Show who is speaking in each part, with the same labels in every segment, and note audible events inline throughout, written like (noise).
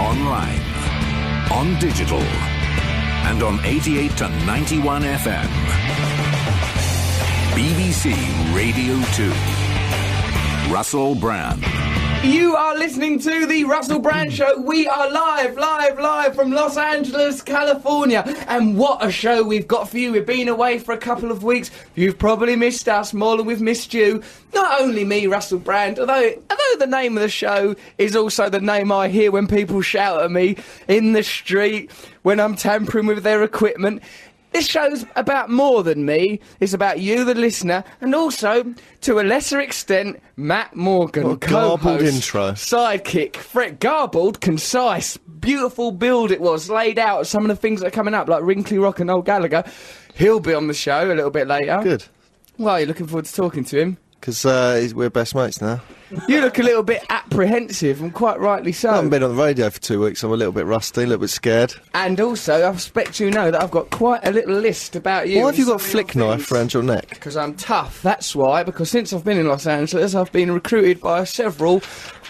Speaker 1: online, on digital, and on 88 to 91 FM. BBC Radio 2. Russell Brand.
Speaker 2: You are listening to the Russell Brand Show. We are live, live, live from Los Angeles, California. And what a show we've got for you. We've been away for a couple of weeks. You've probably missed us more than we've missed you. Not only me, Russell Brand, although, although the name of the show is also the name I hear when people shout at me in the street when I'm tampering with their equipment. This show's about more than me. It's about you, the listener, and also, to a lesser extent, Matt Morgan,
Speaker 3: What a garbled
Speaker 2: co-host,
Speaker 3: intro.
Speaker 2: sidekick, Fred garbled, concise, beautiful build it was, laid out. Some of the things that are coming up, like Wrinkly Rock and Old Gallagher. He'll be on the show a little bit later.
Speaker 3: Good,
Speaker 2: Well, you're looking forward to talking to him.
Speaker 3: because uh, he's- we're best mates now.
Speaker 2: You look a little bit apprehensive, and quite rightly so.
Speaker 3: I haven't been on the radio for two weeks. I'm a little bit rusty, a little bit scared.
Speaker 2: And also, I expect you know that I've got quite a little list about you.
Speaker 3: Why have you
Speaker 2: and
Speaker 3: got a
Speaker 2: some of
Speaker 3: flick
Speaker 2: your
Speaker 3: knife
Speaker 2: things.
Speaker 3: around your neck?
Speaker 2: Because I'm tough, that's why. Because since I've been in Los Angeles, I've been recruited by several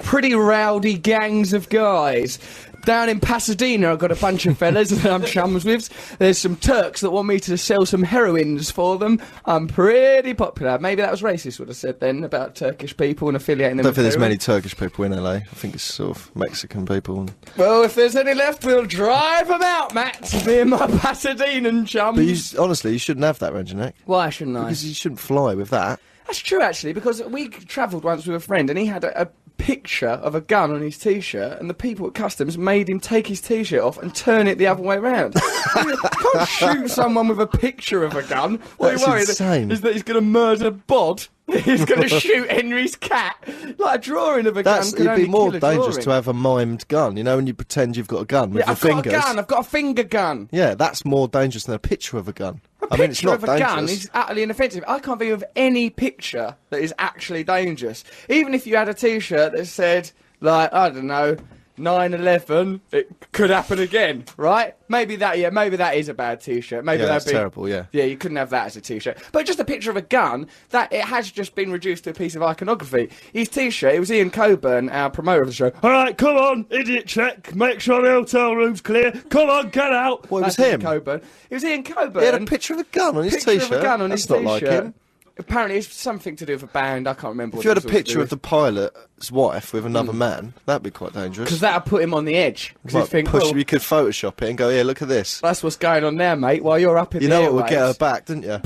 Speaker 2: pretty rowdy gangs of guys. Down in Pasadena, I've got a bunch of fellas that I'm chums with. There's some Turks that want me to sell some heroines for them. I'm pretty popular. Maybe that was racist what I said then about Turkish people and affiliating them.
Speaker 3: I don't
Speaker 2: with
Speaker 3: think there's
Speaker 2: heroin.
Speaker 3: many Turkish people in LA. I think it's sort of Mexican people. And...
Speaker 2: Well, if there's any left, we'll drive them out, Matt. Me and my (laughs) Pasadena chums.
Speaker 3: But you, s- honestly, you shouldn't have that around your neck
Speaker 2: Why shouldn't I?
Speaker 3: because you shouldn't fly with that.
Speaker 2: That's true, actually, because we travelled once with a friend and he had a, a picture of a gun on his t shirt, and the people at customs made him take his t shirt off and turn it the other way
Speaker 3: (laughs)
Speaker 2: around. you can't shoot someone with a picture of a gun. What
Speaker 3: That's
Speaker 2: you're worried
Speaker 3: insane.
Speaker 2: is that he's going to murder Bod. (laughs) He's going to
Speaker 3: (laughs)
Speaker 2: shoot Henry's cat. Like a drawing of a
Speaker 3: That's
Speaker 2: gun. can
Speaker 3: it'd be
Speaker 2: only
Speaker 3: more
Speaker 2: kill a
Speaker 3: dangerous to
Speaker 2: drawing.
Speaker 3: have a mimed gun. You know, when you pretend you've got a gun with
Speaker 2: Yeah,
Speaker 3: your
Speaker 2: I've
Speaker 3: fingers.
Speaker 2: got a gun. I've got a finger gun.
Speaker 3: Yeah, that's more dangerous than a picture of a gun.
Speaker 2: A
Speaker 3: I mean, it's
Speaker 2: picture of
Speaker 3: not
Speaker 2: a
Speaker 3: dangerous.
Speaker 2: gun is utterly inoffensive. I can't think of any picture that is actually dangerous. Even if you had a T-shirt that said, like, I don't know, 9/11, it could happen again, right? Maybe that, yeah, maybe that is a bad T-shirt. Maybe
Speaker 3: Yeah,
Speaker 2: that'd
Speaker 3: that's
Speaker 2: be
Speaker 3: terrible, yeah.
Speaker 2: yeah, you couldn't have that as a T-shirt. But just a picture of a gun that it has just been reduced to a piece of iconography. His T-shirt, it was Ian Coburn, our promoter of the show. All right, come on, idiot check, make sure the hotel room's clear. Come on, get out.
Speaker 3: Well, it was
Speaker 2: That's Ian
Speaker 3: him.
Speaker 2: Coburn. It was Ian Coburn
Speaker 3: He had a picture of a gun on his
Speaker 2: picture
Speaker 3: t-shirt.
Speaker 2: of a gun on
Speaker 3: that's
Speaker 2: his
Speaker 3: not
Speaker 2: t-shirt.
Speaker 3: like him.
Speaker 2: Apparently, it's something to do with a band. I can't remember.
Speaker 3: If
Speaker 2: what
Speaker 3: you had a
Speaker 2: it Mm. was all to do
Speaker 3: picture of
Speaker 2: with.
Speaker 3: the pilot's wife with another man, that'd be quite dangerous.
Speaker 2: because that'll put him on the edge. Because
Speaker 3: Like,
Speaker 2: he'd think,
Speaker 3: push,
Speaker 2: well,
Speaker 3: you could Photoshop it and go, yeah, look at this.
Speaker 2: that's what's going on there, mate. While you're up in
Speaker 3: You
Speaker 2: the
Speaker 3: know what would get her
Speaker 2: airwaves.
Speaker 3: back,
Speaker 2: (laughs)
Speaker 3: didn't you?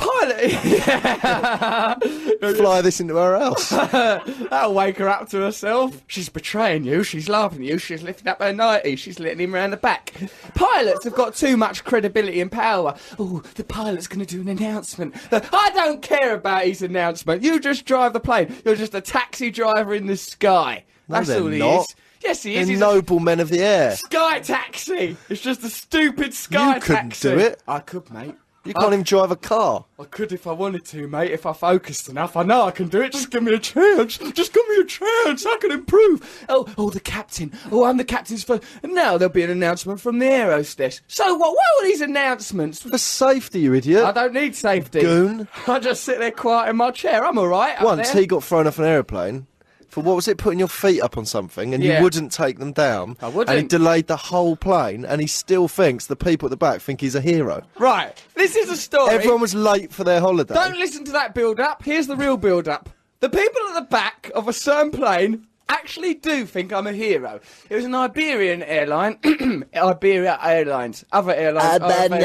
Speaker 2: Pilot. Yeah.
Speaker 3: Fly this into
Speaker 2: (laughs)
Speaker 3: her house.
Speaker 2: That'll wake her up to herself. She's betraying you. She's laughing at you. She's lifting up her nightie. She's letting him round the back. Pilots have got too much credibility and power. Oh, the pilot's going to do an announcement. The- I don't care about his announcement. You just drive the plane. You're just a taxi driver in the sky.
Speaker 3: No,
Speaker 2: That's
Speaker 3: they're
Speaker 2: all he
Speaker 3: not.
Speaker 2: is. Yes, he is.
Speaker 3: the
Speaker 2: He's
Speaker 3: noble men of the air.
Speaker 2: a sky taxi. It's just a stupid sky
Speaker 3: You couldn't
Speaker 2: taxi.
Speaker 3: do it.
Speaker 2: I could, mate.
Speaker 3: You can't even drive a car.
Speaker 2: I could if I wanted to, mate. If I focused enough, I know I can do it. Just give me a chance. Just give me a chance. I can improve. Oh, oh, the captain. Oh, I'm the captain's first. And now there'll be an announcement from the aerostess. So what? What are these announcements?
Speaker 3: For safety, you idiot.
Speaker 2: I don't need safety.
Speaker 3: Goon.
Speaker 2: I just sit there quiet in my chair. I'm all right. up
Speaker 3: Once
Speaker 2: there.
Speaker 3: he got thrown off an aeroplane for what was it, putting your feet up on something and
Speaker 2: Yeah.
Speaker 3: you wouldn't take them down.
Speaker 2: I wouldn't.
Speaker 3: And he delayed the whole plane and he still thinks the people at the back think he's a hero.
Speaker 2: Right. This is a story.
Speaker 3: Everyone was late for their holiday.
Speaker 2: Don't listen to that build up. Here's the real build up. The people at the back of a certain plane actually do think I'm a hero. It was an Iberian airline, (clears throat) Iberia Airlines, other airlines. are available.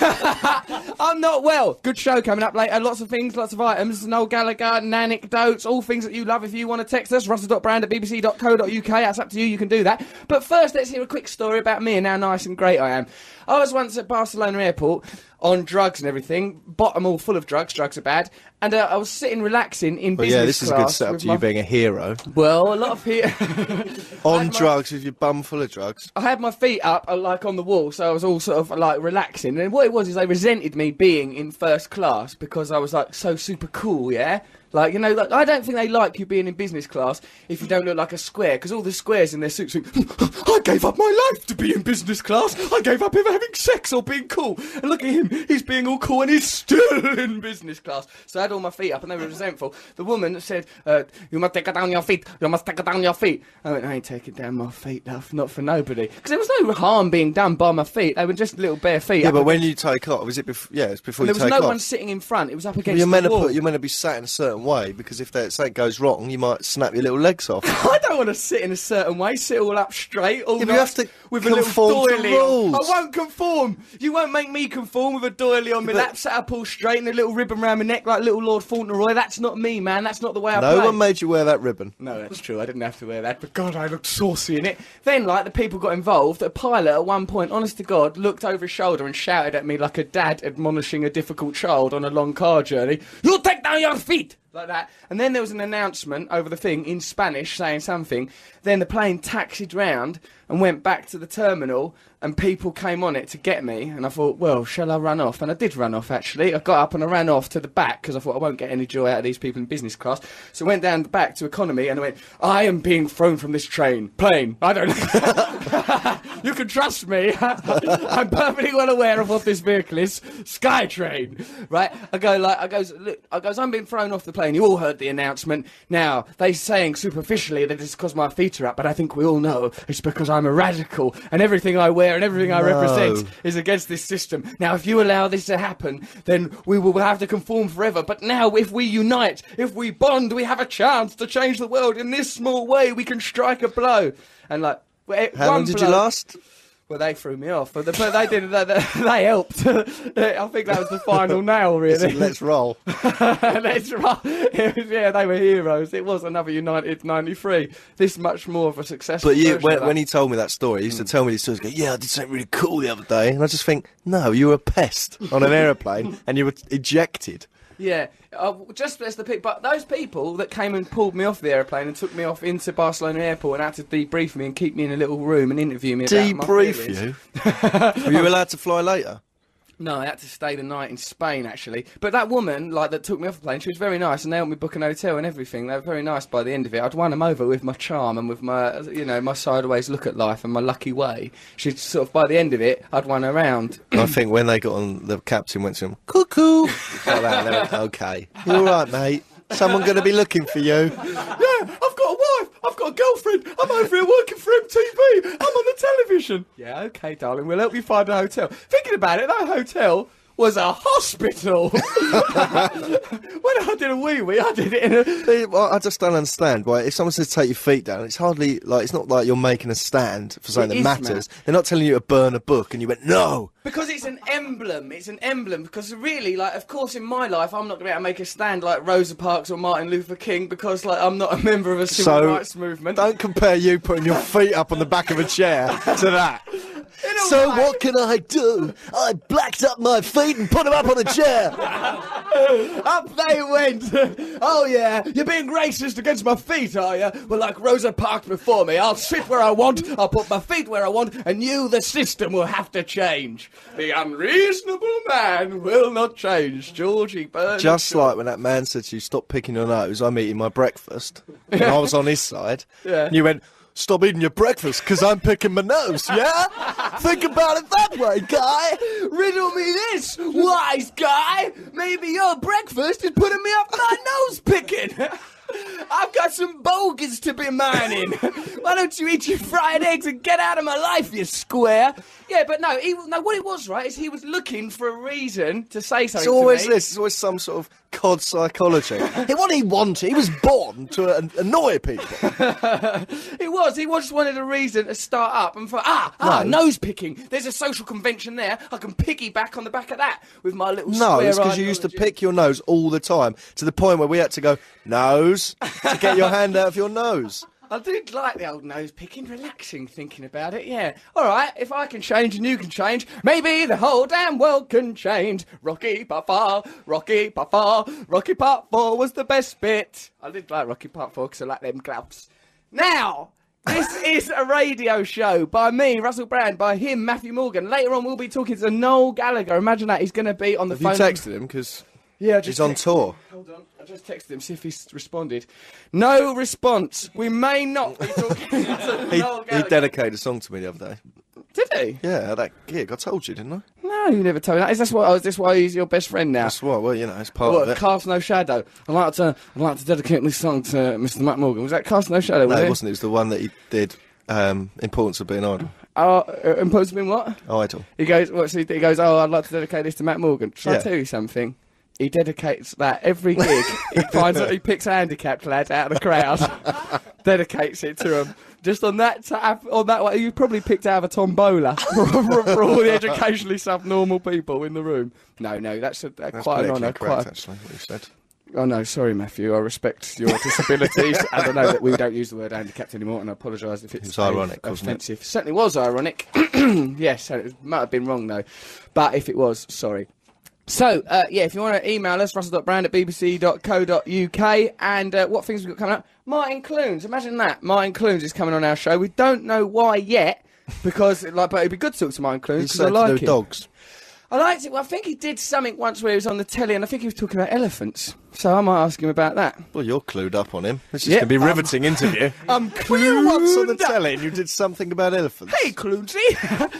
Speaker 2: (laughs) I'm not well. Good show coming up later. Lots of things, lots of items. Noel Gallagher, and anecdotes, all things that you love. If you want to text us, russell.brand at bbc.co.uk. That's up to you. You can do that. But first, let's hear a quick story about me and how nice and great I am. I was once at Barcelona airport on drugs and everything. Bottom all full of drugs. Drugs are bad. And uh, I was sitting relaxing in
Speaker 3: But
Speaker 2: business
Speaker 3: Oh, yeah, this is a good
Speaker 2: class
Speaker 3: setup
Speaker 2: with
Speaker 3: to
Speaker 2: my-
Speaker 3: you being a hero.
Speaker 2: Well, a lot of (laughs) people.
Speaker 3: On
Speaker 2: my-
Speaker 3: drugs with your bum full of drugs.
Speaker 2: I had my feet up uh, like on the wall, so I was all sort of like relaxing. And what it was is they resented me being in first class because I was like so super cool, yeah. Like you know, like, I don't think they like you being in business class if you don't look like a square, because all the squares in their suits think, (laughs) "I gave up my life to be in business class. I gave up ever having sex or being cool." And look at him, he's being all cool and he's still in business class. So I had all my feet up, and they were resentful. The woman said, uh, "You must take it down your feet. You must take it down your feet." I went, "I ain't taking down my feet, love. Not for nobody." Because there was no harm being done by my feet. They were just little bare feet.
Speaker 3: Yeah,
Speaker 2: up
Speaker 3: but when you take off, is it before? Yeah, it's before
Speaker 2: there
Speaker 3: you
Speaker 2: was
Speaker 3: take
Speaker 2: no
Speaker 3: off.
Speaker 2: one sitting in front. It was up against
Speaker 3: you're meant
Speaker 2: the
Speaker 3: to
Speaker 2: wall.
Speaker 3: put, you're meant to be sat in a certain way because if that something goes wrong, you might snap your little legs off.
Speaker 2: I don't want to sit in a certain way. Sit all up straight. All
Speaker 3: Yeah, but
Speaker 2: nice,
Speaker 3: you have to
Speaker 2: with a
Speaker 3: conform
Speaker 2: little
Speaker 3: to
Speaker 2: doily. on.
Speaker 3: rules.
Speaker 2: I won't conform. You won't make me conform with a doily on my lap, sat up all straight, and a little ribbon round my neck like little Lord Fauntleroy. That's not me, man. That's not the way I play.
Speaker 3: no one made you wear that ribbon.
Speaker 2: No, that's true. I didn't have to wear that, but God, I looked saucy in it. Then, like, the people got involved. A pilot, at one point, honest to God, looked over his shoulder and shouted at me like a dad admonishing a difficult child on a long car journey. You take down your feet! Like that. And then there was an announcement over the thing in Spanish saying something. Then the plane taxied round and went back to the terminal, and people came on it to get me. And I thought, well, shall I run off? And I did run off, actually. I got up and I ran off to the back because I thought I won't get any joy out of these people in business class. So I went down the back to economy and I went, I am being thrown from this train. Plane. I don't know. (laughs) you can trust me. (laughs) I'm perfectly well aware of what this vehicle is. Sky train. Right? I go like I goes look I goes, I'm being thrown off the plane. You all heard the announcement. Now, they saying superficially that it's because my feet are up, but I think we all know it's because I'm a radical and everything I wear and everything I represent is against this system. Now, if you allow this to happen, then we will have to conform forever. But now, if we unite, if we bond, we have a chance to change the world in this small way. We can strike a blow. And like, well,
Speaker 3: How
Speaker 2: one
Speaker 3: long did you
Speaker 2: blow- (laughs)
Speaker 3: last?
Speaker 2: Well, they threw me off, but, the, but they didn't. They, they, they helped. (laughs) I think that was the
Speaker 3: (laughs)
Speaker 2: final nail,
Speaker 3: Is
Speaker 2: really.
Speaker 3: it Let's roll.
Speaker 2: (laughs) That's right. It was- yeah, they were heroes. It was another United '93. This much more of a successful.
Speaker 3: But you,
Speaker 2: version of
Speaker 3: when,
Speaker 2: that. Mm.
Speaker 3: when he told me that story, he used to tell me these stories. Go, yeah, I did something really cool the other day, and I just think, no, you were a pest on an aeroplane, and you were
Speaker 2: (laughs)
Speaker 3: ejected.
Speaker 2: Yeah, uh, just as the pe- but those people that came and pulled me off the airplane and took me off into Barcelona airport and had to debrief me and keep me in a little room and interview me. about my
Speaker 3: Debrief
Speaker 2: feelings. (laughs)
Speaker 3: you. were you allowed to fly later?
Speaker 2: No, I had to stay the night in Spain actually. But that woman, like that took me off the plane, she was very nice, and they helped me book an hotel and everything. They were very nice by the end of it. I'd won them over with my charm and with my, you know, my sideways look at life and my lucky way. She'd sort of by the end of it, I'd won her round.
Speaker 3: I think when they got on, the captain went to him, cuckoo. like that, and they went, okay, you're all right, mate. Someone going to be looking for you.
Speaker 2: Yeah, I've got a wife. I've got a girlfriend. I'm over here working for MTV. I'm on the television. Yeah, okay, darling. We'll help you find a hotel. Thinking about it, that hotel was a hospital. (laughs) when I did a wee wee, I did it in a.
Speaker 3: They- well, I just don't understand why if someone says take your feet down, it's hardly like it's not like you're making a stand for something
Speaker 2: It
Speaker 3: that
Speaker 2: is,
Speaker 3: matters. They're not telling you to burn a book, and you went no.
Speaker 2: Because it's an emblem. It's an emblem. Because really, like, of course, in my life, I'm not going to be able to make a stand like Rosa Parks or Martin Luther King because, like, I'm not a member of a civil
Speaker 3: So
Speaker 2: rights movement.
Speaker 3: don't compare you putting your feet up on the back of a chair to that.
Speaker 2: a
Speaker 3: So
Speaker 2: way-
Speaker 3: what can I do? I blacked up my feet and put them up on a chair.
Speaker 2: Up they went. oh yeah, you're being racist against my feet, are you? Well, like Rosa Parks before me, I'll sit where I want, I'll put my feet where I want, and you, the system, will have to change. The unreasonable man will not change. Georgie Bernard.
Speaker 3: Just like when that man said to you, "Stop picking your nose," I'm eating
Speaker 2: (laughs)
Speaker 3: my breakfast, and I was on his side.
Speaker 2: Yeah.
Speaker 3: And you went, "Stop eating your breakfast because I'm picking my nose."
Speaker 2: (laughs)
Speaker 3: Yeah. Think about it that way, guy.
Speaker 2: Riddle me this, wise guy. Maybe your breakfast is putting me up my nose picking. I've got some bogus to be mining. Why don't you eat your fried eggs and get out of my life, you square? Yeah, but no, he, no. What it was, right, is he was looking for a reason to say something.
Speaker 3: It's always
Speaker 2: to me.
Speaker 3: this. It's always some sort of cod psychology. he what he wanted. He was born to an-
Speaker 2: (laughs)
Speaker 3: annoy people.
Speaker 2: It was. He just wanted a reason to start up and thought, ah, ah,
Speaker 3: No.
Speaker 2: nose picking. There's a social convention there. I can piggyback on the back of that with my little.
Speaker 3: No, it's because you
Speaker 2: square
Speaker 3: used to
Speaker 2: ideology.
Speaker 3: pick your nose all the time to the point where we had to go nose to get your hand out of
Speaker 2: (laughs)
Speaker 3: your nose.
Speaker 2: I did like the old nose picking, relaxing thinking about it, yeah. Alright, if I can change and you can change, maybe the whole damn world can change. Rocky Part 4, Rocky Part 4, Rocky Part 4 was the best bit. I did like Rocky Part 4 because I like them gloves. Now, this (laughs) is a radio show by me, Russell Brand, by him, Matthew Morgan. Later on, we'll be talking to Noel Gallagher. Imagine that, he's going to be on the
Speaker 3: You
Speaker 2: phone.
Speaker 3: texted him because
Speaker 2: Yeah, I just
Speaker 3: He's on
Speaker 2: text-
Speaker 3: tour.
Speaker 2: Hold on, I just texted him see if he's responded. No response. We may not be
Speaker 3: (laughs)
Speaker 2: talking to
Speaker 3: He,
Speaker 2: Noel
Speaker 3: he
Speaker 2: Gallagher.
Speaker 3: dedicated a song to me the other day.
Speaker 2: Did he?
Speaker 3: Yeah, at that gig. I told you, didn't I?
Speaker 2: No, you never told me that. Is this why? Is this why he's your best friend now?
Speaker 3: That's why. Well, you know, it's part of
Speaker 2: What,
Speaker 3: it.
Speaker 2: Cast No Shadow. I'd like to, I'd like to dedicate this song to Mr. Matt Morgan. Was that Cast No Shadow?
Speaker 3: No,
Speaker 2: was
Speaker 3: it wasn't. It was the one that he did. Um, Importance of being idle.
Speaker 2: Oh, uh, imposed been what?
Speaker 3: Idle.
Speaker 2: He goes, what? So he he goes, oh, I'd like to dedicate this to Matt Morgan. Should I
Speaker 3: Yeah.
Speaker 2: tell you something? He dedicates that every gig.
Speaker 3: (laughs)
Speaker 2: he finds out he picks a handicapped lad out of the crowd, (laughs) dedicates it to him. Just on that, tab, on that way, you probably picked out of a tombola (laughs) for, for- for all the educationally subnormal people in the room. No, no, that's, a, that's
Speaker 3: That's
Speaker 2: quite an
Speaker 3: politically
Speaker 2: honour.
Speaker 3: correct,
Speaker 2: Quite a,
Speaker 3: actually. What you said.
Speaker 2: Oh no, sorry, Matthew. I respect your
Speaker 3: (laughs)
Speaker 2: disabilities, and I know that we don't use the word handicapped anymore. And I apologise if it's,
Speaker 3: was ironic,
Speaker 2: uh,
Speaker 3: wasn't it?
Speaker 2: offensive. Certainly was ironic. (clears throat) yes, and it might have been wrong though, but if it was, sorry. So uh, yeah, if you want to email us, russell.brand at bbc.co.uk, and uh, what things we've got coming up? Martin Clunes, imagine that. Martin Clunes is coming on our show. We don't know why yet, because like, but it'd be good to talk to Martin Clunes
Speaker 3: He
Speaker 2: because I
Speaker 3: said
Speaker 2: like
Speaker 3: no
Speaker 2: him.
Speaker 3: dogs.
Speaker 2: I liked it. Well, I think he did something once where he was on the telly, and I think he was talking about elephants. So I might ask him about that.
Speaker 3: Well, you're clued up on him. This is
Speaker 2: Yeah,
Speaker 3: going to be a
Speaker 2: I'm- (laughs)
Speaker 3: riveting interview.
Speaker 2: I'm
Speaker 3: Were you once on the
Speaker 2: clued up.
Speaker 3: telly and you did something about elephants?
Speaker 2: Hey, Clumsy, (laughs) I've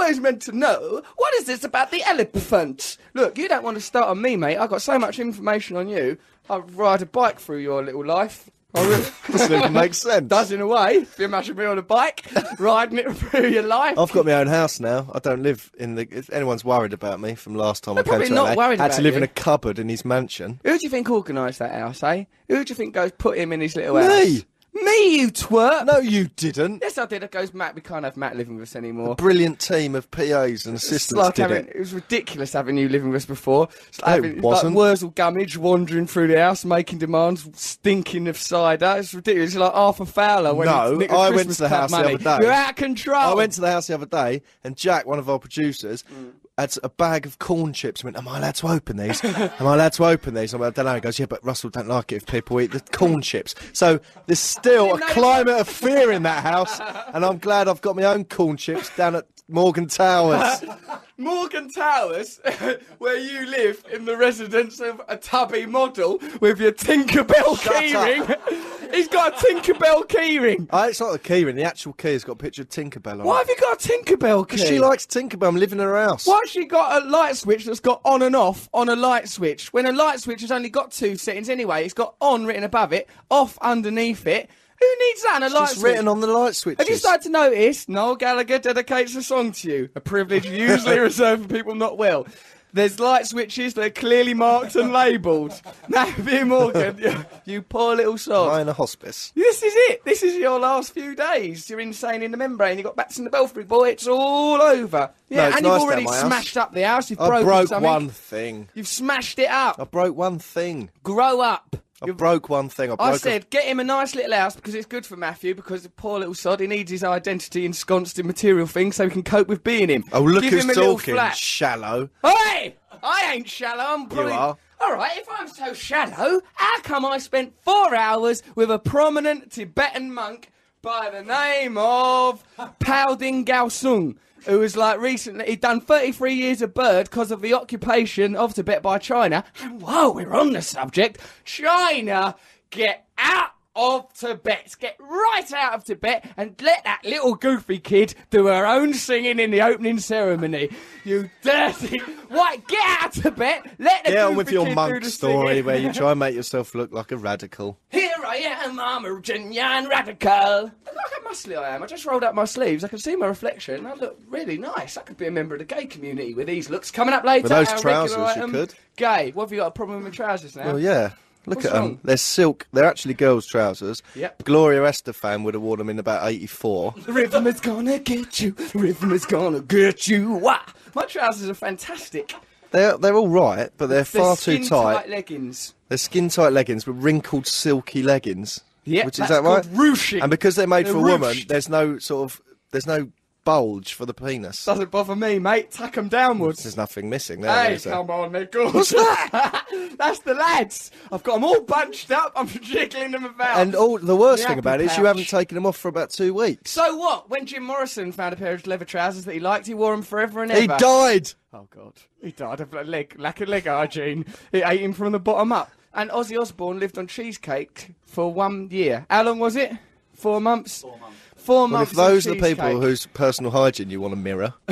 Speaker 2: always meant to know what is this about the elephant? Look, you don't want to start on me, mate. I've got so much information on you. I ride a bike through your little life. I really-
Speaker 3: Doesn't even make sense.
Speaker 2: Does in a way. If you imagine me on a bike, (laughs) riding it through your life.
Speaker 3: I've got my own house now. I don't live in the. If anyone's worried about me from last time I came
Speaker 2: probably
Speaker 3: to
Speaker 2: not
Speaker 3: LA,
Speaker 2: worried
Speaker 3: I had to
Speaker 2: about
Speaker 3: live
Speaker 2: you.
Speaker 3: in a cupboard in his mansion.
Speaker 2: Who do you think organised that house, eh? Who do you think goes put him in his little house?
Speaker 3: Me.
Speaker 2: Me, you twerp!
Speaker 3: No, you didn't.
Speaker 2: Yes, I did. It goes, Matt, we can't have Matt living with us anymore.
Speaker 3: Brilliant team of PAs and
Speaker 2: It's
Speaker 3: assistants
Speaker 2: like
Speaker 3: did
Speaker 2: having,
Speaker 3: it.
Speaker 2: it was ridiculous having you living with us before. It's like
Speaker 3: No, it
Speaker 2: having, it's
Speaker 3: wasn't.
Speaker 2: Like Wurzel Gummidge wandering through the house, making demands, stinking of cider. It's ridiculous. It's like Arthur Fowler. When
Speaker 3: No,
Speaker 2: he's nicking
Speaker 3: I went
Speaker 2: Christmas
Speaker 3: to the
Speaker 2: Club
Speaker 3: house the
Speaker 2: money.
Speaker 3: other day.
Speaker 2: You're out of control.
Speaker 3: I went to the house the other day and Jack, one of our producers,
Speaker 2: Mm.
Speaker 3: had a bag of corn chips. and went, Am I allowed to open these? Am I allowed to open these? I'm like, I don't know. He goes, Yeah, but Russell don't like it if people eat the corn chips. So there's still a
Speaker 2: Didn't know
Speaker 3: climate of fear in that house. And I'm glad I've got my own corn chips down at Morgan Towers.
Speaker 2: Morgan Towers, (laughs) where you live in the residence of a tubby model with your
Speaker 3: (laughs)
Speaker 2: Tinkerbell keyring. he's got a Tinkerbell keyring.
Speaker 3: Oh, it's not the key ring. The actual key has got a picture of Tinkerbell on
Speaker 2: Why have
Speaker 3: it.
Speaker 2: you got a Tinkerbell key?
Speaker 3: She likes Tinkerbell. I'm living in her house.
Speaker 2: Why has she got a light switch that's got on and off on a light switch? When a light switch has only got two settings anyway, it's got on written above it, off underneath it. Who needs that on a light
Speaker 3: It's
Speaker 2: switch?
Speaker 3: written on the light switches.
Speaker 2: Have you started to notice Noel Gallagher dedicates a song to you? A privilege
Speaker 3: (laughs)
Speaker 2: usually reserved for people not well. There's light switches that are clearly marked and labelled. (laughs) Matthew Morgan, you, you poor little sod.
Speaker 3: Am I in a hospice?
Speaker 2: This is it. This is your last few days. You're insane in the membrane. You've got bats in the belfry, boy. It's all over. Yeah,
Speaker 3: it's
Speaker 2: and
Speaker 3: nice
Speaker 2: you've
Speaker 3: to
Speaker 2: already
Speaker 3: have my house.
Speaker 2: smashed up the house. You've
Speaker 3: I
Speaker 2: broken
Speaker 3: broke
Speaker 2: something.
Speaker 3: one thing.
Speaker 2: You've smashed it
Speaker 3: I
Speaker 2: up.
Speaker 3: broke one thing.
Speaker 2: Grow up.
Speaker 3: I broke one thing. I, broke
Speaker 2: I
Speaker 3: a-
Speaker 2: said, get him a nice little house because it's good for Matthew because the poor little sod, he needs his identity ensconced in material things so he can cope with being him.
Speaker 3: Oh, look
Speaker 2: Give
Speaker 3: who's
Speaker 2: him a little
Speaker 3: talking.
Speaker 2: flat. (laughs)
Speaker 3: Shallow.
Speaker 2: Hey! I ain't shallow, I'm probably.
Speaker 3: are.
Speaker 2: Alright, if I'm so shallow, how come I spent four hours with a prominent Tibetan monk by the name of Paudin Gaosung, who was like recently, he'd done 33 years a bird because of the occupation of Tibet by China. And while we're on the subject, China, get out of Tibet. Get right out of Tibet and let that little goofy kid do her own singing in the opening ceremony. You dirty (laughs) white, get out of Tibet. (laughs) Let the
Speaker 3: Get on
Speaker 2: goofy
Speaker 3: with your
Speaker 2: kid do
Speaker 3: monk
Speaker 2: the
Speaker 3: story
Speaker 2: singing. (laughs)
Speaker 3: where you try and make yourself look like a radical.
Speaker 2: Here I am, I'm a Virginian radical. Look how muscly I am. I just rolled up my sleeves. I can see my reflection. I look really nice. I could be a member of the gay community with these looks. Coming up later.
Speaker 3: those
Speaker 2: our
Speaker 3: trousers,
Speaker 2: regular
Speaker 3: you
Speaker 2: item,
Speaker 3: could.
Speaker 2: Gay. What have you got a problem with my trousers now?
Speaker 3: Oh yeah. Look
Speaker 2: What's
Speaker 3: at them.
Speaker 2: wrong?
Speaker 3: They're silk. They're actually girls' trousers.
Speaker 2: Yep.
Speaker 3: Gloria Estefan would have worn them in about 84.
Speaker 2: The rhythm is gonna get you. The rhythm is gonna get you. Wah! My trousers are fantastic.
Speaker 3: They're, they're all right, but
Speaker 2: They're
Speaker 3: they're far too
Speaker 2: skin-tight
Speaker 3: tight.
Speaker 2: leggings.
Speaker 3: They're skin tight leggings with wrinkled, silky leggings.
Speaker 2: Yep,
Speaker 3: which is
Speaker 2: that's
Speaker 3: that right?
Speaker 2: called ruching.
Speaker 3: And because they're made
Speaker 2: They're
Speaker 3: for a woman,
Speaker 2: ruched.
Speaker 3: there's no sort of there's no bulge for the penis.
Speaker 2: Doesn't bother me, mate. Tack 'em downwards.
Speaker 3: There's nothing missing there.
Speaker 2: Hey,
Speaker 3: is there?
Speaker 2: come on, Nichols. What's that? (laughs) That's the lads. I've got them all bunched up. I'm (laughs) jiggling them about.
Speaker 3: And all the worst
Speaker 2: The
Speaker 3: thing about
Speaker 2: apple
Speaker 3: it is you
Speaker 2: pouch.
Speaker 3: haven't taken them off for about two weeks.
Speaker 2: so what? When Jim Morrison found a pair of leather trousers that he liked, he wore them forever and ever.
Speaker 3: He died.
Speaker 2: Oh God, he died of a leg lack of leg hygiene. It ate him from the bottom up. And Ozzy Osbourne lived on cheesecake for one year. How long was it? Four months. Four months. Four
Speaker 3: Well, if
Speaker 2: months. of
Speaker 3: those are the people
Speaker 2: cheesecake.
Speaker 3: whose personal hygiene you want to mirror,
Speaker 2: (laughs)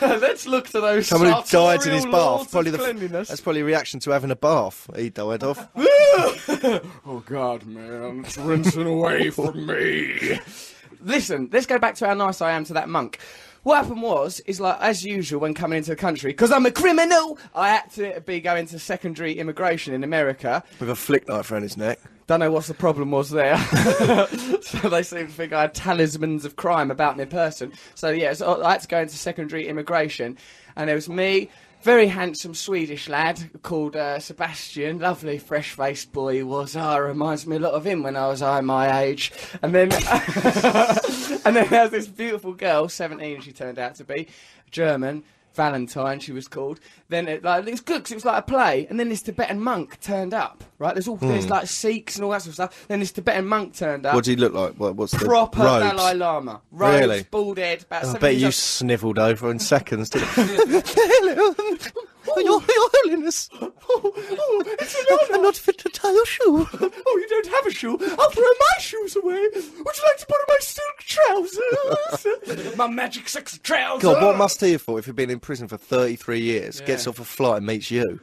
Speaker 2: let's look to those.
Speaker 3: someone who died in
Speaker 2: sartorial
Speaker 3: his bath,
Speaker 2: lords
Speaker 3: probably
Speaker 2: of
Speaker 3: the
Speaker 2: cleanliness.
Speaker 3: that's probably a reaction to having a bath. He
Speaker 2: (laughs)
Speaker 3: died of.
Speaker 2: Oh God, man, it's rinsing away from me. (laughs) Listen, let's go back to how nice I am to that monk. What happened was, is like as usual when coming into the country, because I'm a criminal. I had to be going to secondary immigration in America.
Speaker 3: with a flick knife around his neck.
Speaker 2: Don't know what the problem was there. (laughs) so they seemed to think I had talismans of crime about me person. So yeah, so I had to go into secondary immigration, and there was me, very handsome Swedish lad called uh, Sebastian, lovely fresh-faced boy he was. Ah, reminds me a lot of him when I was I my age. And then, (laughs) and then there was this beautiful girl, seventeen, she turned out to be, German. Valentine, she was called. Then it, like, it was good 'cause it was like a play. And then this Tibetan monk turned up, right? There's all there's like Sikhs and all that sort of stuff. Then this Tibetan monk turned up.
Speaker 3: Hmm. What do you look like? What, what's the
Speaker 2: proper
Speaker 3: robes?
Speaker 2: Dalai Lama. Robes,
Speaker 3: Really?
Speaker 2: Bald head, about
Speaker 3: I
Speaker 2: 70
Speaker 3: bet you
Speaker 2: years
Speaker 3: snivelled over in seconds. Didn't
Speaker 2: (laughs)
Speaker 3: you? (laughs) Hello, Your, Your Holiness.
Speaker 2: old. Oh, oh, it's an honor.
Speaker 3: I'm not fit to tie your
Speaker 2: (laughs)
Speaker 3: shoe.
Speaker 2: Oh, you don't have a shoe? I'll throw my shoes away. Would you like to borrow my silk
Speaker 3: (laughs)
Speaker 2: trousers? my magic sex trousers.
Speaker 3: God, what must he have thought if he'd been in prison for 33 years, gets off a flight and meets you?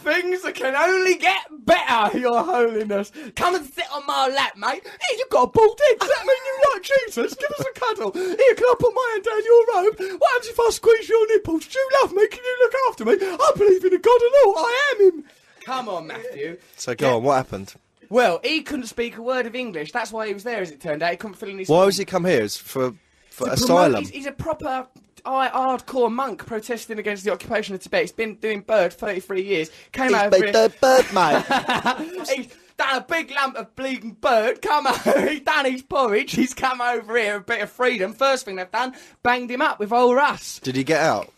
Speaker 2: Things that can only get better, Your Holiness. Come and sit on my lap, mate. Hey, you've got a bald head. Does that mean you like Jesus? Give us a cuddle. Here, can I put my hand down your robe? What happens if I squeeze your nipples? Do you love me? Can you look after me? I believe in a God and all. I am him. Come on, Matthew.
Speaker 3: So go on, what happened?
Speaker 2: Well, he couldn't speak a word of English. That's why he was there, as it turned out. He couldn't fill in his.
Speaker 3: Why was he come here? It's for for
Speaker 2: To promote-
Speaker 3: asylum.
Speaker 2: He's, he's a proper I, hardcore monk protesting against the occupation of Tibet. He's been doing bird 33 years. Came out here.
Speaker 3: bird, mate.
Speaker 2: (laughs) he's done a big lump of bleeding bird. Come (laughs) over, he's done his porridge. He's come over here, a bit of freedom. First thing they've done, banged him up with old Russ.
Speaker 3: Did he get out?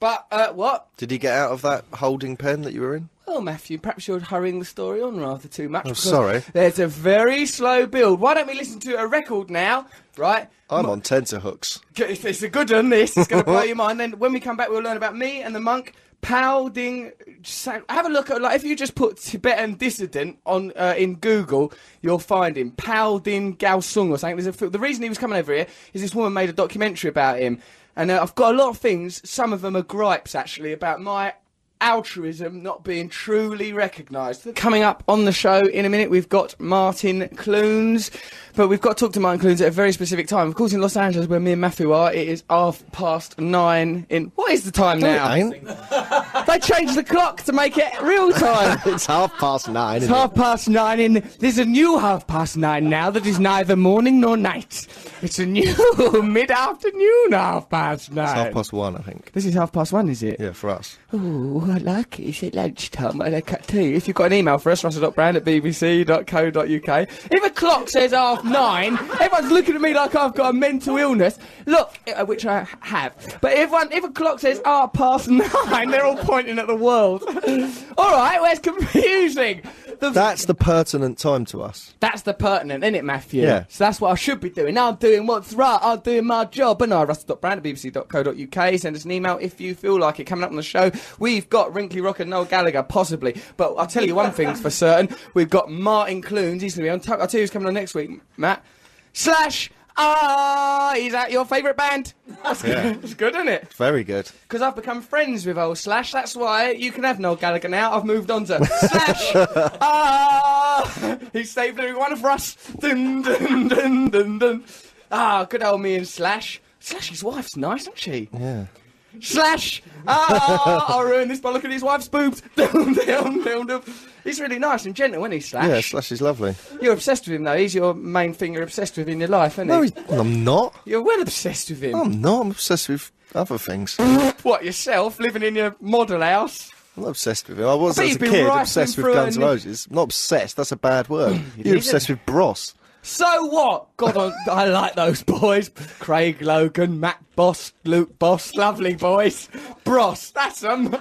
Speaker 2: But uh, what?
Speaker 3: Did he get out of that holding pen that you were in?
Speaker 2: Well, Matthew, perhaps you're hurrying the story on rather too much. because
Speaker 3: Oh, sorry.
Speaker 2: There's a very slow build. Why don't we listen to a record now, right?
Speaker 3: I'm on tenterhooks.
Speaker 2: G- It's, it's a good one, this. It's going to blow your mind. Then when we come back, we'll learn about me and the monk. Pao Ding Sang. Have a look at, like, if you just put Tibetan dissident on uh, in Google, you'll find him. Pao Ding Gao Sung or something. There's a, fil- the reason he was coming over here is this woman made a documentary about him. And uh, I've got a lot of things, some of them are gripes, actually, about my altruism not being truly recognised. Coming up on the show in a minute, we've got Martin Clunes, but we've got to talk to Martin Clunes at a very specific time. Of course, in Los Angeles, where me and Matthew are, it is half past nine. In what is the time now?
Speaker 3: Ain't?
Speaker 2: They changed the clock to make it real
Speaker 3: (laughs)
Speaker 2: time.
Speaker 3: It's half past nine.
Speaker 2: It's half past nine in there's a new half past nine now that is neither morning nor night. It's a new (laughs) mid-afternoon half past nine.
Speaker 3: half past one, I think.
Speaker 2: this is half past one, is it?
Speaker 3: Yeah, for us.
Speaker 2: Ooh, I like it. It's at lunchtime. I like it too. If you've got an email for us, russell.brand at bbc.co.uk. If a clock says half nine, everyone's looking at me like I've got a mental illness. Look, uh, which I have. But everyone, if a clock says half past (laughs) nine, they're all pointing at the world. (laughs) all right, well, it's confusing. The,
Speaker 3: That's the pertinent time to us.
Speaker 2: that's the pertinent, isn't it, Matthew?
Speaker 3: Yeah.
Speaker 2: So that's what I should be doing. I'm doing what's right. I'm doing my job. And I, russell.brand at bbc.co.uk. Send us an email if you feel like it. Coming up on the show, we've got Wrinkly Rock and Noel Gallagher, possibly. But I'll tell you one thing's for certain. We've got Martin Clunes. He's going to be on top. I'll tell you who's coming on next week, Matt. Slash. Ah, he's at your favourite band. That's
Speaker 3: Yeah.
Speaker 2: good. (laughs) That's good, isn't it?
Speaker 3: Very good.
Speaker 2: Because I've become friends with old Slash. That's why you can have Noel Gallagher now. I've moved on to
Speaker 3: (laughs)
Speaker 2: Slash. Ah, he saved every one of us. Dun, dun, dun, dun, dun. Ah, good old me and Slash. Slash's wife's nice, isn't she?
Speaker 3: Yeah.
Speaker 2: Slash! Ah, I'll ruin this by looking at his wife's boobs. (laughs) Dun, dun, dun, dun. He's really nice and gentle, isn't he, Slash?
Speaker 3: Yeah, Slash is lovely.
Speaker 2: You're obsessed with him, though. He's your main thing you're obsessed with in your life, isn't
Speaker 3: No,
Speaker 2: he?
Speaker 3: he's, Um, I'm not.
Speaker 2: You're well obsessed with him.
Speaker 3: I'm not. I'm obsessed with other things.
Speaker 2: What, yourself, living in your model house?
Speaker 3: I'm not obsessed with it. I was
Speaker 2: I bet
Speaker 3: as a
Speaker 2: you've been
Speaker 3: kid
Speaker 2: rifling
Speaker 3: obsessed with
Speaker 2: through
Speaker 3: Guns N'
Speaker 2: and- (clears throat)
Speaker 3: Roses. Not obsessed, that's a bad word. You're
Speaker 2: did.
Speaker 3: obsessed with Bros.
Speaker 2: So what? God, I, I like those boys. Craig Logan, Matt Boss, Luke Boss, lovely boys. Bros, that's them.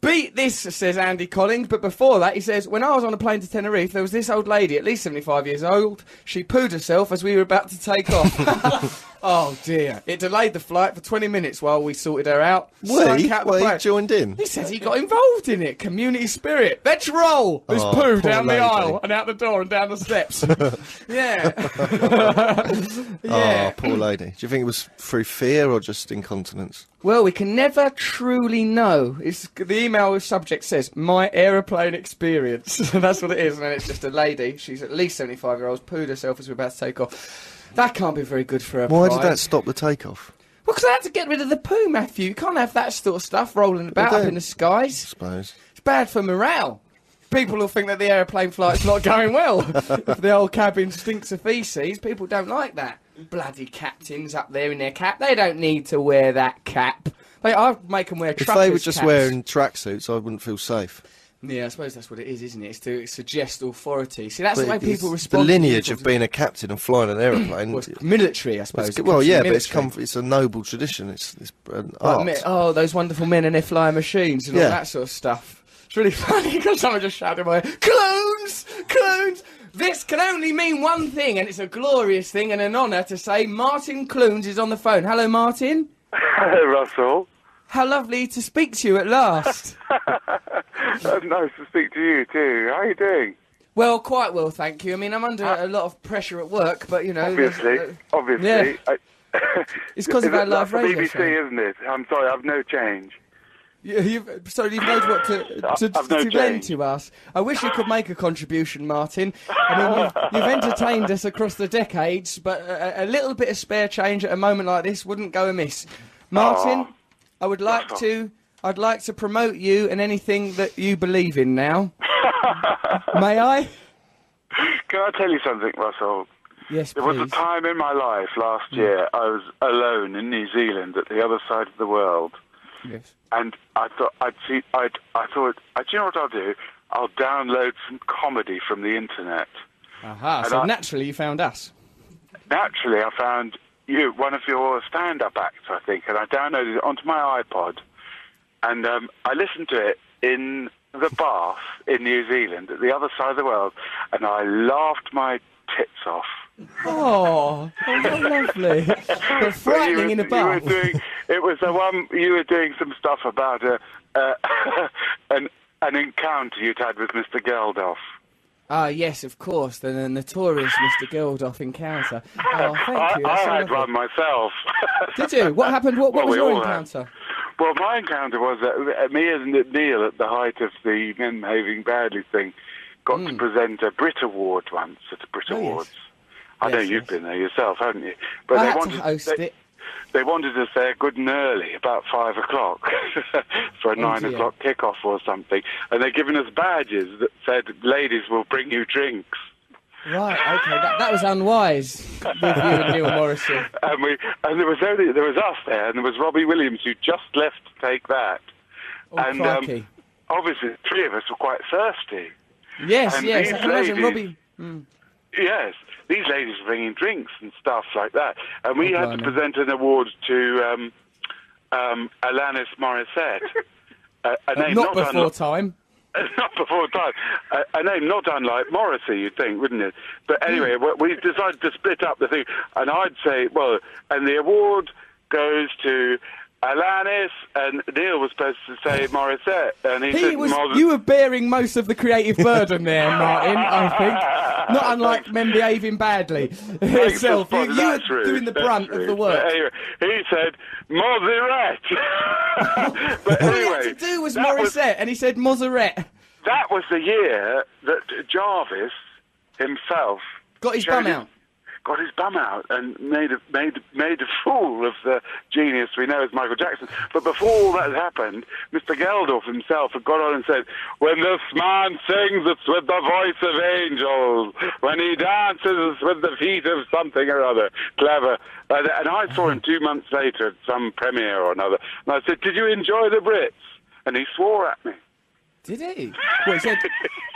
Speaker 2: Beat this, says Andy Collins. But before that, he says, When I was on a plane to Tenerife, there was this old lady, at least 75 years old. She pooed herself as we were about to take off. oh, dear. It delayed the flight for 20 minutes while we sorted her out.
Speaker 3: We,
Speaker 2: Sank out the
Speaker 3: well, he
Speaker 2: plane.
Speaker 3: joined in.
Speaker 2: He says he got involved in it. Community spirit. Let's roll. There's
Speaker 3: Oh,
Speaker 2: poo
Speaker 3: poor
Speaker 2: down
Speaker 3: lady.
Speaker 2: the aisle and out the door and down the
Speaker 3: (laughs)
Speaker 2: steps. yeah. yeah.
Speaker 3: Oh,
Speaker 2: (clears throat)
Speaker 3: poor lady. Do you think it was through fear or just incontinence?
Speaker 2: Well, we can never truly know. It's the email subject says my aeroplane experience. (laughs) That's what it is, and then it's just a lady. She's at least seventy-five year old. Pooed herself as we we're about to take off. That can't be very good for her.
Speaker 3: Why
Speaker 2: pride.
Speaker 3: did that stop the takeoff?
Speaker 2: Well, because I had to get rid of the poo, Matthew. You can't have that sort of stuff rolling about
Speaker 3: Well,
Speaker 2: up
Speaker 3: don't-
Speaker 2: in the
Speaker 3: I
Speaker 2: skies.
Speaker 3: suppose.
Speaker 2: It's bad for morale. People will think that the aeroplane flight's not going
Speaker 3: (laughs)
Speaker 2: well. if the old cabin stinks of feces, people don't like that. Bloody captains up there in their cap. They don't need to wear that cap. They, I'd make them wear
Speaker 3: If
Speaker 2: truckers'
Speaker 3: they were just
Speaker 2: caps.
Speaker 3: wearing tracksuits, I wouldn't feel safe.
Speaker 2: Yeah, I suppose that's what it is, isn't it? It's to suggest authority. See, that's
Speaker 3: But
Speaker 2: the way
Speaker 3: it's
Speaker 2: people respond.
Speaker 3: The
Speaker 2: to
Speaker 3: lineage
Speaker 2: people.
Speaker 3: of being a captain and flying an aeroplane.
Speaker 2: (clears throat) Well, it's military, I suppose.
Speaker 3: it's-
Speaker 2: It
Speaker 3: well,
Speaker 2: comes from
Speaker 3: yeah, but it's
Speaker 2: military.
Speaker 3: come. It's a noble tradition. It's, it's an
Speaker 2: Like,
Speaker 3: art.
Speaker 2: mi- oh, those wonderful men and their flying machines and all
Speaker 3: Yeah.
Speaker 2: that sort of stuff. It's really (laughs) funny because someone just shouted in my ear, clones, clones. This can only mean one thing, and it's a glorious thing and an honour to say Martin Clunes is on the phone. Hello, Martin.
Speaker 4: Hello, (laughs) Russell.
Speaker 2: How lovely to speak to you at
Speaker 4: (laughs)
Speaker 2: last.
Speaker 4: Uh, nice to speak to you too. How are you doing?
Speaker 2: well, quite well, thank you. I mean, I'm under a lot of pressure at work, but you know, (laughs)
Speaker 4: Obviously,
Speaker 2: uh,
Speaker 4: obviously.
Speaker 2: yeah.
Speaker 4: I,
Speaker 2: It's
Speaker 4: (laughs)
Speaker 2: 'cause of
Speaker 4: Is
Speaker 2: our
Speaker 4: it-
Speaker 2: live
Speaker 4: that's the
Speaker 2: radio
Speaker 4: BBC,
Speaker 2: show.
Speaker 4: isn't it? I'm sorry, I've no change.
Speaker 2: You, you've, sorry, you've known what to,
Speaker 4: I-
Speaker 2: to,
Speaker 4: I've no
Speaker 2: to lend
Speaker 4: change.
Speaker 2: to us. I wish you could make a contribution, Martin. I mean, you've, you've entertained us across the decades, but a, a little bit of spare change at a moment like this wouldn't go amiss. Martin,
Speaker 4: Aw.
Speaker 2: I would like to. I'd like to promote you and anything that you believe in now.
Speaker 4: (laughs)
Speaker 2: May I?
Speaker 4: Can I tell you something, Russell?
Speaker 2: Yes,
Speaker 4: There was
Speaker 2: please. Mm.
Speaker 4: a time in my life last year I was alone in New Zealand at the other side of the world,
Speaker 2: Yes.
Speaker 4: and I thought I'd see. I'd, I thought, uh, do you know what I'll do? I'll download some comedy from the internet.
Speaker 2: Aha.
Speaker 4: And
Speaker 2: So
Speaker 4: I-
Speaker 2: naturally, you found us.
Speaker 4: naturally, I found you, one of your stand-up acts, I think, and I downloaded it onto my iPod, and um, I listened to it in the bath in New Zealand, at the other side of the world, and I laughed my tits off.
Speaker 2: Oh, how
Speaker 4: (laughs)
Speaker 2: lovely! but
Speaker 4: But
Speaker 2: frightening in a
Speaker 4: You
Speaker 2: bar.
Speaker 4: were doing, it was the one you were doing some stuff about a, (laughs) uh, an an encounter you'd had with Mr. Geldof.
Speaker 2: Ah, yes, of course, the, the notorious Mr. Geldof
Speaker 4: (laughs)
Speaker 2: encounter. Oh, thank
Speaker 4: I,
Speaker 2: you.
Speaker 4: I
Speaker 2: that's so
Speaker 4: had
Speaker 2: lovely.
Speaker 4: one myself. (laughs)
Speaker 2: Did you? What happened? What, what
Speaker 4: Well,
Speaker 2: was
Speaker 4: we
Speaker 2: your
Speaker 4: all had.
Speaker 2: encounter?
Speaker 4: Well, my encounter was that uh, me and Neil, at the height of the men behaving badly thing, got to present a Brit Award once at the Brit
Speaker 2: Hmm. Oh, yes.
Speaker 4: Awards. I
Speaker 2: Yes,
Speaker 4: know you've
Speaker 2: yes.
Speaker 4: been there yourself, haven't you? But
Speaker 2: I
Speaker 4: they
Speaker 2: had to
Speaker 4: wanted
Speaker 2: host
Speaker 4: they,
Speaker 2: it.
Speaker 4: they wanted us there good and early, about five o'clock, (laughs) for a nine
Speaker 2: Oh, dear.
Speaker 4: o'clock kickoff or something, and they're giving us badges that said, "Ladies will bring you drinks."
Speaker 2: Right, okay, that, that was unwise with you and Neil
Speaker 4: (laughs)
Speaker 2: Morrissey.
Speaker 4: and we and there was only there was us there, and there was Robbie Williams who just left to take that.
Speaker 2: Oh,
Speaker 4: and um,
Speaker 2: crikey.
Speaker 4: obviously, the three of us were quite thirsty.
Speaker 2: Yes,
Speaker 4: And
Speaker 2: yes,
Speaker 4: these
Speaker 2: I can imagine
Speaker 4: ladies-
Speaker 2: Robbie.
Speaker 4: Yes, these ladies were bringing drinks and stuff like that, and we
Speaker 2: Oh,
Speaker 4: had to
Speaker 2: blimey.
Speaker 4: present an award to um, um, Alanis
Speaker 2: (laughs)
Speaker 4: Morissette. A, a name
Speaker 2: Uh, Not
Speaker 4: not,
Speaker 2: before
Speaker 4: unlike, (laughs)
Speaker 2: time.
Speaker 4: not before time. A, a name not unlike Morrissey, you'd think, wouldn't it?
Speaker 2: Hmm.
Speaker 4: But anyway, we- we decided to split up the thing, and I'd say, well, and the award goes to Alanis, and Neil was supposed to
Speaker 2: (sighs)
Speaker 4: say Morissette, and he,
Speaker 2: He
Speaker 4: said,
Speaker 2: was,
Speaker 4: Mor-
Speaker 2: you were bearing most of the creative burden
Speaker 4: (laughs)
Speaker 2: there, Martin, I think. Not unlike men behaving badly yourself. You,
Speaker 4: Well,
Speaker 2: you were
Speaker 4: that's rude.
Speaker 2: doing the
Speaker 4: That's
Speaker 2: brunt of
Speaker 4: rude.
Speaker 2: the work.
Speaker 4: But anyway, he said, Mozzarella. (laughs) but
Speaker 2: All
Speaker 4: anyway,
Speaker 2: he had to do was
Speaker 4: that
Speaker 2: Morissette, and he said Mozzarette.
Speaker 4: that was the year that Jarvis himself
Speaker 2: Got his
Speaker 4: showed
Speaker 2: bum out.
Speaker 4: Got his bum out and made a, made made a fool of the genius we know as Michael Jackson. But before all that had happened, Mr. Geldof himself had got on and said, "When this man sings, it's with the voice of angels. When he dances, it's with the feet of something or other." Clever. And, and I saw him two months later at some premiere or another, and I said, "Did you enjoy the Brits?" And he swore at me.
Speaker 2: Did he? Well, he said.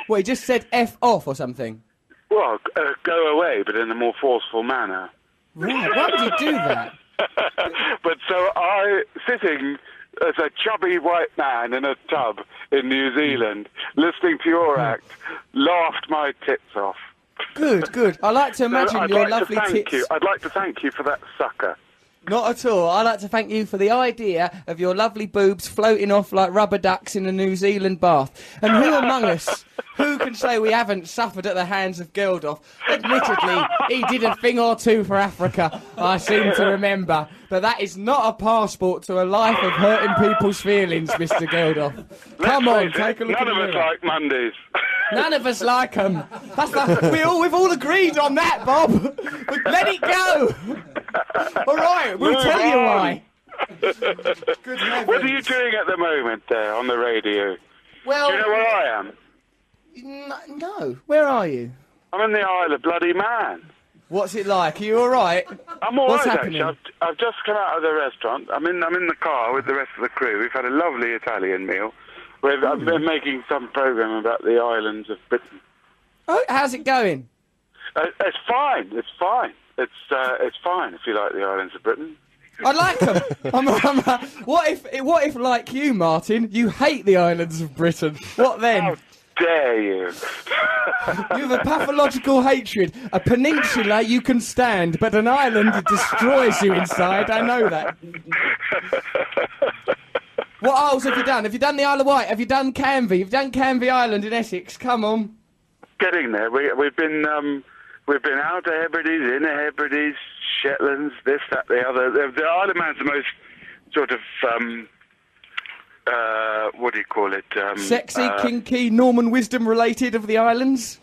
Speaker 2: well, he just said f off or something.
Speaker 4: Well, uh, go away, but in a more forceful manner.
Speaker 2: Right, why would you do that?
Speaker 4: but so I, sitting as a chubby white man in a tub in New Zealand, listening to
Speaker 2: Hmm.
Speaker 4: your act, laughed my tits off.
Speaker 2: Good, good. I like to imagine
Speaker 4: I'd
Speaker 2: your
Speaker 4: like
Speaker 2: lovely
Speaker 4: to thank
Speaker 2: tits.
Speaker 4: you. I'd like to thank you for that sucker.
Speaker 2: Not at all. I'd like to thank you for the idea of your lovely boobs floating off like rubber ducks in a New Zealand bath. And who among us, who can say we haven't suffered at the hands of Geldof? Admittedly, he did a thing or two for Africa, I seem to remember. But that is not a passport to a life of hurting people's feelings, Mr. Geldof. Come
Speaker 4: Let's
Speaker 2: on,
Speaker 4: face it,
Speaker 2: take a look
Speaker 4: None
Speaker 2: in
Speaker 4: of
Speaker 2: the
Speaker 4: us
Speaker 2: mirror.
Speaker 4: like Mondays. (laughs)
Speaker 2: None of us like them. That's the, we all, we've all agreed on that, Bob. We- Let it go. All right, we'll
Speaker 4: Move
Speaker 2: tell you
Speaker 4: on.
Speaker 2: why. Good
Speaker 4: what are you
Speaker 2: heavens.
Speaker 4: doing at the moment there on the radio?
Speaker 2: Well,
Speaker 4: Do you know where I am?
Speaker 2: n- no. Where are you?
Speaker 4: I'm in the Isle of Bloody Man.
Speaker 2: What's it like? Are you all right?
Speaker 4: I'm all
Speaker 2: What's
Speaker 4: right,
Speaker 2: happening?
Speaker 4: actually. I've, I've just come out of the restaurant. I'm in. I'm in the car with the rest of the crew. We've had a lovely Italian meal. We've,
Speaker 2: Hmm.
Speaker 4: I've been making some program about the islands of Britain.
Speaker 2: Oh, how's it going?
Speaker 4: Uh, it's fine. It's fine. It's uh, it's fine if you like the islands of Britain.
Speaker 2: I like them. I'm, I'm, uh, what if, what if, like you, Martin, you hate the islands of Britain? What
Speaker 4: How
Speaker 2: then?
Speaker 4: dare you? (laughs)
Speaker 2: You have a pathological hatred, a peninsula you can stand, but an island destroys you inside. I know that. What isles have you done? Have you done the Isle of Wight? Have you done Canvey? You've done Canvey Island in Essex. Come on.
Speaker 4: Getting there. We, we've been um, we've been Outer Hebrides, Inner Hebrides, Shetlands, this, that, the other. The, the Isle of Man's the most sort of um, uh, what do you call it? Um,
Speaker 2: Sexy,
Speaker 4: uh,
Speaker 2: kinky, Norman wisdom related of the islands.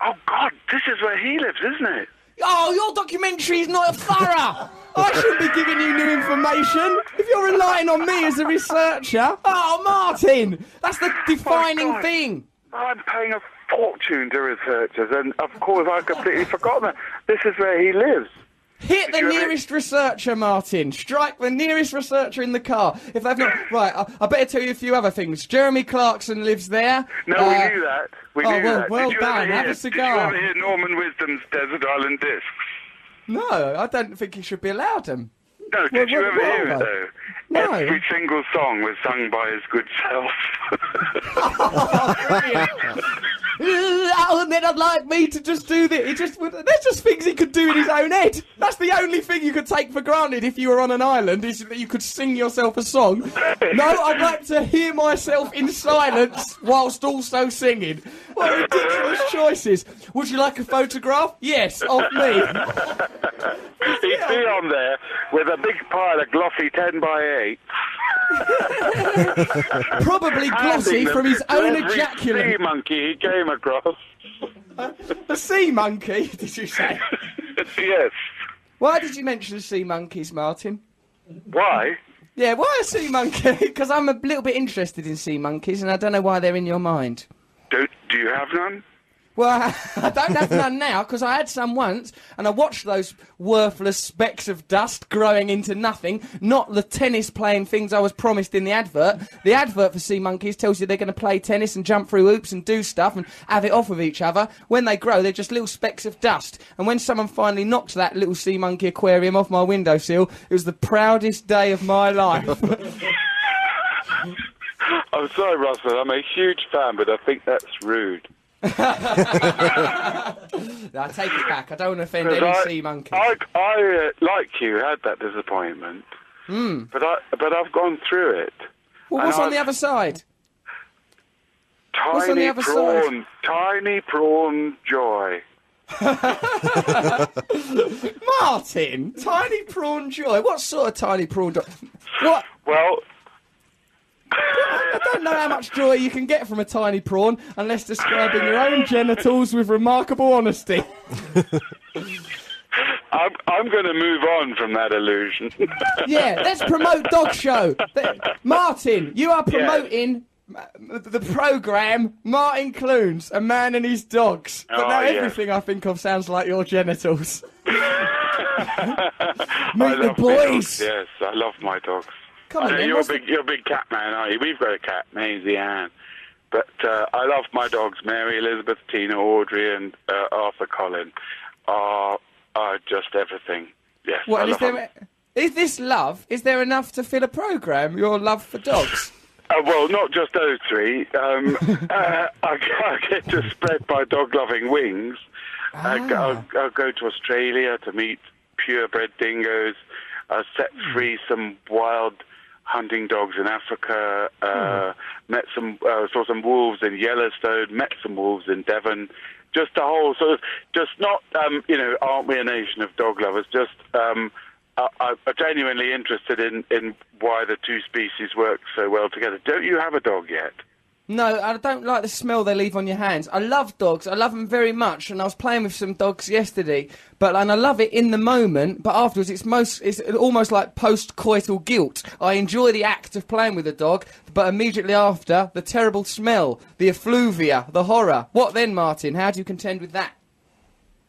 Speaker 4: Oh God, this is where he lives, isn't it?
Speaker 2: Oh, your documentary is not thorough. I shouldn't be giving you new information. If you're relying on me as a researcher. Oh, Martin, that's the defining
Speaker 4: Oh, God.
Speaker 2: thing.
Speaker 4: I'm paying a fortune to researchers, and of course I completely forgot that. This is where he lives.
Speaker 2: Hit the
Speaker 4: you ever-
Speaker 2: nearest researcher, Martin. Strike the nearest researcher in the car. If they've
Speaker 4: (sighs)
Speaker 2: not. Right, I, I better tell you a few other things. Jeremy Clarkson lives there.
Speaker 4: No,
Speaker 2: Uh,
Speaker 4: we knew that. We
Speaker 2: oh,
Speaker 4: knew
Speaker 2: well-
Speaker 4: that.
Speaker 2: well
Speaker 4: did you
Speaker 2: done.
Speaker 4: Ever hear,
Speaker 2: Have a cigar.
Speaker 4: Did you ever hear Norman Wisdom's Desert Island Discs?
Speaker 2: No, I don't think he should be allowed them.
Speaker 4: No, did
Speaker 2: Well,
Speaker 4: you
Speaker 2: well,
Speaker 4: ever
Speaker 2: well,
Speaker 4: hear it
Speaker 2: though.
Speaker 4: though?
Speaker 2: No.
Speaker 4: Every single song was sung by his good (laughs) self.
Speaker 2: Oh, and then I'd like me to just do this. He just would- there's just things he could do in his own head. That's the only thing you could take for granted if you were on an island is that you could sing yourself a song. No, I'd like to hear myself in silence whilst also singing. What ridiculous choices! Would you like a photograph? Yes, of me.
Speaker 4: He'd be on there with a big pile of glossy ten by eight.
Speaker 2: Probably glossy from his own
Speaker 4: Sea
Speaker 2: ejaculate.
Speaker 4: monkey he came across. (laughs)
Speaker 2: The sea monkey, (laughs) did you say?
Speaker 4: yes.
Speaker 2: Why did you mention sea monkeys, Martin?
Speaker 4: Why?
Speaker 2: Yeah, why a sea monkey? (laughs) Because I'm a little bit interested in sea monkeys, and I don't know why they're in your mind.
Speaker 4: Do do you have none?
Speaker 2: Well, (laughs) I don't have none now because I had some once, and I watched those worthless specks of dust growing into nothing. Not the tennis-playing things I was promised in the advert. The advert for sea monkeys tells you they're going to play tennis and jump through hoops and do stuff and have it off with each other. When they grow, they're just little specks of dust. And when someone finally knocked that little sea monkey aquarium off my windowsill, it was the proudest day of my life.
Speaker 4: I'm sorry, Russell. I'm a huge fan, but I think that's rude.
Speaker 2: I take it back. I don't want to offend
Speaker 4: 'Cause
Speaker 2: any
Speaker 4: I,
Speaker 2: sea monkey.
Speaker 4: I, I, uh, like you, had that disappointment.
Speaker 2: Hmm.
Speaker 4: But I, but I've gone through it.
Speaker 2: well, what's
Speaker 4: and
Speaker 2: on the
Speaker 4: I-
Speaker 2: other side?
Speaker 4: Tiny
Speaker 2: What's on the other side?
Speaker 4: prawn, tiny prawn joy.
Speaker 2: Martin, tiny prawn joy. What sort of tiny prawn joy? What?
Speaker 4: Well,
Speaker 2: I don't know how much joy you can get from a tiny prawn unless describing your own genitals with remarkable honesty.
Speaker 4: I'm, I'm going to move on from that illusion. (laughs)
Speaker 2: Yeah, let's promote Dog Show. Th- Martin, you are promoting. uh, The program Martin Clunes, A Man and His Dogs. But
Speaker 4: Oh,
Speaker 2: now
Speaker 4: yeah.
Speaker 2: everything I think of sounds like your
Speaker 4: (laughs)
Speaker 2: genitals.
Speaker 4: I
Speaker 2: Meet the
Speaker 4: love my dogs,
Speaker 2: boys.
Speaker 4: Yes, I love my dogs.
Speaker 2: Come
Speaker 4: I
Speaker 2: on,
Speaker 4: know
Speaker 2: then.
Speaker 4: you're a
Speaker 2: what's the-
Speaker 4: big, you're a big cat man, aren't you? We've got a cat, Maisie Ann. But uh, I love my dogs, Mary, Elizabeth, Tina, Audrey, and uh, Arthur Colin. Are are just everything. Yes. I
Speaker 2: What is
Speaker 4: love 'em.
Speaker 2: there? Is this love? Is there enough to fill a program? Your love for dogs.
Speaker 4: Uh, well, not just those three.
Speaker 2: (laughs)
Speaker 4: Um, uh, I, I get to spread my dog-loving wings. Uh, I
Speaker 2: Ah.
Speaker 4: go- I'll, I'll go to Australia to meet purebred dingoes. I set free some wild hunting dogs in Africa. Uh, Met some, uh, saw some wolves in Yellowstone. Met some wolves in Devon. Just a whole sort of, just not, um, you know, aren't we a nation of dog lovers? Just um, I, I- I'm genuinely interested in, in why the two species work so well together. Don't you have a dog yet?
Speaker 2: No, I don't like the smell they leave on your hands. I love dogs. I love them very much, and I was playing with some dogs yesterday. But and I love it in the moment. But afterwards, it's most it's almost like post-coital guilt. I enjoy the act of playing with a dog, but immediately after, the terrible smell, the effluvia, the horror. What then, Martin? How do you contend with that?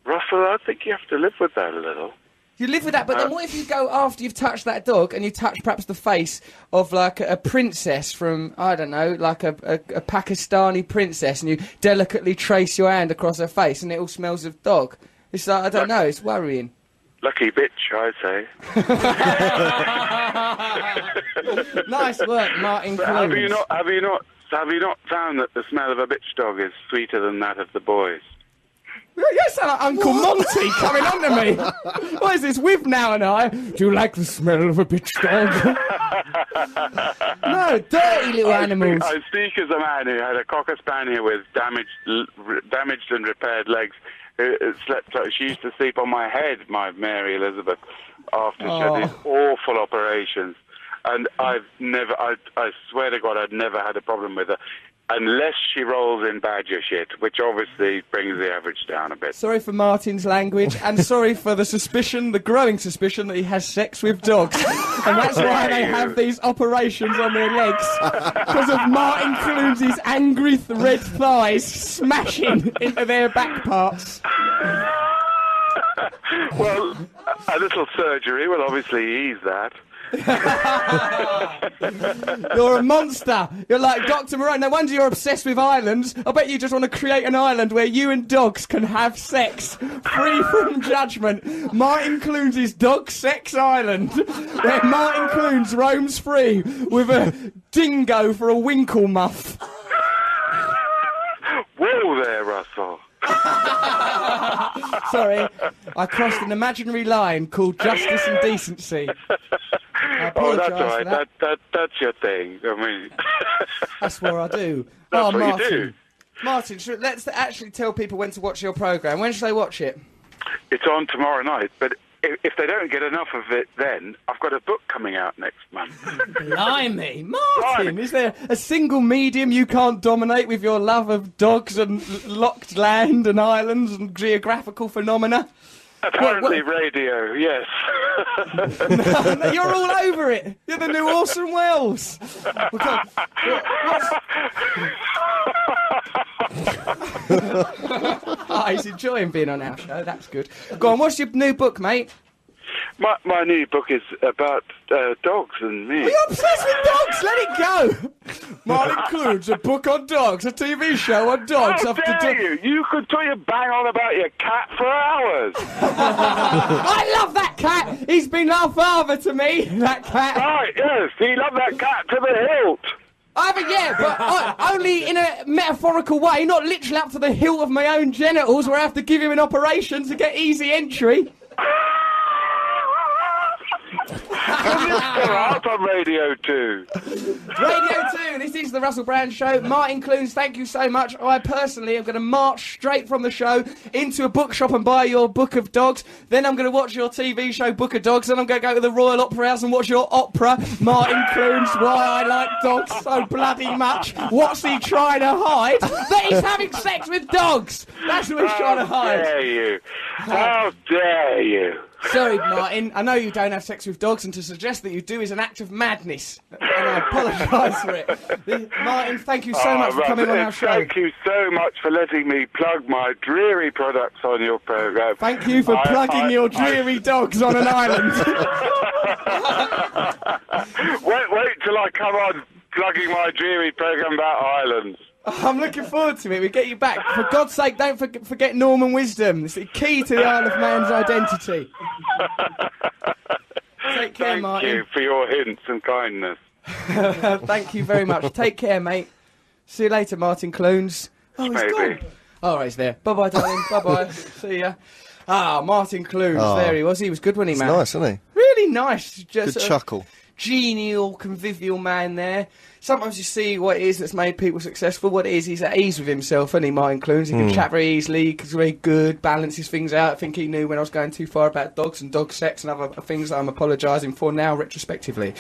Speaker 4: Russell, I think you have to live with that a little.
Speaker 2: You live with that, but then what if you go after you've touched that dog and you touch perhaps the face of like a princess from I don't know, like a, a, a Pakistani princess, and you delicately trace your hand across her face, and it all smells of dog. It's like I don't know. It's worrying.
Speaker 4: Lucky bitch, I say.
Speaker 2: Nice work, Martin.
Speaker 4: But have you
Speaker 2: Clunes.
Speaker 4: not? Have you not? Have you not found that the smell of a bitch dog is sweeter than that of the boys?
Speaker 2: You sound like uh, Uncle Monty coming on to me.
Speaker 4: (laughs)
Speaker 2: what is this with now and I? Do you like the smell of a bitch
Speaker 4: (laughs)
Speaker 2: dog? no, dirty little animals.
Speaker 4: I speak as a man who had a cocker spaniel with damaged, l- r- damaged and repaired legs. Who uh, slept? uh, She used to sleep on my head, my Mary Elizabeth, after she
Speaker 2: Oh.
Speaker 4: had these awful operations. And I've never, I, I swear to God, I'd never had a problem with her, unless she rolls in badger shit, which obviously brings the average down a bit.
Speaker 2: Sorry for Martin's language, and sorry for the suspicion, the growing suspicion that he has sex with dogs. and that's why they have these operations on their legs. Because of Martin Clumsy's angry th- red thighs smashing into their back parts.
Speaker 4: well, a a little surgery will obviously ease that.
Speaker 2: You're a monster. You're like Dr. Moreau. No wonder you're obsessed with islands. I bet you just want to create an island where you and dogs can have sex free from judgment. Martin Clunes' Dog Sex Island, where Martin Clunes roams free with a dingo for a winkle muff.
Speaker 4: Whoa there, Russell.
Speaker 2: Sorry, I crossed an imaginary line called justice and decency. I
Speaker 4: (laughs) Oh,
Speaker 2: apologise
Speaker 4: that's all
Speaker 2: for
Speaker 4: right.
Speaker 2: that.
Speaker 4: That, that, that's your thing. I mean, (laughs)
Speaker 2: That's what I do.
Speaker 4: That's
Speaker 2: oh,
Speaker 4: what you
Speaker 2: Martin.
Speaker 4: do.
Speaker 2: Martin, should, let's actually tell people when to watch your programme. When should they watch it?
Speaker 4: it's on tomorrow night, but if, if they don't get enough of it then, I've got a book coming out next
Speaker 2: (laughs)
Speaker 4: month.
Speaker 2: Blimey, Martin,
Speaker 4: Blimey.
Speaker 2: is there a single medium you can't dominate with your love of dogs and l- locked land and islands and geographical phenomena?
Speaker 4: Apparently, radio, yes. (laughs)
Speaker 2: You're all over it. You're the new Orson Welles. We can't- what- what's- Ah, he's enjoying being on our show. That's good. Go on, what's your new book, mate?
Speaker 4: my, my new book is about uh, dogs and me.
Speaker 2: You're obsessed with dogs. Let it go. Martin includes a book on dogs, a TV show on dogs.
Speaker 4: How
Speaker 2: after
Speaker 4: dare
Speaker 2: dog-
Speaker 4: you? You could tell you bang on about your cat for hours.
Speaker 2: I love that cat. He's been our father to me. (laughs) That cat.
Speaker 4: right, yes, he loved that cat to the hilt.
Speaker 2: I haven't yet, but I, only in a metaphorical way, not literally up to the hilt of my own genitals, where I have to give him an operation to get easy entry.
Speaker 4: They're out on radio
Speaker 2: (laughs)
Speaker 4: too.
Speaker 2: Radio Two. This is the Russell Brand Show. Martin Clunes, thank you so much. I personally am going to march straight from the show into a bookshop and buy your book of dogs. Then I'm going to watch your TV show Book of Dogs. Then I'm going to go to the Royal Opera House and watch your opera, Martin Clunes. Why I like dogs so bloody much. What's he trying to hide? That he's having sex with dogs. That's what he's trying to
Speaker 4: How
Speaker 2: hide.
Speaker 4: dare you? How dare you?
Speaker 2: Sorry, Martin. I know you don't have sex with dogs, and to suggest that you do is an act of madness. And I apologise for it. Martin, thank you so
Speaker 4: Oh,
Speaker 2: much for
Speaker 4: Russ,
Speaker 2: coming on
Speaker 4: and
Speaker 2: our show.
Speaker 4: Thank you so much for letting me plug my dreary products on your program.
Speaker 2: Thank you for
Speaker 4: I-
Speaker 2: plugging
Speaker 4: I-
Speaker 2: your
Speaker 4: I-
Speaker 2: dreary
Speaker 4: (laughs)
Speaker 2: dogs on an island. (laughs)
Speaker 4: wait, wait till I come on plugging my dreary program about islands.
Speaker 2: I'm looking forward to it. We get you back. For God's sake, don't forg forget Norman Wisdom. It's the key to the Isle of Man's
Speaker 4: (laughs)
Speaker 2: identity. Take care,
Speaker 4: Thank
Speaker 2: Martin.
Speaker 4: you for your hints and kindness.
Speaker 2: Thank you very much. Take care, mate. See you later, Martin Clunes. Oh, he's
Speaker 4: Maybe.
Speaker 2: gone. All right, he's there. Bye bye, darling. bye bye. See ya. Ah, Martin Clunes.
Speaker 3: Oh.
Speaker 2: There he was. He was good when he man.
Speaker 3: Nice, isn't he?
Speaker 2: Really nice. Just
Speaker 3: Good
Speaker 2: sort of
Speaker 3: chuckle.
Speaker 2: Genial, convivial man there. Sometimes you see what it is that's made people successful. What it is, he's at ease with himself, and he Martin Clunes. He can
Speaker 3: Hmm.
Speaker 2: chat very easily. He's very good. Balances things out. I think he knew when I was going too far about dogs and dog sex and other things that I'm apologising for now,
Speaker 3: (laughs)
Speaker 2: retrospectively.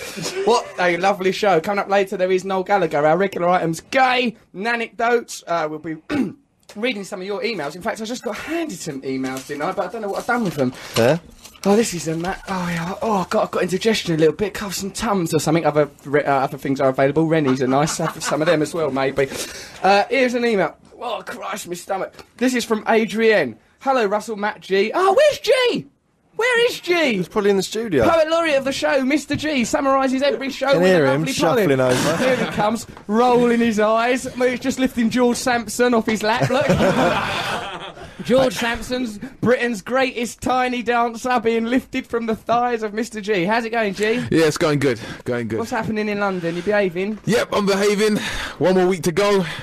Speaker 2: what a lovely show. Coming up later, there is Noel Gallagher. Our regular items, gay and anecdotes. Uh, we'll be. (clears throat) Reading some of your emails. In fact, I just got handed some emails, didn't I? But I don't know what I've done with them.
Speaker 3: Yeah.
Speaker 2: Oh, this is a ma- oh yeah oh I got I got indigestion a little bit. Cough some tums or something. Other re- uh, other things are available. Rennies are nice. Have some of them as well, maybe. Uh, here's an email. Oh Christ, my stomach. This is from Adrienne. Hello, Russell, Matt G. Oh, where's G? Where is G?
Speaker 3: He's probably in the studio.
Speaker 2: Poet laureate of the show, Mr. G, summarises every show
Speaker 3: can
Speaker 2: with
Speaker 3: hear
Speaker 2: a
Speaker 3: him
Speaker 2: lovely poem.
Speaker 3: shuffling over.
Speaker 2: Here he comes, rolling his eyes. I mean, He's just lifting George Sampson off his lap.
Speaker 3: (laughs)
Speaker 2: Look. George Sampson's Britain's greatest tiny dancer being lifted from the thighs of Mr. G. How's it going, G?
Speaker 5: Yeah, it's going good. Going good.
Speaker 2: What's happening in London? You behaving?
Speaker 5: Yep, I'm behaving. One more week to go.
Speaker 2: (laughs)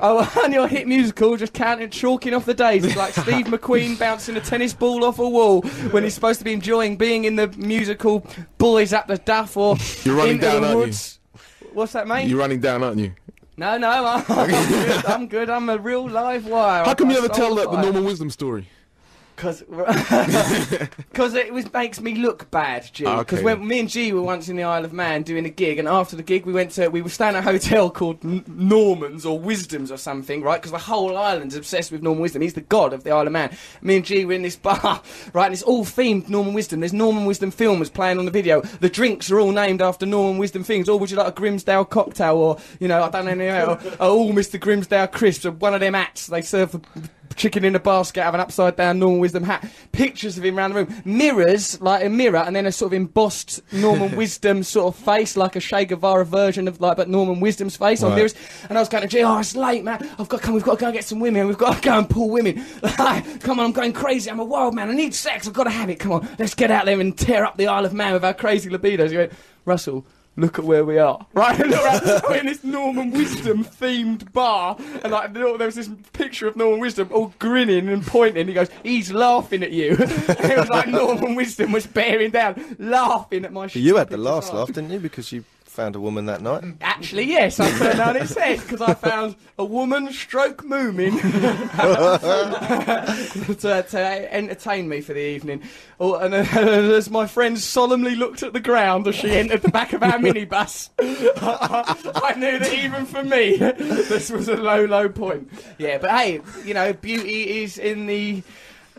Speaker 2: Oh, and your hit musical just counting, chalking off the days. It's like
Speaker 5: (laughs)
Speaker 2: Steve McQueen bouncing a tennis ball off a wall when he's supposed to be enjoying being in the musical Boys at the Duff or
Speaker 5: (laughs) You're running
Speaker 2: Into
Speaker 5: down,
Speaker 2: the
Speaker 5: aren't you?
Speaker 2: Woods. What's that, mate?
Speaker 5: You're running down, aren't you?
Speaker 2: No, no, I'm good. I'm good. I'm a real live wire.
Speaker 5: How come you
Speaker 2: I
Speaker 5: never tell
Speaker 2: sold
Speaker 5: that the
Speaker 2: wire.
Speaker 5: normal wisdom story?
Speaker 2: Cause, (laughs) 'Cause it was, makes me look bad, G.
Speaker 5: Ah,
Speaker 2: Because
Speaker 5: okay.
Speaker 2: when me and G were once in the Isle of Man doing a gig, and after the gig we went to we were staying at a hotel called N- Norman's or Wisdom's or something, right? Because the whole island's obsessed with Norman Wisdom. He's the god of the Isle of Man. Me and G were in this bar, (laughs) right? And it's all themed Norman Wisdom. There's Norman Wisdom films playing on the video. The drinks are all named after Norman Wisdom things. Or would you like a Grimsdale cocktail, or you know, I don't know, or, or all Mr. Grimsdale crisps, or one of them hats they serve. For, chicken in a basket, have an upside down Norman Wisdom hat, pictures of him around the room, mirrors, like a mirror, and then a sort of embossed Norman Wisdom sort of face, like a Che Guevara version of like, but Norman Wisdom's face on mirrors. And I was going to G, oh, it's late, man. I've got to come, we've got to go and get some women. We've got to go and pull women. (laughs) come on, I'm going crazy. I'm a wild man. I need sex. I've got to have it. Come on, let's get out there and tear up the Isle of Man with our crazy libidos. He went, Russell, look at where we are. (laughs) Right, and look around, we're in this Norman Wisdom themed bar, and like there was this picture of Norman Wisdom all grinning and pointing. He goes, "He's laughing at you." (laughs) it was like Norman Wisdom was bearing down, laughing at my.
Speaker 3: You had the
Speaker 2: stupid
Speaker 3: last
Speaker 2: design.
Speaker 3: laugh, didn't you? Because you found a woman that night.
Speaker 2: Mm. Actually, yes, I turned down its head because I found a woman stroke moomin (laughs) to, to entertain me for the evening. Oh, and uh, (laughs) as my friend solemnly looked at the ground as she entered the back of our minibus, (laughs) I knew that even for me, (laughs) this was a low, low point. Yeah, but hey, you know, beauty is in the.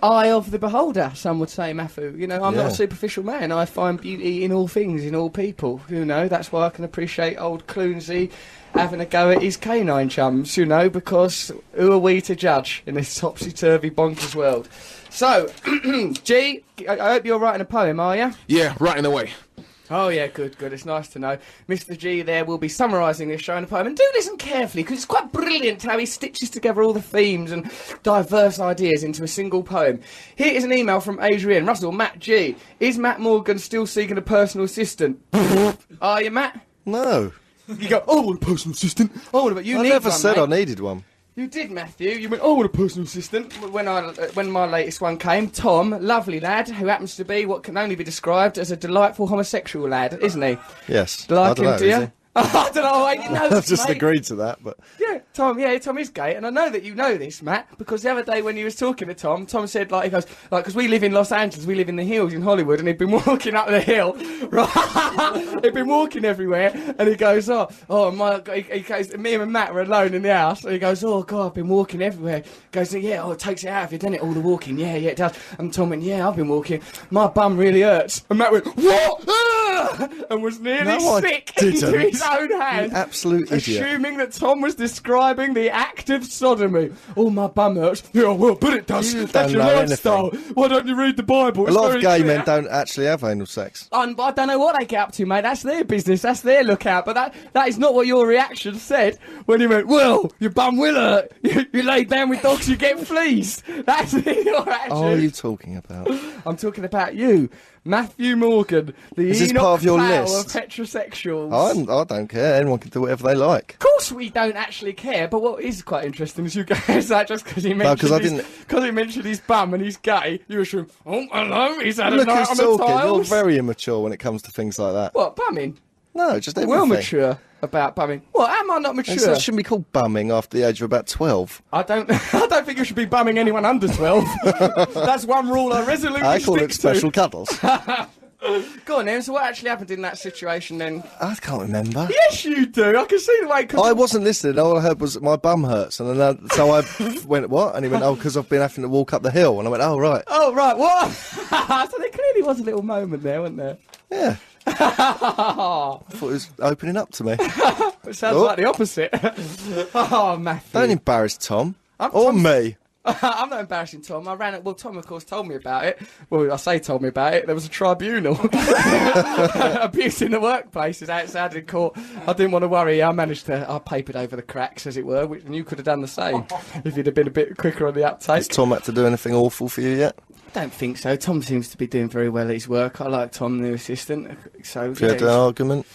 Speaker 2: Eye of the beholder, some would say, Mafu. You know, I'm not
Speaker 3: Yeah.
Speaker 2: a superficial man. I find beauty in all things, in all people. You know, that's why I can appreciate old Clunesy having a go at his canine chums. You know, because who are we to judge in this (laughs) topsy turvy bonkers world? So, (clears throat) G, I I hope you're writing a poem, are you?
Speaker 5: Yeah, right in the way.
Speaker 2: Oh yeah, good, good. It's nice to know. Mr. G there will be summarising this show in a poem, and do listen carefully because it's quite brilliant how he stitches together all the themes and diverse ideas into a single poem. Here is an email from Adrian Russell, Matt G. Is Matt Morgan still seeking a personal assistant? (laughs) Are you, Matt?
Speaker 3: No,
Speaker 2: You go. Oh, I want a personal assistant. Oh, what about you?
Speaker 3: I
Speaker 2: need
Speaker 3: never
Speaker 2: one,
Speaker 3: said
Speaker 2: mate."
Speaker 3: I needed one.
Speaker 2: You did, Matthew. You went, oh, what a personal assistant. When I, uh, when my latest one came, Tom, lovely lad, who happens to be what can only be described as a delightful homosexual lad, isn't he?
Speaker 3: Yes, I
Speaker 2: Like
Speaker 3: don't
Speaker 2: him,
Speaker 3: know,
Speaker 2: do
Speaker 3: is
Speaker 2: you? (laughs) I don't know. I didn't know.
Speaker 3: (laughs) I've just
Speaker 2: mate.
Speaker 3: agreed to that, but
Speaker 2: Yeah, Tom. Yeah, Tom is gay, and I know that you know this, Matt, because the other day when he was talking to Tom, Tom said like he goes like because we live in Los Angeles, we live in the hills in Hollywood, and he'd been (laughs) walking up the hill, (laughs) right? (laughs) he'd been walking everywhere, and he goes, oh, oh my, God," he, he goes, me and Matt were alone in the house, and he goes, oh God, I've been walking everywhere. Goes, yeah, oh, it takes it out of you, doesn't it? All the walking, yeah, yeah, it does. And Tom went, yeah, I've been walking, my bum really hurts, and Matt went, what? (laughs) Ah! "Ugh," and was nearly
Speaker 3: No, I
Speaker 2: sick (laughs) into
Speaker 3: didn't.
Speaker 2: his own hand.
Speaker 3: You absolute idiot.
Speaker 2: Assuming that Tom was describing the act of sodomy. Oh, my bum hurts. Yeah, well, but it does.
Speaker 3: You
Speaker 2: That's
Speaker 3: don't
Speaker 2: your
Speaker 3: know
Speaker 2: lifestyle. Why don't you read the Bible?
Speaker 3: A
Speaker 2: It's
Speaker 3: lot of
Speaker 2: very
Speaker 3: gay
Speaker 2: clear.
Speaker 3: men don't actually have anal sex.
Speaker 2: Um, I don't know what they get up to, mate. That's their business. That's their lookout. But that, that is not what your reaction said when you went, Well, your bum will hurt. (laughs) You, you lay down with dogs, you get fleas. (laughs) That's your action.
Speaker 3: What are Oh, you talking about?
Speaker 2: I'm talking about you, Matthew Morgan, the
Speaker 3: Is this
Speaker 2: Enoch
Speaker 3: part of your
Speaker 2: Powell
Speaker 3: list?
Speaker 2: of heterosexuals.
Speaker 3: I'm, I don't care. Anyone can do whatever they like.
Speaker 2: Of course, we don't actually care. But what is quite interesting is you guys like just because he mentioned
Speaker 3: 'cause I
Speaker 2: his,
Speaker 3: didn't-
Speaker 2: because he mentioned his bum and he's gay, you assume, Oh, hello, he's had
Speaker 3: Look
Speaker 2: a night
Speaker 3: who's
Speaker 2: on the
Speaker 3: talking. You're
Speaker 2: tiles.
Speaker 3: very immature when it comes to things like that.
Speaker 2: What bumming?
Speaker 3: No, just everything.
Speaker 2: Well, mature about bumming. What am I not
Speaker 3: It's
Speaker 2: mature?
Speaker 3: not, shouldn't be called bumming after the age of about 12.
Speaker 2: I don't. (laughs) I don't think you should be bumming anyone under
Speaker 3: (laughs)
Speaker 2: twelve. That's one rule I resolutely
Speaker 3: I call
Speaker 2: stick
Speaker 3: it
Speaker 2: (laughs)
Speaker 3: special cuddles.
Speaker 2: to. Go on, then. So what actually happened in that situation then?
Speaker 3: I can't remember.
Speaker 2: Yes, you do. I can see the way. it comes-
Speaker 3: I wasn't listening. All I heard was my bum hurts, and then I, so
Speaker 2: (laughs)
Speaker 3: I went what? And he went, oh, because I've been having to walk up the hill, and I went, oh right,
Speaker 2: Oh right, what? (laughs) so there clearly was a little moment there, wasn't there?
Speaker 3: yeah. I thought it was opening up
Speaker 2: (laughs)
Speaker 3: to me.
Speaker 2: It sounds
Speaker 3: Oh.
Speaker 2: like the opposite. (laughs) oh, Matthew. (laughs)
Speaker 3: Don't embarrass Tom
Speaker 2: I'm
Speaker 3: or
Speaker 2: Tom's-
Speaker 3: me.
Speaker 2: I'm not embarrassing Tom. I ran it. Well, Tom, of course, told me about it. Well, I say told me about it. There was a (laughs) tribunal. Abuse in the workplace is outside in court. I didn't want to worry. I managed to. I papered over the cracks, as it were, which, and you could have done the same (laughs) if you'd have been a bit quicker on the
Speaker 3: Has
Speaker 2: uptake.
Speaker 3: Tom had to do anything awful for you yet?
Speaker 2: I don't think so. Tom seems to be doing very well at his work. I like Tom, the assistant. So,
Speaker 3: Have you had an argument?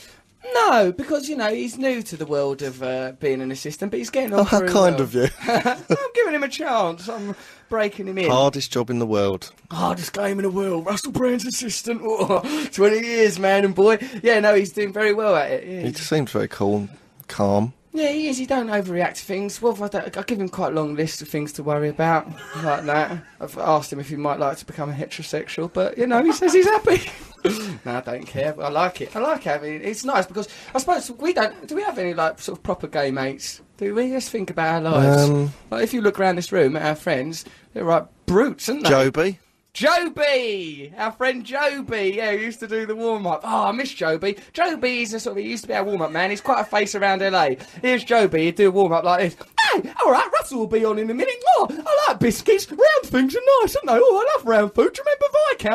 Speaker 2: No, because you know he's new to the world of uh, being an assistant, but he's getting on.
Speaker 3: Oh, how
Speaker 2: very
Speaker 3: kind
Speaker 2: well.
Speaker 3: of you.
Speaker 2: I'm giving him a chance. I'm breaking him in.
Speaker 3: Hardest job in the world.
Speaker 2: Hardest game in the world. Russell Brand's assistant. (laughs) Oh, 20 years, man and boy. Yeah, no, he's doing very well at it. Yeah,
Speaker 3: He
Speaker 2: he's-
Speaker 3: just seems very cool, and calm.
Speaker 2: yeah he is. He don't overreact to things. Well, I, don't, I give him quite a long list of things to worry about, like that. I've asked him if he might like to become a heterosexual, but you know, he says he's happy. (laughs) no, I don't care. But I like it. I like having. It's nice because I suppose we don't. Do we have any like sort of proper gay mates? Do we just think about our lives?
Speaker 3: Um,
Speaker 2: like if you look around this room at our friends, they're right brutes, aren't they?
Speaker 3: Joby.
Speaker 2: Joby, our friend Joby, yeah, who used to do the warm up. Oh, I miss Joby. Joby is a sort of, he used to be our warm up man. He's quite a face around LA. Here's Joby, he'd do a warm up like this. Hey, all right, Russell will be on in a minute. Oh, I like biscuits. Round things are nice, aren't they? Oh, I love round food. Do you remember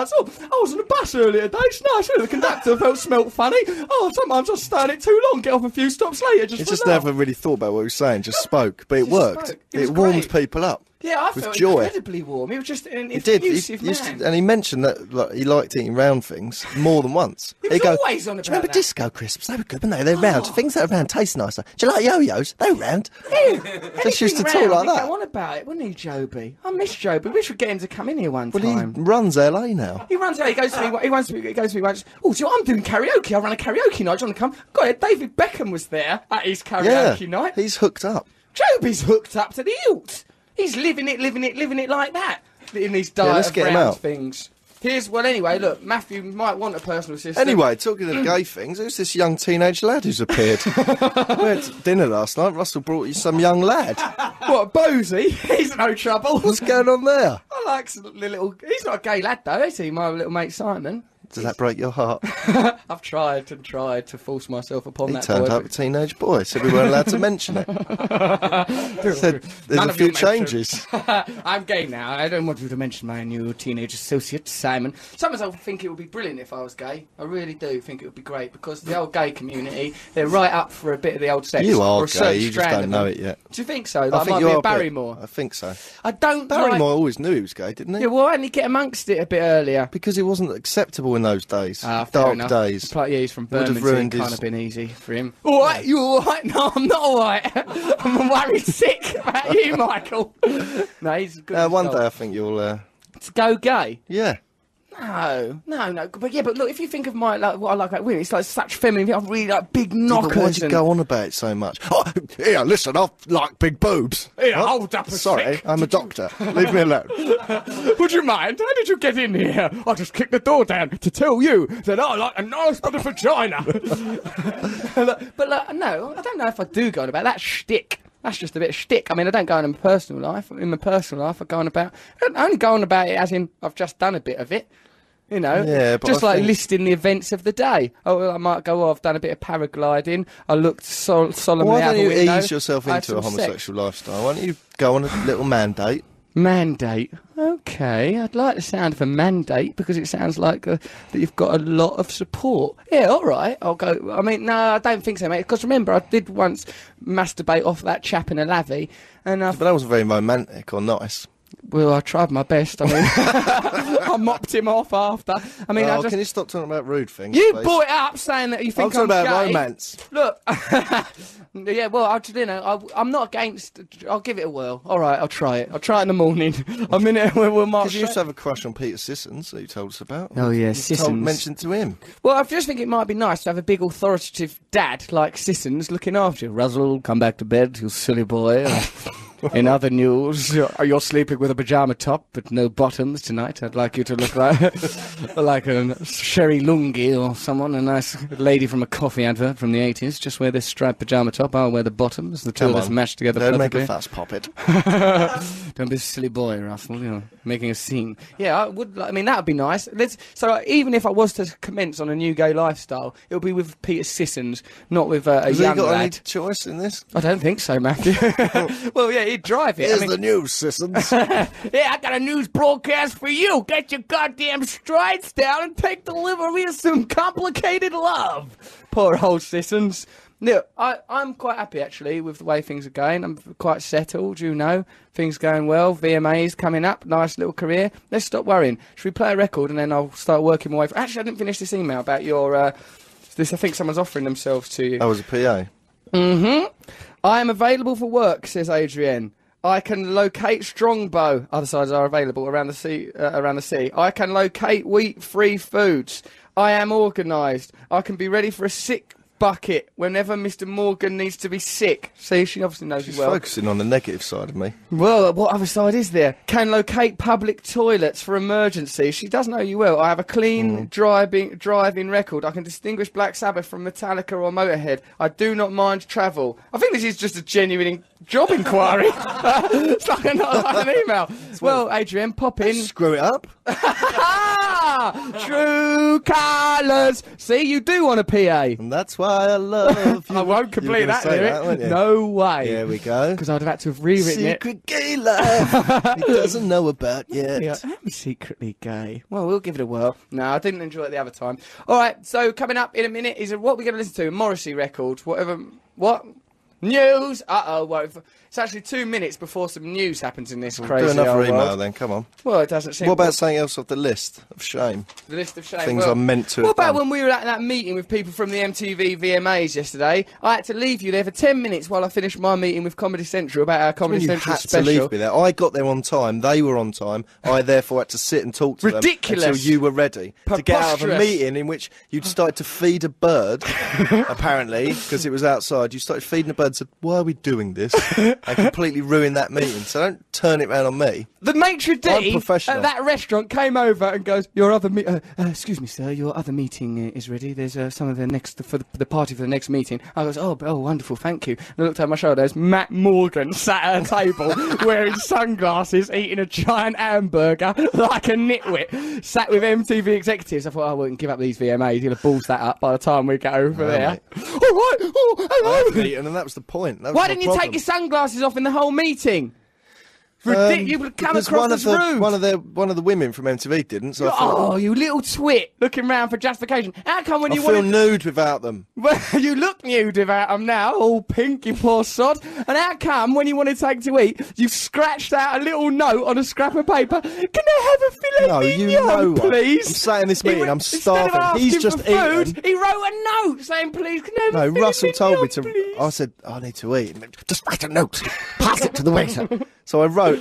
Speaker 2: Viscounts? Oh, I was on a bus earlier today. It's nice. You know, the conductor felt smelt funny. Oh, sometimes I stay on it too long. Get off a few stops later. Just
Speaker 3: He
Speaker 2: for
Speaker 3: just
Speaker 2: laugh.
Speaker 3: never really thought about what he was saying, just spoke, but it
Speaker 2: Just
Speaker 3: worked.
Speaker 2: spoke. It was
Speaker 3: It warmed
Speaker 2: great.
Speaker 3: people up.
Speaker 2: Yeah, I
Speaker 3: with
Speaker 2: felt
Speaker 3: joy.
Speaker 2: incredibly warm. He was just an
Speaker 3: He did. He
Speaker 2: effusive
Speaker 3: used to-
Speaker 2: man.
Speaker 3: and he mentioned that like, he liked eating round things more than once.
Speaker 2: (laughs) He
Speaker 3: He'd
Speaker 2: was always on
Speaker 3: Do you
Speaker 2: about
Speaker 3: remember
Speaker 2: that." Oh.
Speaker 3: disco crisps? They were good, weren't they? They're round. Things that are round taste nicer. Do you like yo-yos? They're round. (laughs) Just used
Speaker 2: Anything
Speaker 3: to
Speaker 2: round,
Speaker 3: talk like
Speaker 2: he'd
Speaker 3: that.
Speaker 2: Go on about it, wouldn't he, Joby? I miss Joby. We should get him to come in here one
Speaker 3: Well,
Speaker 2: time.
Speaker 3: he runs LA now.
Speaker 2: He runs out. He goes to me. He runs to me. He goes to me. Once. Oh, do you know what? I'm doing karaoke. I run a karaoke night. Do you want to come? God, yeah, David Beckham was there at his
Speaker 3: Yeah,
Speaker 2: karaoke night.
Speaker 3: he's hooked up.
Speaker 2: Joby's hooked up to the hilt. He's living it, living it, living it like that in these diet
Speaker 3: let's
Speaker 2: of
Speaker 3: get him
Speaker 2: round
Speaker 3: out.
Speaker 2: things. Here's well. Anyway, look, Matthew might want a personal assistant.
Speaker 3: Anyway, talking of gay things, who's this young teenage lad who's appeared? we had dinner last night. Russell brought you some young lad.
Speaker 2: (laughs) what Bosey? (laughs) He's no trouble. (laughs)
Speaker 3: What's going on there?
Speaker 2: I like the little. He's not a gay lad though, is he? My little mate Simon.
Speaker 3: Does that break your heart?
Speaker 2: I've tried and tried to force myself upon
Speaker 3: He
Speaker 2: that
Speaker 3: turned
Speaker 2: boy,
Speaker 3: up a teenage boy, said we weren't allowed to
Speaker 2: (laughs)
Speaker 3: mention it. said there's
Speaker 2: None
Speaker 3: a
Speaker 2: of you
Speaker 3: few
Speaker 2: mentioned. (laughs)
Speaker 3: changes.
Speaker 2: but- I'm gay now. I don't want you to mention my new teenage associate, Simon. Sometimes I think it would be brilliant if I was gay. I really do think it would be great because the old gay community, they're right up for a bit of the old sex.
Speaker 3: You are
Speaker 2: or a certain
Speaker 3: gay, you just
Speaker 2: strand
Speaker 3: don't
Speaker 2: of
Speaker 3: know
Speaker 2: them.
Speaker 3: it yet.
Speaker 2: Do you think so? Like, I, might
Speaker 3: you
Speaker 2: be
Speaker 3: are
Speaker 2: a
Speaker 3: bit-
Speaker 2: Barrymore.
Speaker 3: I think so.
Speaker 2: I don't
Speaker 3: Barrymore
Speaker 2: like...
Speaker 3: always knew he was gay, didn't he?
Speaker 2: Yeah, why didn't he get amongst it a bit earlier?
Speaker 3: because it wasn't acceptable in those days.
Speaker 2: Ah, fair
Speaker 3: dark
Speaker 2: enough. It's
Speaker 3: days.
Speaker 2: Like, yeah, he's from
Speaker 3: Would
Speaker 2: Birmingham,
Speaker 3: have
Speaker 2: so it
Speaker 3: ruined
Speaker 2: can't
Speaker 3: his-
Speaker 2: have been easy for him. All right, you all right? (laughs) No, I'm not all right. (laughs) I'm worried sick about you, Michael. (laughs) no, he's good.
Speaker 3: Uh,
Speaker 2: as
Speaker 3: one
Speaker 2: gold.
Speaker 3: day I think you'll. Uh,
Speaker 2: to go gay.
Speaker 3: yeah.
Speaker 2: No, no, no. But yeah, but look, if you think of my like what I like about women, it's like such feminine. I really like big knockers.
Speaker 3: But why do you
Speaker 2: and-
Speaker 3: go on about it so much? Oh, yeah, listen, I like big boobs.
Speaker 2: Here,
Speaker 3: What?
Speaker 2: hold up a
Speaker 3: Sorry,
Speaker 2: sec.
Speaker 3: I'm a doctor. Leave me
Speaker 2: (laughs)
Speaker 3: alone.
Speaker 2: Would you mind? How did you get in here? I just kicked the door down to tell you that I like a nice bit of vagina. (laughs) but like, no, I don't know if I do go on about that shtick. That's just a bit of shtick. I mean, I don't go on in my personal life. In my personal life, I go on about. I only go on about it as in I've just done a bit of it. You know,
Speaker 3: Yeah, but
Speaker 2: just
Speaker 3: I
Speaker 2: like
Speaker 3: think-
Speaker 2: listing the events of the day. Oh, well, I might go. Oh, I've done a bit of paragliding. I looked sol- solemnly
Speaker 3: Why
Speaker 2: out
Speaker 3: don't
Speaker 2: the
Speaker 3: you
Speaker 2: window.
Speaker 3: ease yourself
Speaker 2: I had
Speaker 3: into a
Speaker 2: some sex.
Speaker 3: homosexual lifestyle? Why don't you go on a little man date?
Speaker 2: Mandate. Okay, I'd like the sound of a mandate because it sounds like uh, that you've got a lot of support. Yeah, all right. I'll go. I mean, no, I don't think so, mate. Because remember, I did once masturbate off that chap in a lavvy, and I
Speaker 3: But that wasn't very romantic or nice.
Speaker 2: well, I tried my best. I mean, (laughs) I mopped him off after. I mean, I
Speaker 3: Oh,
Speaker 2: just.
Speaker 3: can you stop talking about rude things?
Speaker 2: You
Speaker 3: please?
Speaker 2: brought it up saying that you
Speaker 3: I'm
Speaker 2: think
Speaker 3: talking about
Speaker 2: gay.
Speaker 3: romance.
Speaker 2: Look, (laughs) yeah, well, I just, you know, I, I'm not against. I'll give it a whirl. All right, I'll try it. I'll try it in the morning. (laughs) I'm in it. We'll, we'll mark.
Speaker 3: Because you used to have a crush on Peter Sissons that you told us about.
Speaker 2: Oh, yeah,
Speaker 3: You Told,
Speaker 2: Sissons.
Speaker 3: mentioned to him.
Speaker 2: Well, I just think it might be nice to have a big authoritative dad like Sissons looking after you. Russell, come back to bed, you silly
Speaker 3: (laughs)
Speaker 2: boy. In other news, you're, you're sleeping with a pajama top but no bottoms tonight. I'd like (laughs) you to look like like a Sherry Lungi or someone, a nice lady from a coffee advert from the 80s. Just wear this striped pajama top. I'll wear the bottoms. The two
Speaker 3: Come
Speaker 2: of us
Speaker 3: on.
Speaker 2: match together
Speaker 3: Don't make
Speaker 2: perfectly.
Speaker 3: a fuss, pop it.
Speaker 2: Don't be a silly boy, Russell. You know, making a scene. Yeah, I would. Like, I mean, that would be nice. Let's. So uh, even if I was to commence on a new gay lifestyle, it would be with Peter Sissons, not with uh, a
Speaker 3: Has he
Speaker 2: young
Speaker 3: got any
Speaker 2: lad.
Speaker 3: choice in this?
Speaker 2: I don't think so,
Speaker 3: (laughs)
Speaker 2: Matthew. well, yeah, he'd drive it. I
Speaker 3: Here's
Speaker 2: mean,
Speaker 3: the
Speaker 2: (laughs)
Speaker 3: news, Sissons.
Speaker 2: yeah, I got a news broadcast for you. Get your goddamn strides down and take delivery of some complicated love. Poor old Sissons. No, I, I'm quite happy actually with the way things are going. I'm quite settled, you know. Things going well. VMAs coming up. Nice little career. Let's stop worrying. Should we play a record and then I'll start working my way? Through? Actually, I didn't finish this email about your. Uh, this I think someone's offering themselves to you.
Speaker 3: I was a PA.
Speaker 2: I am available for work, says Adrienne. I can locate strongbow. Other sides are available around the sea. Uh, around the sea, I can locate wheat-free foods. I am organised. I can be ready for a sick bucket whenever Mr. Morgan needs to be sick. See, she obviously knows you
Speaker 3: He's
Speaker 2: well.
Speaker 3: focusing on the negative side of me.
Speaker 2: Well, what other side is there? Can locate public toilets for emergencies. She does know you well. I have a
Speaker 3: Mm.
Speaker 2: clean driving driving record. I can distinguish Black Sabbath from Metallica or Motorhead. I do not mind travel. I think this is just a genuine in- job inquiry. (laughs) it's like, a, not like an email. Well, Adrian, pop in.
Speaker 3: Screw it up.
Speaker 2: Ah, true colours. See, you do want a PA.
Speaker 3: And that's why I
Speaker 2: (laughs)
Speaker 3: love you.
Speaker 2: I won't
Speaker 3: You were
Speaker 2: complete
Speaker 3: gonna
Speaker 2: that
Speaker 3: say
Speaker 2: lyric.
Speaker 3: weren't you?
Speaker 2: no way.
Speaker 3: Here we go.
Speaker 2: Because I'd have had to have rewritten it.
Speaker 3: Secret gay life. he doesn't know (laughs) about yet.
Speaker 2: Yeah, I'm secretly gay. Well, we'll give it a whirl. No, I didn't enjoy it the other time. All right, so coming up in a minute is what we're going to listen to. Morrissey record, whatever. What news? Uh oh. Well, it's actually two minutes before some news happens in this crazy
Speaker 3: Do another
Speaker 2: old
Speaker 3: email
Speaker 2: world.
Speaker 3: then. Come on.
Speaker 2: Well, it doesn't seem.
Speaker 3: What about something else off the list of shame?
Speaker 2: the list of shame?
Speaker 3: things
Speaker 2: well,
Speaker 3: I'm meant to
Speaker 2: What
Speaker 3: have
Speaker 2: about when
Speaker 3: done?
Speaker 2: we were at that meeting with people from the MTV VMAs yesterday? I had to leave you there for ten minutes while I finished my meeting with Comedy Central about our Comedy
Speaker 3: you
Speaker 2: Central
Speaker 3: had
Speaker 2: special.
Speaker 3: to leave me there. I got there on time. They were on time.
Speaker 2: (laughs)
Speaker 3: I therefore had to sit and talk to
Speaker 2: Ridiculous.
Speaker 3: them until you were ready to get out of a
Speaker 2: Preposterous.
Speaker 3: meeting in which you'd started to feed
Speaker 2: (laughs)
Speaker 3: a bird. apparently, because it was outside, you started feeding a bird. and Said, "Why are we doing this?" and completely ruined that meeting. So don't turn it round on me.
Speaker 2: The maitre
Speaker 3: I'm
Speaker 2: d'
Speaker 3: professional.
Speaker 2: at that restaurant came over and goes, "Your other me- uh, uh, excuse me, sir, your other meeting uh, is ready. There's uh, some of the next for the, the party for the next meeting." I goes, "Oh, oh, wonderful, thank you." And I looked over my shoulder. There's Matt Morgan sat at a
Speaker 3: (laughs)
Speaker 2: table wearing sunglasses, eating a giant hamburger (laughs) like a nitwit. Sat with MTV executives. I thought "Oh, I wouldn't give up these VMAs. He'll have balls that up by the time we get over there.
Speaker 3: mate.
Speaker 2: All right. Oh,
Speaker 3: I
Speaker 2: hello.
Speaker 3: hadn't eaten, and that was the point. That was
Speaker 2: Why
Speaker 3: my
Speaker 2: didn't you
Speaker 3: problem.
Speaker 2: take your sunglasses off in the whole meeting? Ridiculous!
Speaker 3: Um,
Speaker 2: you would come
Speaker 3: because
Speaker 2: across
Speaker 3: one
Speaker 2: as
Speaker 3: of the,
Speaker 2: rude.
Speaker 3: One of the one of the women from MTV didn't. So I thought,
Speaker 2: Oh, you little twit! Looking round for justification. How come when
Speaker 3: I
Speaker 2: you
Speaker 3: feel
Speaker 2: wanted,
Speaker 3: nude without them.
Speaker 2: (laughs) well, you look nude about 'em now, all pink, you poor sod. And how come when you wanted something to eat, you've scratched out a little note on a scrap of paper? Can I have a filet
Speaker 3: No, you
Speaker 2: mignon,
Speaker 3: know what?
Speaker 2: please?
Speaker 3: I'm sat in this
Speaker 2: He
Speaker 3: meeting,
Speaker 2: went-
Speaker 3: I'm
Speaker 2: Instead of
Speaker 3: starving. He's
Speaker 2: asking
Speaker 3: just
Speaker 2: for food,
Speaker 3: eaten.
Speaker 2: He wrote a note saying, "Please, can I have
Speaker 3: No,
Speaker 2: a filet
Speaker 3: Russell told me to.
Speaker 2: mignon, please?"
Speaker 3: I said I need to eat. Just write a note. Pass it to the waiter. so I wrote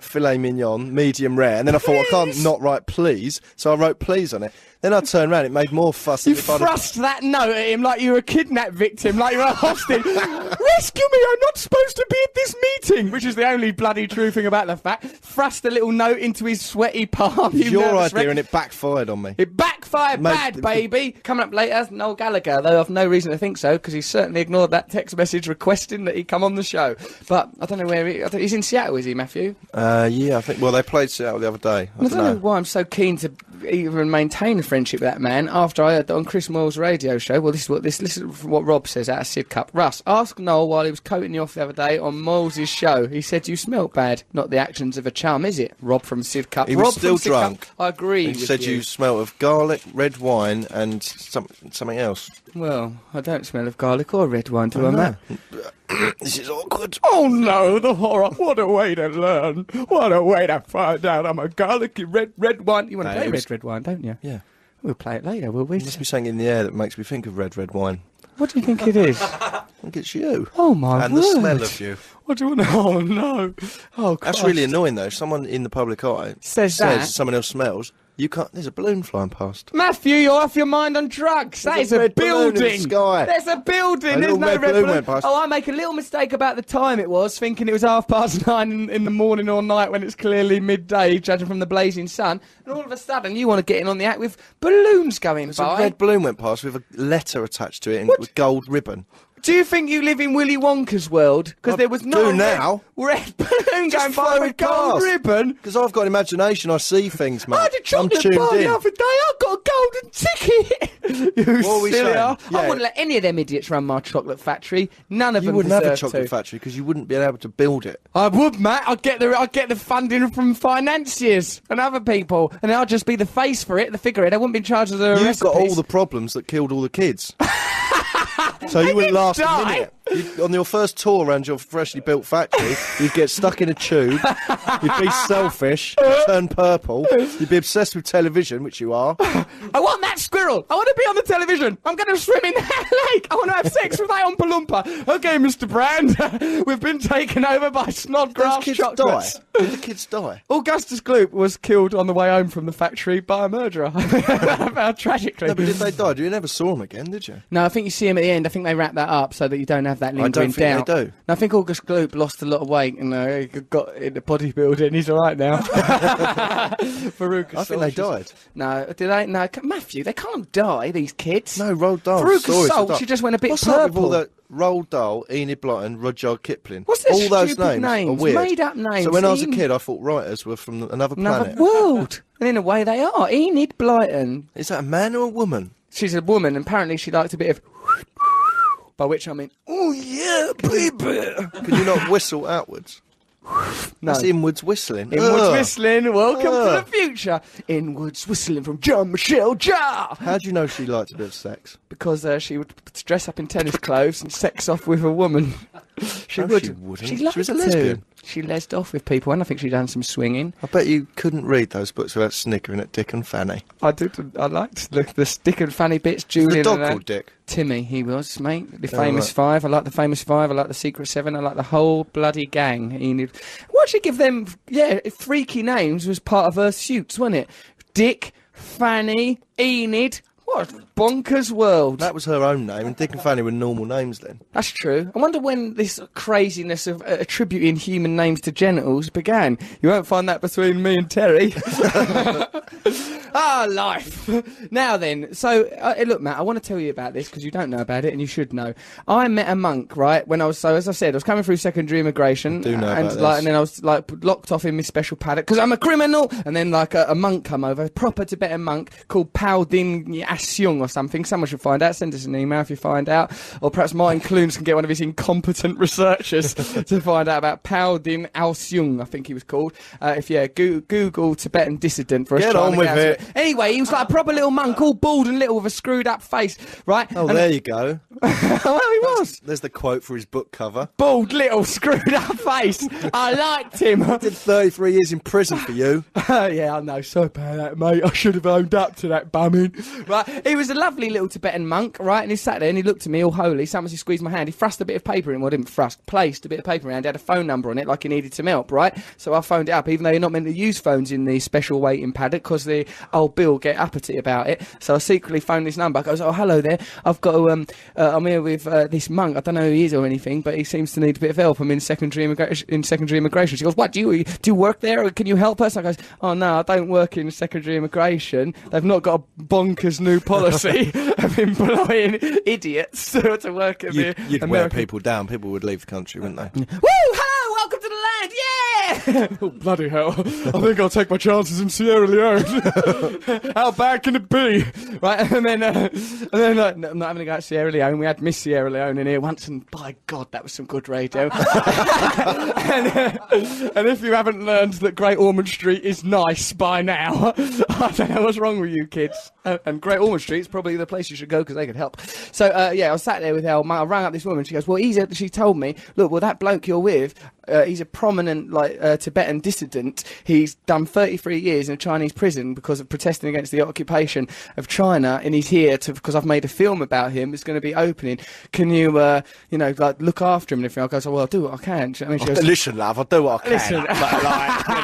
Speaker 3: filet mignon, medium rare, and then I thought I can't not write please. So I wrote please on it. Then I turned around. It made more fuss. than
Speaker 2: You
Speaker 3: if I'd have-
Speaker 2: thrust that note at him like you were a kidnapped victim, like you were a
Speaker 3: (laughs)
Speaker 2: hostage. Rescue me, I'm not supposed to be at this meeting, which is the only bloody true thing about the fact. Thrust a little note into his sweaty palm.
Speaker 3: It was
Speaker 2: you
Speaker 3: your
Speaker 2: nervous
Speaker 3: idea,
Speaker 2: wreck.
Speaker 3: and it backfired on me.
Speaker 2: It backfired
Speaker 3: Mate,
Speaker 2: bad,
Speaker 3: it-
Speaker 2: baby. Coming up later, Noel Gallagher, though I've no reason to think so, because he certainly ignored that text message requesting that he come on the show. But I don't know where he, I think he's in Seattle, is he, Matthew? you?
Speaker 3: Uh, yeah, I think. Well, they played Seattle the other day. I
Speaker 2: I
Speaker 3: don't
Speaker 2: don't know
Speaker 3: know.
Speaker 2: why I'm so keen to even maintain a friendship with that man after I heard that on Chris Moyle's radio show. Well, this is what this listen to what Rob says out of Sid Cup. Russ, ask Noel while he was coating you off the other day on Moyles' show. He said you smelt bad, not the actions of a chum, is it? Rob from Sid Cup.
Speaker 3: He
Speaker 2: Rob
Speaker 3: was
Speaker 2: from
Speaker 3: still
Speaker 2: Sid Cup,
Speaker 3: drunk.
Speaker 2: I agree.
Speaker 3: He
Speaker 2: with
Speaker 3: said you.
Speaker 2: you.
Speaker 3: smell of garlic, red wine, and some, something else.
Speaker 2: Well, I don't smell of garlic or red wine, do I, Matt?
Speaker 3: (clears throat) This is awkward.
Speaker 2: Oh no, the horror! What a way to learn! What a way to find out! I'm a garlicky red red wine. You want to
Speaker 3: No,
Speaker 2: play
Speaker 3: it was-
Speaker 2: red red wine, don't you?
Speaker 3: Yeah.
Speaker 2: We'll play it later, will we?
Speaker 3: There must be something in the air that makes me think of red, red wine.
Speaker 2: What do you think it is?
Speaker 3: I think it's you.
Speaker 2: Oh my
Speaker 3: And
Speaker 2: word!
Speaker 3: the smell of you.
Speaker 2: What do you want? To... Oh no! Oh,
Speaker 3: That's
Speaker 2: Christ.
Speaker 3: really annoying, though. If Someone in the public eye
Speaker 2: Says that.
Speaker 3: someone else smells. You can't. There's a balloon flying past.
Speaker 2: Matthew, you're off your mind on drugs. That
Speaker 3: There's
Speaker 2: is
Speaker 3: a
Speaker 2: a,
Speaker 3: red balloon in the
Speaker 2: building.
Speaker 3: sky.
Speaker 2: There's a building. There's
Speaker 3: little
Speaker 2: no
Speaker 3: red
Speaker 2: red,
Speaker 3: balloon
Speaker 2: balloon.
Speaker 3: went past.
Speaker 2: Oh, I make a little mistake about the time it was, thinking it was half past (laughs) nine in, in the morning or night when it's clearly midday, judging from the blazing sun. And all of a sudden, you want to get in on the act with balloons going
Speaker 3: There's
Speaker 2: by.
Speaker 3: a red balloon went past with a letter attached to it and with gold ribbon.
Speaker 2: Do you think you live in Willy Wonka's world? Because
Speaker 3: I
Speaker 2: there was
Speaker 3: do
Speaker 2: no
Speaker 3: now.
Speaker 2: red, red balloon
Speaker 3: Just
Speaker 2: going by
Speaker 3: throw
Speaker 2: with
Speaker 3: it
Speaker 2: gold
Speaker 3: past.
Speaker 2: ribbon.
Speaker 3: Because I've got imagination. I see things, mate.
Speaker 2: I had a
Speaker 3: I'm
Speaker 2: chocolate
Speaker 3: tuned
Speaker 2: bar
Speaker 3: in.
Speaker 2: the other day. I got a golden ticket. (laughs) you
Speaker 3: What were we
Speaker 2: silly
Speaker 3: saying?
Speaker 2: ass. I
Speaker 3: Yeah.
Speaker 2: wouldn't let any of them idiots run my chocolate factory. None of
Speaker 3: You
Speaker 2: them
Speaker 3: wouldn't have a
Speaker 2: deserve
Speaker 3: chocolate
Speaker 2: to.
Speaker 3: factory because you wouldn't be able to build it.
Speaker 2: I would, Matt. I'd get the I'd get the funding from financiers and other people, and I'd just be the face for it, the figurehead. I wouldn't be in charge of the
Speaker 3: You've
Speaker 2: recipes.
Speaker 3: got all the problems that killed all
Speaker 2: (laughs)
Speaker 3: the kids. so you wouldn't last
Speaker 2: die.
Speaker 3: a minute. You'd, on your first tour around your freshly built factory, you'd get stuck in a tube, you'd be selfish, you'd turn purple, you'd be obsessed with television, which you are.
Speaker 2: I want that squirrel. I want to be on the television. I'm going to swim in that (laughs) lake. I want to have sex with that Oompa Loompa. Okay, Mr. Brand, (laughs) we've been taken over by
Speaker 3: Those
Speaker 2: Snodgrass
Speaker 3: kids
Speaker 2: chocolates.
Speaker 3: die. Did the kids die?
Speaker 2: Augustus Gloop was killed on the way home from the factory by a murderer. (laughs) How tragically.
Speaker 3: No, but did they die? You never saw them again, did you?
Speaker 2: No, I think you see him at the end. I think they wrap that up so that you don't have that
Speaker 3: don't
Speaker 2: lingering doubt.
Speaker 3: think they do.
Speaker 2: No, I think August Gloop lost a lot of weight and uh, he got into bodybuilding. He's all right
Speaker 3: (laughs)
Speaker 2: now. (laughs) Farouk
Speaker 3: I think they died.
Speaker 2: No, did they? No, c- Matthew, they can't die, these kids.
Speaker 3: No, Roald Dahl.
Speaker 2: Farouk
Speaker 3: stories
Speaker 2: Assault,
Speaker 3: to die.
Speaker 2: she just went a bit
Speaker 3: What's
Speaker 2: purple.
Speaker 3: up with all the Roald Dahl, Enid Blyton, Rudyard Kipling?
Speaker 2: What's their
Speaker 3: all those
Speaker 2: stupid
Speaker 3: names, are
Speaker 2: names?
Speaker 3: weird.
Speaker 2: Made-up names.
Speaker 3: So when I was a
Speaker 2: Enid-
Speaker 3: kid, I thought writers were from another
Speaker 2: Another (laughs)
Speaker 3: planet.
Speaker 2: world. And in a way, they are. Enid Blyton.
Speaker 3: Is that a man or a woman?
Speaker 2: She's a woman, and apparently she liked a bit of. By which I mean,
Speaker 3: Oh yeah, baby. Can you not whistle outwards?
Speaker 2: (laughs) no.
Speaker 3: That's inwards whistling.
Speaker 2: Inwards
Speaker 3: Ugh.
Speaker 2: whistling, welcome to
Speaker 3: Ugh.
Speaker 2: the future. Inwards whistling from John Michelle Jar.
Speaker 3: How do you know she liked a bit of sex?
Speaker 2: Because uh, she would dress up in tennis clothes and sex off with a
Speaker 3: (laughs)
Speaker 2: woman. she
Speaker 3: No,
Speaker 2: would.
Speaker 3: she wouldn't.
Speaker 2: She,
Speaker 3: She
Speaker 2: liked
Speaker 3: was a
Speaker 2: to.
Speaker 3: lesbian.
Speaker 2: She lesed off with people, and I think she done some swinging.
Speaker 3: I bet you couldn't read those books without snickering at Dick and Fanny.
Speaker 2: I did. I liked the, the stick and fanny bits.
Speaker 3: Is
Speaker 2: Julian
Speaker 3: the dog
Speaker 2: and, uh,
Speaker 3: called Dick?
Speaker 2: Timmy, he was, mate. The famous
Speaker 3: right.
Speaker 2: five. I like the famous five. I like the secret seven. I like the whole bloody gang. Enid. Why should give them, yeah, freaky names was part of her suits, wasn't it? Dick, Fanny, Enid. What a bonkers world.
Speaker 3: That was her own name, and Dick and Fanny were normal names then.
Speaker 2: That's true. I wonder when this craziness of uh, attributing human names to genitals began. You won't find that between me and Terry. (laughs) ah, life. (laughs) Now then, so uh, eh, look, Matt, I want to tell you about this because you don't know about it and you should know. I met a monk, right? When I was so, as I said, I was coming through secondary immigration,
Speaker 3: do know
Speaker 2: and
Speaker 3: about
Speaker 2: like,
Speaker 3: this.
Speaker 2: and then I was like p- locked off in my special paddock because I'm a criminal. And then like a, a monk come over, a proper Tibetan monk called Pao Din Asyung or something. Someone should find out. Send us an email if you find out, or perhaps Martin Clunes can get one of his incompetent researchers (laughs) to find out about Pao Din Asyung. I think he was called. Uh, if yeah, go- Google Tibetan dissident for us.
Speaker 3: Get
Speaker 2: trying
Speaker 3: on
Speaker 2: to
Speaker 3: with
Speaker 2: out to
Speaker 3: it.
Speaker 2: Anyway, he was like a proper little monk, all bald and little with a screwed up face, right?
Speaker 3: Oh,
Speaker 2: and, (laughs)
Speaker 3: there you go.
Speaker 2: well, he was
Speaker 3: There's the quote for his book cover.
Speaker 2: bald, little (laughs) screwed up face. I liked him. (laughs)
Speaker 3: Did 33 years in prison for you.
Speaker 2: Uh, yeah, I know. So bad, that, mate. I should have owned up to that bumming. Right, he was a lovely little Tibetan monk, right? And he sat there and he looked at me all holy. Someone squeezed my hand. He thrust a bit of paper in. Well, I didn't thrust. Placed a bit of paper around. Had a phone number on it, like he needed some help, right? So I phoned it up, even though you're not meant to use phones in the special waiting paddock, because the old Bill get uppity about it. So I secretly phoned his number. I goes, oh, hello there. I've got to, um, uh, I'm here with uh, this monk. I don't know who he is or anything, but he seems to need a bit of help. I'm in secondary immigration. In secondary immigration, she goes, "What do you do? You work there? Or can you help us?" I goes, "Oh no, I don't work in secondary immigration. They've not got a bonkers new policy (laughs) of employing idiots (laughs) to, to work at
Speaker 3: You'd,
Speaker 2: the
Speaker 3: you'd wear
Speaker 2: American (laughs)
Speaker 3: people down. People would leave the country, wouldn't they?
Speaker 2: Woo! Hello! Welcome to the land! Yeah! (laughs) Oh, bloody hell. I think I'll take my chances in Sierra Leone. (laughs) How bad can it be? Right, and then, uh, and then uh, no, I'm not having a go at Sierra Leone. We had Miss Sierra Leone in here once, and by God, that was some good radio. and, uh, and if you haven't learned that Great Ormond Street is nice by now, (laughs) I don't know what's wrong with you kids. Uh, and Great Ormond Street is probably the place you should go because they could help. So uh, yeah, I was sat there with Elma. I rang up this woman. She goes, "Well, he's." A, she told me, "Look, well, that bloke you're with, uh, he's a prominent like uh, Tibetan dissident. He's done 33 years in a Chinese prison because of protesting against the occupation of China, and he's here to because I've made a film about him. It's going to be opening. Can you, uh, you know, like look after him and everything?" I goes, "Oh, well, I'll do what I can." Do you know
Speaker 3: (laughs)
Speaker 2: what I mean, she goes,
Speaker 3: Listen, love, I'll do what I can.
Speaker 2: Listen.
Speaker 3: But, like, you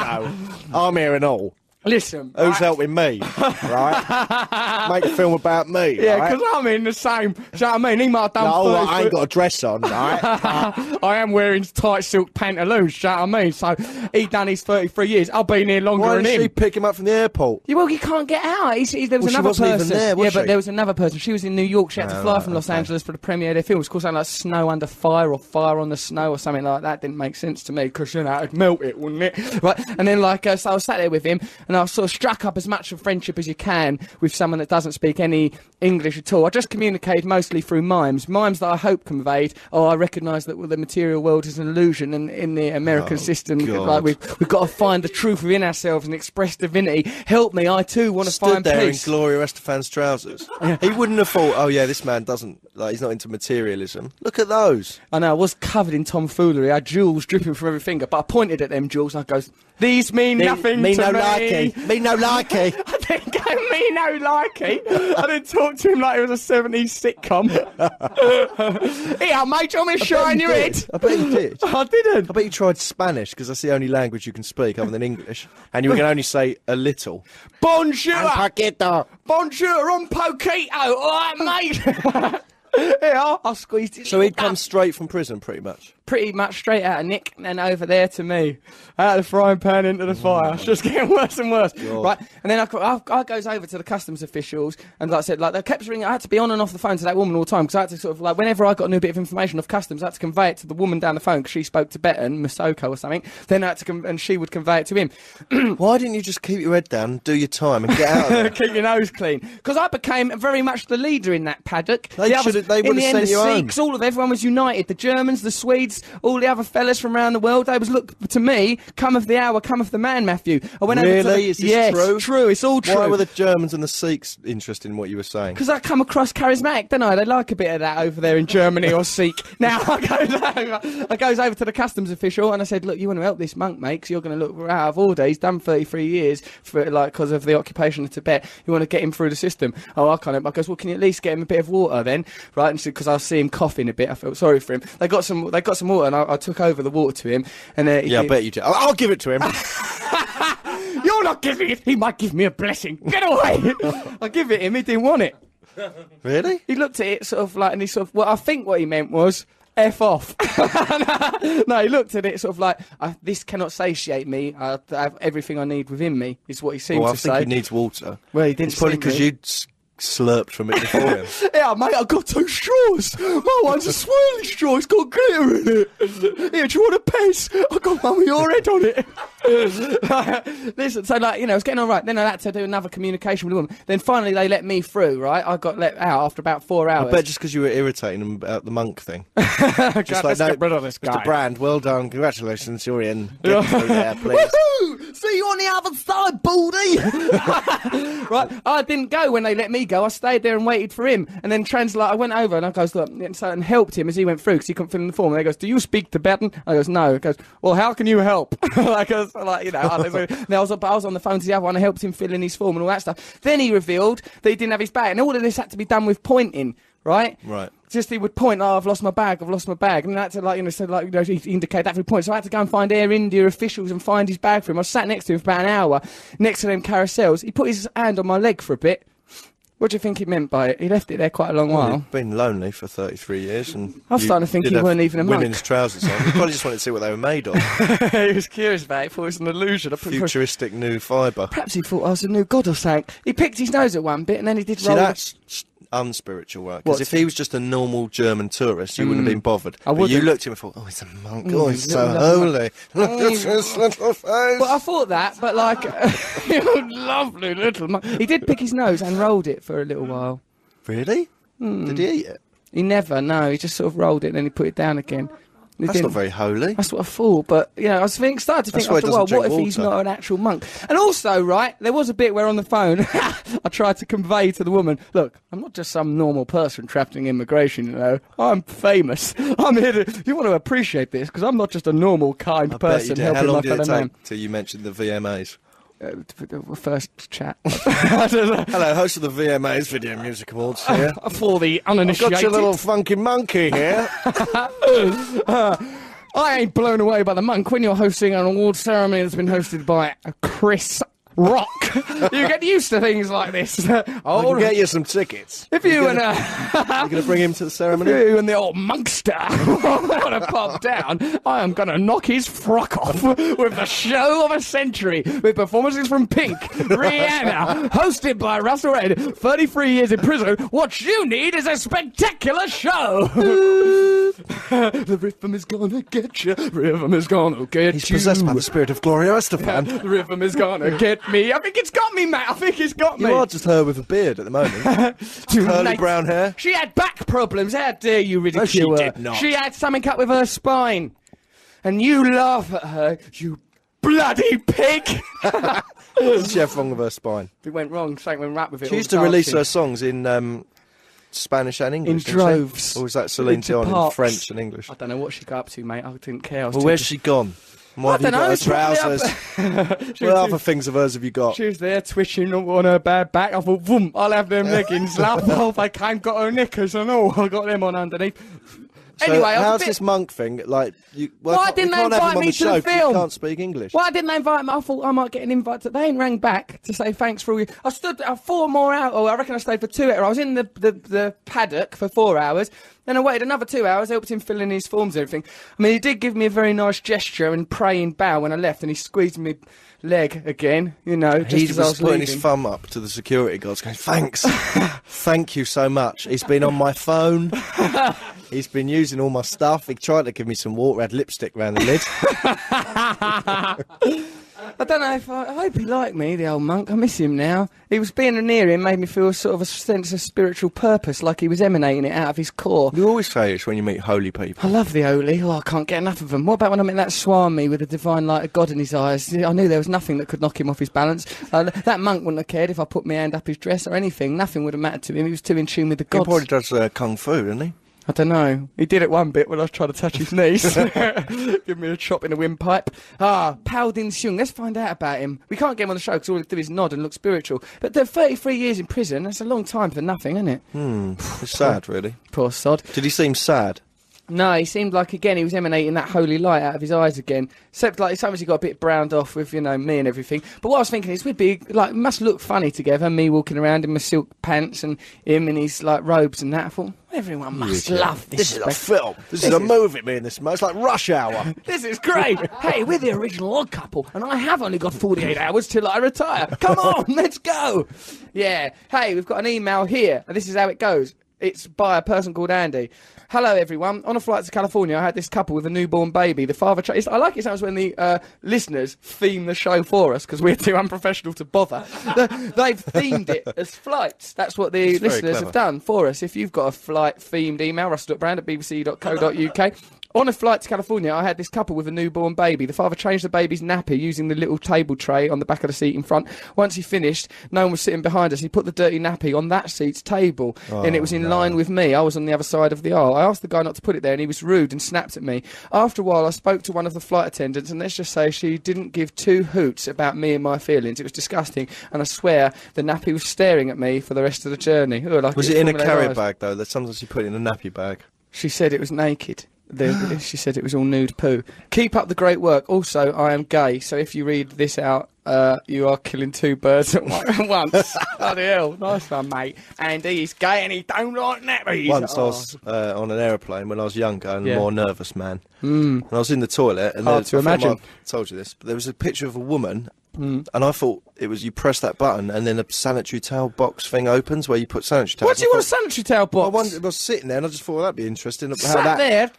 Speaker 3: know, I'm here and all.
Speaker 2: "Listen,
Speaker 3: Who's
Speaker 2: right?
Speaker 3: helping me? Right?
Speaker 2: (laughs)
Speaker 3: Make a film about me.
Speaker 2: Yeah,
Speaker 3: right?
Speaker 2: because I'm in the same. Do you know what I mean? He might have done.
Speaker 3: No,
Speaker 2: 30
Speaker 3: I ain't got a
Speaker 2: (laughs)
Speaker 3: dress on, right?
Speaker 2: I am wearing tight silk pantaloons, do you know what I mean? So he done his 33 years. I've been here longer
Speaker 3: Why
Speaker 2: than
Speaker 3: did
Speaker 2: him.
Speaker 3: she pick him up from the airport?
Speaker 2: Yeah, well, he can't get out. He's, he, there was
Speaker 3: Well, she
Speaker 2: another
Speaker 3: wasn't even
Speaker 2: person.
Speaker 3: there, was
Speaker 2: yeah, but
Speaker 3: she?
Speaker 2: there was another person. She was in New York. She had to
Speaker 3: Oh,
Speaker 2: fly
Speaker 3: right,
Speaker 2: from Los
Speaker 3: okay.
Speaker 2: Angeles for the premiere of their film. It's called something like Snow Under Fire or Fire on the Snow or something like that. Didn't make sense to me because you know it'd melt it, wouldn't it? (laughs) Right. And then like uh, so, I was sat there with him, and I was sort of struck up as much of friendship as you can with someone that doesn't speak any English at all. I just communicated mostly through mimes, mimes that I hope conveyed. Oh, I recognise that well, the material world is an illusion, and in the
Speaker 3: Oh,
Speaker 2: American system, like we've we've got to find the truth within ourselves and express divinity. Help me, I too want to
Speaker 3: Stood
Speaker 2: find
Speaker 3: there
Speaker 2: peace.
Speaker 3: in Gloria Estefan's trousers. he wouldn't have thought, oh yeah, this man doesn't like he's not into materialism. Look at those.
Speaker 2: I know I was covered in tomfoolery. I had jewels dripping from every finger, but I pointed at them jewels and I goes, "These mean nothing
Speaker 3: me
Speaker 2: to
Speaker 3: no
Speaker 2: me."
Speaker 3: likey. Me no likey.
Speaker 2: (laughs) I didn't go me no likey. I didn't talk to him like it was a 70s
Speaker 3: (laughs)
Speaker 2: sitcom. Here, mate, do you want me to shine your head?
Speaker 3: I bet he did.
Speaker 2: I didn't.
Speaker 3: I bet you tried Spanish because that's the only language you can speak other than English, and you can only say a little.
Speaker 2: Bonjour.
Speaker 3: Paquito.
Speaker 2: Bonjour, un poquito. All right, mate. (laughs) Yeah, I squeezed it.
Speaker 3: So he'd come straight from prison, pretty much.
Speaker 2: pretty much straight out of Nick and then over there to me, out of the frying pan into the fire. It's just getting worse and worse, right? And then I, co- I, I goes over to the customs officials and like I said, like they kept ringing. I had to be on and off the phone to that woman all the time because I had to sort of like whenever I got a new bit of information off customs, I had to convey it to the woman down the phone because she spoke Tibetan, Masoko or something. Then I had to con and she would convey it to him.
Speaker 3: Why didn't you just keep your head down, do your time, and get out
Speaker 2: (laughs)
Speaker 3: of there?
Speaker 2: Keep your nose clean. Because I became very much the leader in that paddock.
Speaker 3: They
Speaker 2: the others,
Speaker 3: should've- they
Speaker 2: in
Speaker 3: would've
Speaker 2: the end,
Speaker 3: sent
Speaker 2: the
Speaker 3: you home.
Speaker 2: Sikhs, all of everyone was united. The Germans, the Swedes, all the other fellas from around the world. They was look to me. Come of the hour, come of the man, Matthew. I went Over to
Speaker 3: Really?
Speaker 2: the,
Speaker 3: Is this
Speaker 2: yes,
Speaker 3: true?
Speaker 2: True. It's all true.
Speaker 3: Why were the Germans and the Sikhs interested in what you were saying?
Speaker 2: Because I come across charismatic, don't I? They like a bit of that over there in Germany or Sikh. Now I goes over, I goes over to the customs official and I said, "Look, you want to help this monk, mate? Because you're going to look out of order. He's done 33 years for like because of the occupation of Tibet. You want to get him through the system? Oh, I can't help." I goes, "Well, can you at least get him a bit of water then, right?" And because I see him coughing a bit, I felt sorry for him. They got some, they got some water, and I, I took over the water to him. And uh, he
Speaker 3: Yeah, I
Speaker 2: did-
Speaker 3: bet you did. I'll, I'll give it
Speaker 2: (laughs)
Speaker 3: to him.
Speaker 2: you're not giving it. He might give me a blessing. Get away! I give it him. He didn't want it.
Speaker 3: really?
Speaker 2: he looked at it sort of like, and he sort of, well, I think what he meant was, F off. (laughs) no, he looked at it sort of like, I, this cannot satiate me. I have everything I need within me, is what he seemed
Speaker 3: Well, I
Speaker 2: to
Speaker 3: think
Speaker 2: say.
Speaker 3: he needs water.
Speaker 2: Well, he didn't
Speaker 3: It's probably
Speaker 2: see
Speaker 3: because
Speaker 2: me.
Speaker 3: you s- slurped from it
Speaker 2: (laughs)
Speaker 3: before him.
Speaker 2: yeah, mate, I've got two straws. My one's a swirly straw, it's got glitter in it. Here, do you want a piss? I've got one with your head on it. (laughs) Listen, so like, you know, it's getting all right. Then I had to do another communication with the woman. Then finally they let me through, right? I got let out after about four hours.
Speaker 3: But just because you were irritating him about the monk
Speaker 2: (laughs)
Speaker 3: thing. just
Speaker 2: let's get rid of this guy.
Speaker 3: Mr. Brand, well done. Congratulations. You're in.
Speaker 2: (laughs)
Speaker 3: Get through there, please.
Speaker 2: Woohoo! See you on the other side, Baldy. right, I didn't go when they let me go. I stayed there and waited for him. And then translate, I went over and I goes, look, and, so, and helped him as he went through because he couldn't fill in the form. And he goes, do you speak Tibetan? I goes, no. He goes, well, how can you help? (laughs) like, I was, like, you know, I, was- and I was, but I was on the phone to the other one. I helped him fill in his form and all that stuff. Then he revealed that he didn't have his bag. And all of this had to be done with pointing, right?
Speaker 3: Right.
Speaker 2: just he would point, oh, I've lost my bag, I've lost my bag, and I had to like you know, so like you know, he indicate that every point. So I had to go and find Air India officials and find his bag for him. I sat next to him for about an hour, next to them carousels. He put his hand on my leg for a bit. What do you think he meant by it? He left it there quite a long while.
Speaker 3: You've been lonely for 33 years, and
Speaker 2: I was
Speaker 3: you
Speaker 2: starting to think
Speaker 3: did
Speaker 2: you
Speaker 3: have
Speaker 2: weren't even a monk.
Speaker 3: Women's trousers on. You probably just wanted to see what they were made of.
Speaker 2: (laughs) he was curious about it. Thought it was an illusion. I put-
Speaker 3: Futuristic new fibre.
Speaker 2: Perhaps he thought I was a new god or something. He picked his nose at one bit and then he did
Speaker 3: See,
Speaker 2: roll.
Speaker 3: that's unspiritual work. Because
Speaker 2: What's-
Speaker 3: if he was just a normal German tourist, you wouldn't have been bothered.
Speaker 2: Hmm. I
Speaker 3: but you
Speaker 2: wouldn't. Hmm.
Speaker 3: looked at him and thought, oh, he's a monk. Oh, he's
Speaker 2: he's
Speaker 3: so holy. (laughs) Look at his little face.
Speaker 2: Well, I thought that, Hmm. but like, (laughs) lovely little. Mon- he did pick his nose and rolled it for a little while.
Speaker 3: Really? Did he eat it?
Speaker 2: Hmm. He never, no, he just sort of rolled it and then he put it down again. He
Speaker 3: That's
Speaker 2: didn't-
Speaker 3: not very holy.
Speaker 2: That's what I thought, but you know, I was think, started to
Speaker 3: That's
Speaker 2: think
Speaker 3: why he
Speaker 2: after a while,
Speaker 3: doesn't
Speaker 2: what if
Speaker 3: drink
Speaker 2: he's
Speaker 3: water.
Speaker 2: not an actual monk? And also, right, there was a bit where on the phone, (laughs) I tried to convey to the woman, look, I'm not just some normal person trapped in immigration, you know, I'm famous. (laughs) I'm here to. You want to appreciate this because I'm not just a normal, kind
Speaker 3: I bet you
Speaker 2: person
Speaker 3: did. How
Speaker 2: helping my
Speaker 3: long did
Speaker 2: fellow
Speaker 3: it
Speaker 2: man.
Speaker 3: take till you mentioned the VMAs?
Speaker 2: Uh, t- t- first chat. (laughs) I don't know.
Speaker 3: Hello, host of the VMAs Video Music Awards
Speaker 2: Oh,
Speaker 3: here.
Speaker 2: For the uninitiated,
Speaker 3: Got your little funky monkey
Speaker 2: (laughs)
Speaker 3: here.
Speaker 2: I ain't blown away by the monk when you're hosting an award ceremony that's been hosted by Chris Rock. (laughs) you get used to things like this.
Speaker 3: I'll
Speaker 2: (laughs) oh,
Speaker 3: get you some tickets.
Speaker 2: if (laughs) you and uh,
Speaker 3: You gonna bring him to the ceremony?
Speaker 2: you and the old (laughs) monkster want to pop down, I am going to knock his frock off with the show of a century, with performances from Pink, Rihanna, hosted by Russell Red, 33 years in prison. What you need is a spectacular
Speaker 3: (laughs)
Speaker 2: show. the rhythm is gonna get you. Rhythm is gonna get
Speaker 3: He's
Speaker 2: you.
Speaker 3: possessed by the spirit of Gloria
Speaker 2: (laughs)
Speaker 3: Estefan.
Speaker 2: the rhythm is gonna get me. I think it's got me, mate. I think it's got me.
Speaker 3: You are just her with a beard at the moment.
Speaker 2: (laughs)
Speaker 3: curly
Speaker 2: Tonight.
Speaker 3: brown hair. uh,
Speaker 2: She had back problems. How dare you ridicule
Speaker 3: she
Speaker 2: her?
Speaker 3: did not.
Speaker 2: She had something up with her spine, and you laugh at her. You bloody
Speaker 3: (laughs)
Speaker 2: pig!
Speaker 3: What's she have wrong with her spine?
Speaker 2: it went wrong. Something went right with it.
Speaker 3: She
Speaker 2: all
Speaker 3: used
Speaker 2: the
Speaker 3: to release
Speaker 2: dancing.
Speaker 3: her songs in um, Spanish and English.
Speaker 2: In
Speaker 3: didn't she?
Speaker 2: droves.
Speaker 3: Or was that Celine
Speaker 2: Into
Speaker 3: Dion in
Speaker 2: parks.
Speaker 3: French and English?
Speaker 2: I don't know what she got up to, mate. I didn't care. I was
Speaker 3: Well,
Speaker 2: too
Speaker 3: where's she gone?
Speaker 2: I
Speaker 3: Why have
Speaker 2: don't
Speaker 3: you
Speaker 2: know.
Speaker 3: got her
Speaker 2: it's probably
Speaker 3: trousers?
Speaker 2: up- (laughs) She
Speaker 3: (laughs) What
Speaker 2: was
Speaker 3: other things of hers have you got?
Speaker 2: She was there twitching on her bare back. I thought, boom, I'll have them leggings.
Speaker 3: (laughs)
Speaker 2: Lap off. I can't got her knickers and all. (laughs) I got them on underneath.
Speaker 3: So
Speaker 2: anyway, I was a
Speaker 3: how's
Speaker 2: bit-
Speaker 3: this monk thing? Like, you, well,
Speaker 2: Why
Speaker 3: I can't-
Speaker 2: didn't
Speaker 3: we
Speaker 2: they
Speaker 3: can't have
Speaker 2: invite
Speaker 3: him on
Speaker 2: me
Speaker 3: the
Speaker 2: to the
Speaker 3: show 'cause
Speaker 2: film?
Speaker 3: He can't speak English.
Speaker 2: Why didn't they invite me? I thought I might get an invite. To, they ain't rang back to say thanks for all you. I stood uh, four more hours. Oh, I reckon I stayed for two hours. I was in the, the, the paddock for four hours. Then I waited another two hours, helped him fill in his forms and everything. I mean, he did give me a very nice gesture and praying bow when I left, and he squeezed my leg again, you know, just
Speaker 3: He
Speaker 2: as
Speaker 3: was,
Speaker 2: I was
Speaker 3: putting
Speaker 2: leaving.
Speaker 3: his thumb up to the security guards, going, "Thanks, (laughs) thank you so much." He's been on my phone. He's been using all my stuff. He tried to give me some water. Had lipstick round the lid.
Speaker 2: I don't know if I, I hope he liked me, the old monk. I miss him now. He was being near him made me feel sort of a sense of spiritual purpose, like he was emanating it out of his core.
Speaker 3: you always say this when you meet holy people.
Speaker 2: I love the Oli. Oh, I can't get enough of him. What about when I met that Swami with the divine light of God in his eyes? I knew there was nothing that could knock him off his balance. Uh, that monk wouldn't have cared if I put my hand up his dress or anything. Nothing would have mattered to him. He was too in tune with the
Speaker 3: He
Speaker 2: gods.
Speaker 3: probably does uh, kung fu, doesn't he?
Speaker 2: I don't know. He did it one bit when I was trying to touch his knees. (laughs) Give me a chop in a windpipe. Ah, Pao Din Sung. Let's find out about him. We can't get him on the show because all he do is nod and look spiritual. But they're 33 years in prison. That's a long time for nothing, isn't it?
Speaker 3: It's sad, really.
Speaker 2: Poor sod.
Speaker 3: Did he seem sad?
Speaker 2: No, he seemed like again he was emanating that holy light out of his eyes again. Except like sometimes he got a bit browned off with you know me and everything. But what I was thinking is we'd be like we must look funny together. Me walking around in my silk pants and him in his like robes and that. I thought everyone must love this. spec-
Speaker 3: film. This, is a movie. Me and this man. It's like Rush Hour.
Speaker 2: this is great. hey, we're the original odd couple, and I have only got 48 hours till I retire. Come on, (laughs) let's go. Yeah. Hey, we've got an email here, and this is how it goes. It's by a person called Andy. Hello, everyone. On a flight to California, I had this couple with a newborn baby. The father. Tra- it's- I like it sounds when the uh, listeners theme the show for us because we're too unprofessional to bother. The- They've themed it as flights. That's what the
Speaker 3: very
Speaker 2: listeners
Speaker 3: clever.
Speaker 2: have done done for us. If you've got a flight themed email, russell.brand at bbc.co.uk. On a flight to California, I had this couple with a newborn baby. The father changed the baby's nappy using the little table tray on the back of the seat in front. Once he finished, no one was sitting behind us. He put the dirty nappy on that seat's table, and it was in line with me. I was on the other side of the aisle. I asked the guy not to put it there, and he was rude and snapped at me. After a while, I spoke to one of the flight attendants, and let's just say she didn't give two hoots about me and my feelings. It was disgusting, and I swear the nappy was staring at me for the rest of the journey. Ooh, like
Speaker 3: Was
Speaker 2: it's
Speaker 3: it in a
Speaker 2: Formula
Speaker 3: carrier
Speaker 2: Eyes.
Speaker 3: bag though? That sometimes you put it in a nappy bag.
Speaker 2: She said it was naked. The, she said it was all nude poo. Keep up the great work. Also, I am gay, so if you read this out, uh, you are killing two birds at (laughs) one- at once. Bloody hell, nice one, mate. And he's gay and he don't like nappies.
Speaker 3: Once I
Speaker 2: Oh.
Speaker 3: was uh, on an aeroplane when I was younger and a
Speaker 2: Yeah. Hmm.
Speaker 3: more nervous man. Mm. And I was in the toilet and
Speaker 2: Hard
Speaker 3: there-
Speaker 2: to
Speaker 3: I think I might
Speaker 2: imagine. Hmm.
Speaker 3: have told you this, but there was a picture of a woman And I thought it was you press that button and then a sanitary towel box thing opens where you put sanitary towels.
Speaker 2: Oh. What do you
Speaker 3: I
Speaker 2: want a
Speaker 3: thought-
Speaker 2: sanitary towel box?
Speaker 3: I wondered, I was sitting there and I just thought that'd be interesting. How
Speaker 2: Sat
Speaker 3: that,
Speaker 2: there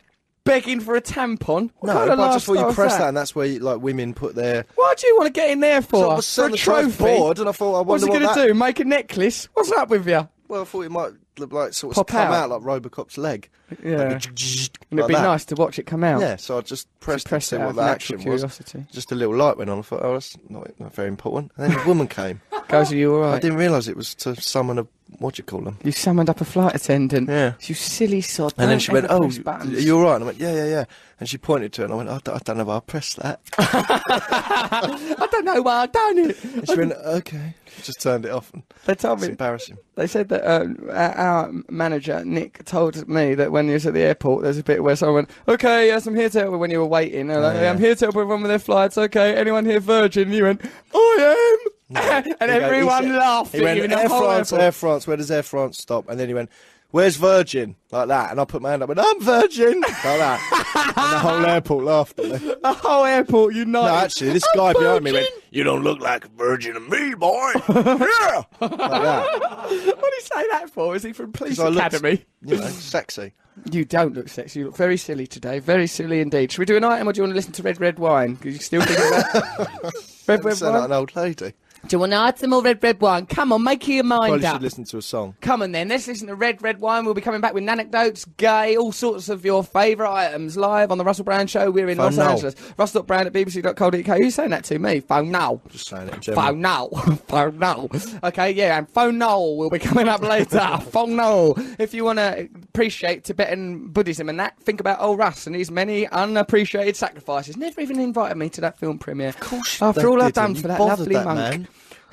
Speaker 2: begging for a tampon. What
Speaker 3: No,
Speaker 2: kind
Speaker 3: but
Speaker 2: of
Speaker 3: I just thought
Speaker 2: lifestyle
Speaker 3: you
Speaker 2: is
Speaker 3: press that?
Speaker 2: that
Speaker 3: and that's where like women put their.
Speaker 2: Why do you want to get in there for?
Speaker 3: So I was
Speaker 2: for
Speaker 3: sat
Speaker 2: a
Speaker 3: on the drive
Speaker 2: trophy?
Speaker 3: board and I thought I
Speaker 2: What's
Speaker 3: wonder
Speaker 2: he
Speaker 3: what
Speaker 2: going
Speaker 3: that.
Speaker 2: to do? Make a necklace? What's up with you?
Speaker 3: Well, I thought it might look like sort of
Speaker 2: Pop
Speaker 3: come
Speaker 2: out.
Speaker 3: out. like Robocop's leg.
Speaker 2: Yeah.
Speaker 3: Like a
Speaker 2: And And
Speaker 3: like
Speaker 2: it'd be
Speaker 3: that.
Speaker 2: nice to watch it come out.
Speaker 3: Yeah, so I just pressed
Speaker 2: press it
Speaker 3: it to see
Speaker 2: out
Speaker 3: what
Speaker 2: of
Speaker 3: the
Speaker 2: natural
Speaker 3: action
Speaker 2: curiosity.
Speaker 3: was. Just a little light went on. I thought, oh, that's not, not very important. And then a
Speaker 2: (laughs)
Speaker 3: woman came.
Speaker 2: Goes, are you all
Speaker 3: I
Speaker 2: right?
Speaker 3: didn't realise it was to summon a what do you call them?
Speaker 2: You summoned up a flight attendant.
Speaker 3: Yeah.
Speaker 2: You silly sod.
Speaker 3: And then
Speaker 2: Don't
Speaker 3: she went,
Speaker 2: ever
Speaker 3: "Oh,
Speaker 2: press
Speaker 3: are
Speaker 2: buttons.
Speaker 3: you all right?" And I went, "Yeah, yeah, yeah." And she pointed to it, and I went, "I, d- I don't know why I pressed that."
Speaker 2: (laughs) I don't know why I done it. (laughs)
Speaker 3: And she went, "Okay." Just turned it off. And
Speaker 2: They told
Speaker 3: it's
Speaker 2: me.
Speaker 3: embarrassing.
Speaker 2: They said that um, our- our manager Nick told me that when he was at the airport, there's a bit where someone went, "Okay, yes, I'm here to help." When you were waiting, they're like, I'm here to help everyone with their flights. Okay, anyone here virgin? And you went, I am, (laughs) and
Speaker 3: He go- he
Speaker 2: everyone
Speaker 3: said-
Speaker 2: laughed
Speaker 3: He
Speaker 2: at
Speaker 3: went,
Speaker 2: you. in the
Speaker 3: Air
Speaker 2: whole
Speaker 3: France,
Speaker 2: airport."
Speaker 3: Air France. Where does Air France stop? And then he went, "Where's Virgin?" Like that. And I put my hand up, and I'm Virgin. Like that. and the whole airport laughed at me.
Speaker 2: The whole airport united.
Speaker 3: No, actually, this guy behind me went, "You don't look like a virgin to me, boy." (laughs) yeah. Like that.
Speaker 2: (laughs) what did he say that for? Is he from police
Speaker 3: 'Cause I looked,
Speaker 2: academy?
Speaker 3: You know, sexy.
Speaker 2: You don't look sexy. You look very silly today. Very silly indeed. Should we do an item, or do you want to listen to Red Red Wine? Because you still think about
Speaker 3: (laughs)
Speaker 2: Red Red
Speaker 3: Sound like
Speaker 2: Wine.
Speaker 3: an old lady.
Speaker 2: Do you want an item or Red Red Wine? Come on, make your mind
Speaker 3: Probably
Speaker 2: up.
Speaker 3: should listen to a song.
Speaker 2: Come on then, let's listen to Red Red Wine. We'll be coming back with anecdotes, gay, all sorts of your favourite items live on the Russell Brand Show. We're in
Speaker 3: Phone
Speaker 2: Los
Speaker 3: now.
Speaker 2: Angeles. Russell.brand at bbc.co.uk. Who's saying that to me? Phone now.
Speaker 3: Just saying it in general.
Speaker 2: Phone now. (laughs) phone now. Okay, yeah, and phone now will be coming up
Speaker 3: (laughs)
Speaker 2: later. phone now. If you want to appreciate Tibetan Buddhism and that, think about old Russ and his many unappreciated sacrifices. Never even invited me to that film premiere. Of course, After
Speaker 3: they
Speaker 2: all I've
Speaker 3: didn't.
Speaker 2: done
Speaker 3: You
Speaker 2: for that
Speaker 3: bothered
Speaker 2: lovely
Speaker 3: that
Speaker 2: monk.
Speaker 3: man.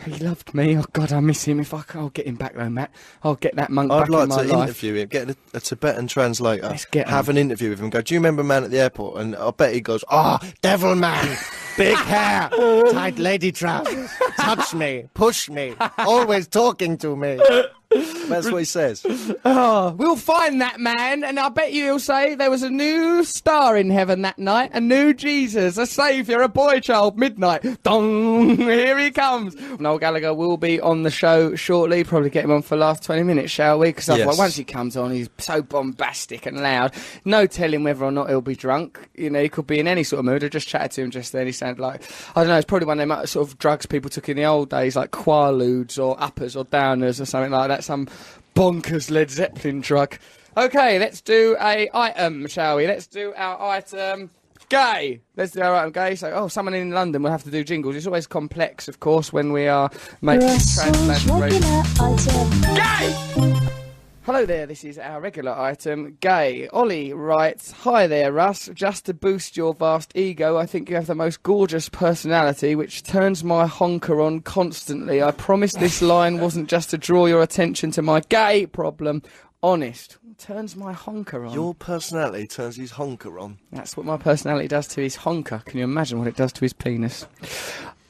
Speaker 2: He loved me. Oh God, I miss him. If I can, I'll get him back though, Matt. I'll get that monk
Speaker 3: I'd
Speaker 2: back
Speaker 3: like
Speaker 2: in my
Speaker 3: to
Speaker 2: life.
Speaker 3: interview him, get a, a Tibetan translator,
Speaker 2: Let's get
Speaker 3: have an interview with him. Go, do you remember man at the airport? And I bet he goes, ah, devil man, big hair, tight lady trousers, touch me, push me, always talking
Speaker 2: (laughs)
Speaker 3: to me. That's what he says.
Speaker 2: Oh, we'll find that man, and I bet you he'll say there was a new star in heaven that night, a new Jesus, a saviour, a boy child, midnight. Dong! Here he comes. Noel Gallagher will be on the show shortly. Probably get him on for the last 20 minutes, shall we? Because otherwise,
Speaker 3: Yes.
Speaker 2: once he comes on, he's so bombastic and loud. No telling whether or not he'll be drunk. You know, he could be in any sort of mood. I just chatted to him just then. He sounded like, I don't know, it's probably one of them uh, sort of drugs people took in the old days, like Quaaludes or uppers or downers or something like that. Some bonkers Led Zeppelin drug. Okay, let's do a item, shall we? Let's do our item. Gay. Let's do our item gay. So, oh, someone in London will have to do jingles. It's always complex, of course, when we are making
Speaker 6: Russell's
Speaker 2: translation.
Speaker 6: regular item.
Speaker 2: Hello there, this is our regular item, Gay. Ollie writes, Hi there, Russ. Just to boost your vast ego, I think you have the most gorgeous personality, which turns my honker on constantly. I promise this line wasn't just to draw your attention to my gay problem. Honest. Turns my honker on.
Speaker 3: Your personality turns his honker on.
Speaker 2: That's what my personality does to his honker. Can you imagine what it does to his penis?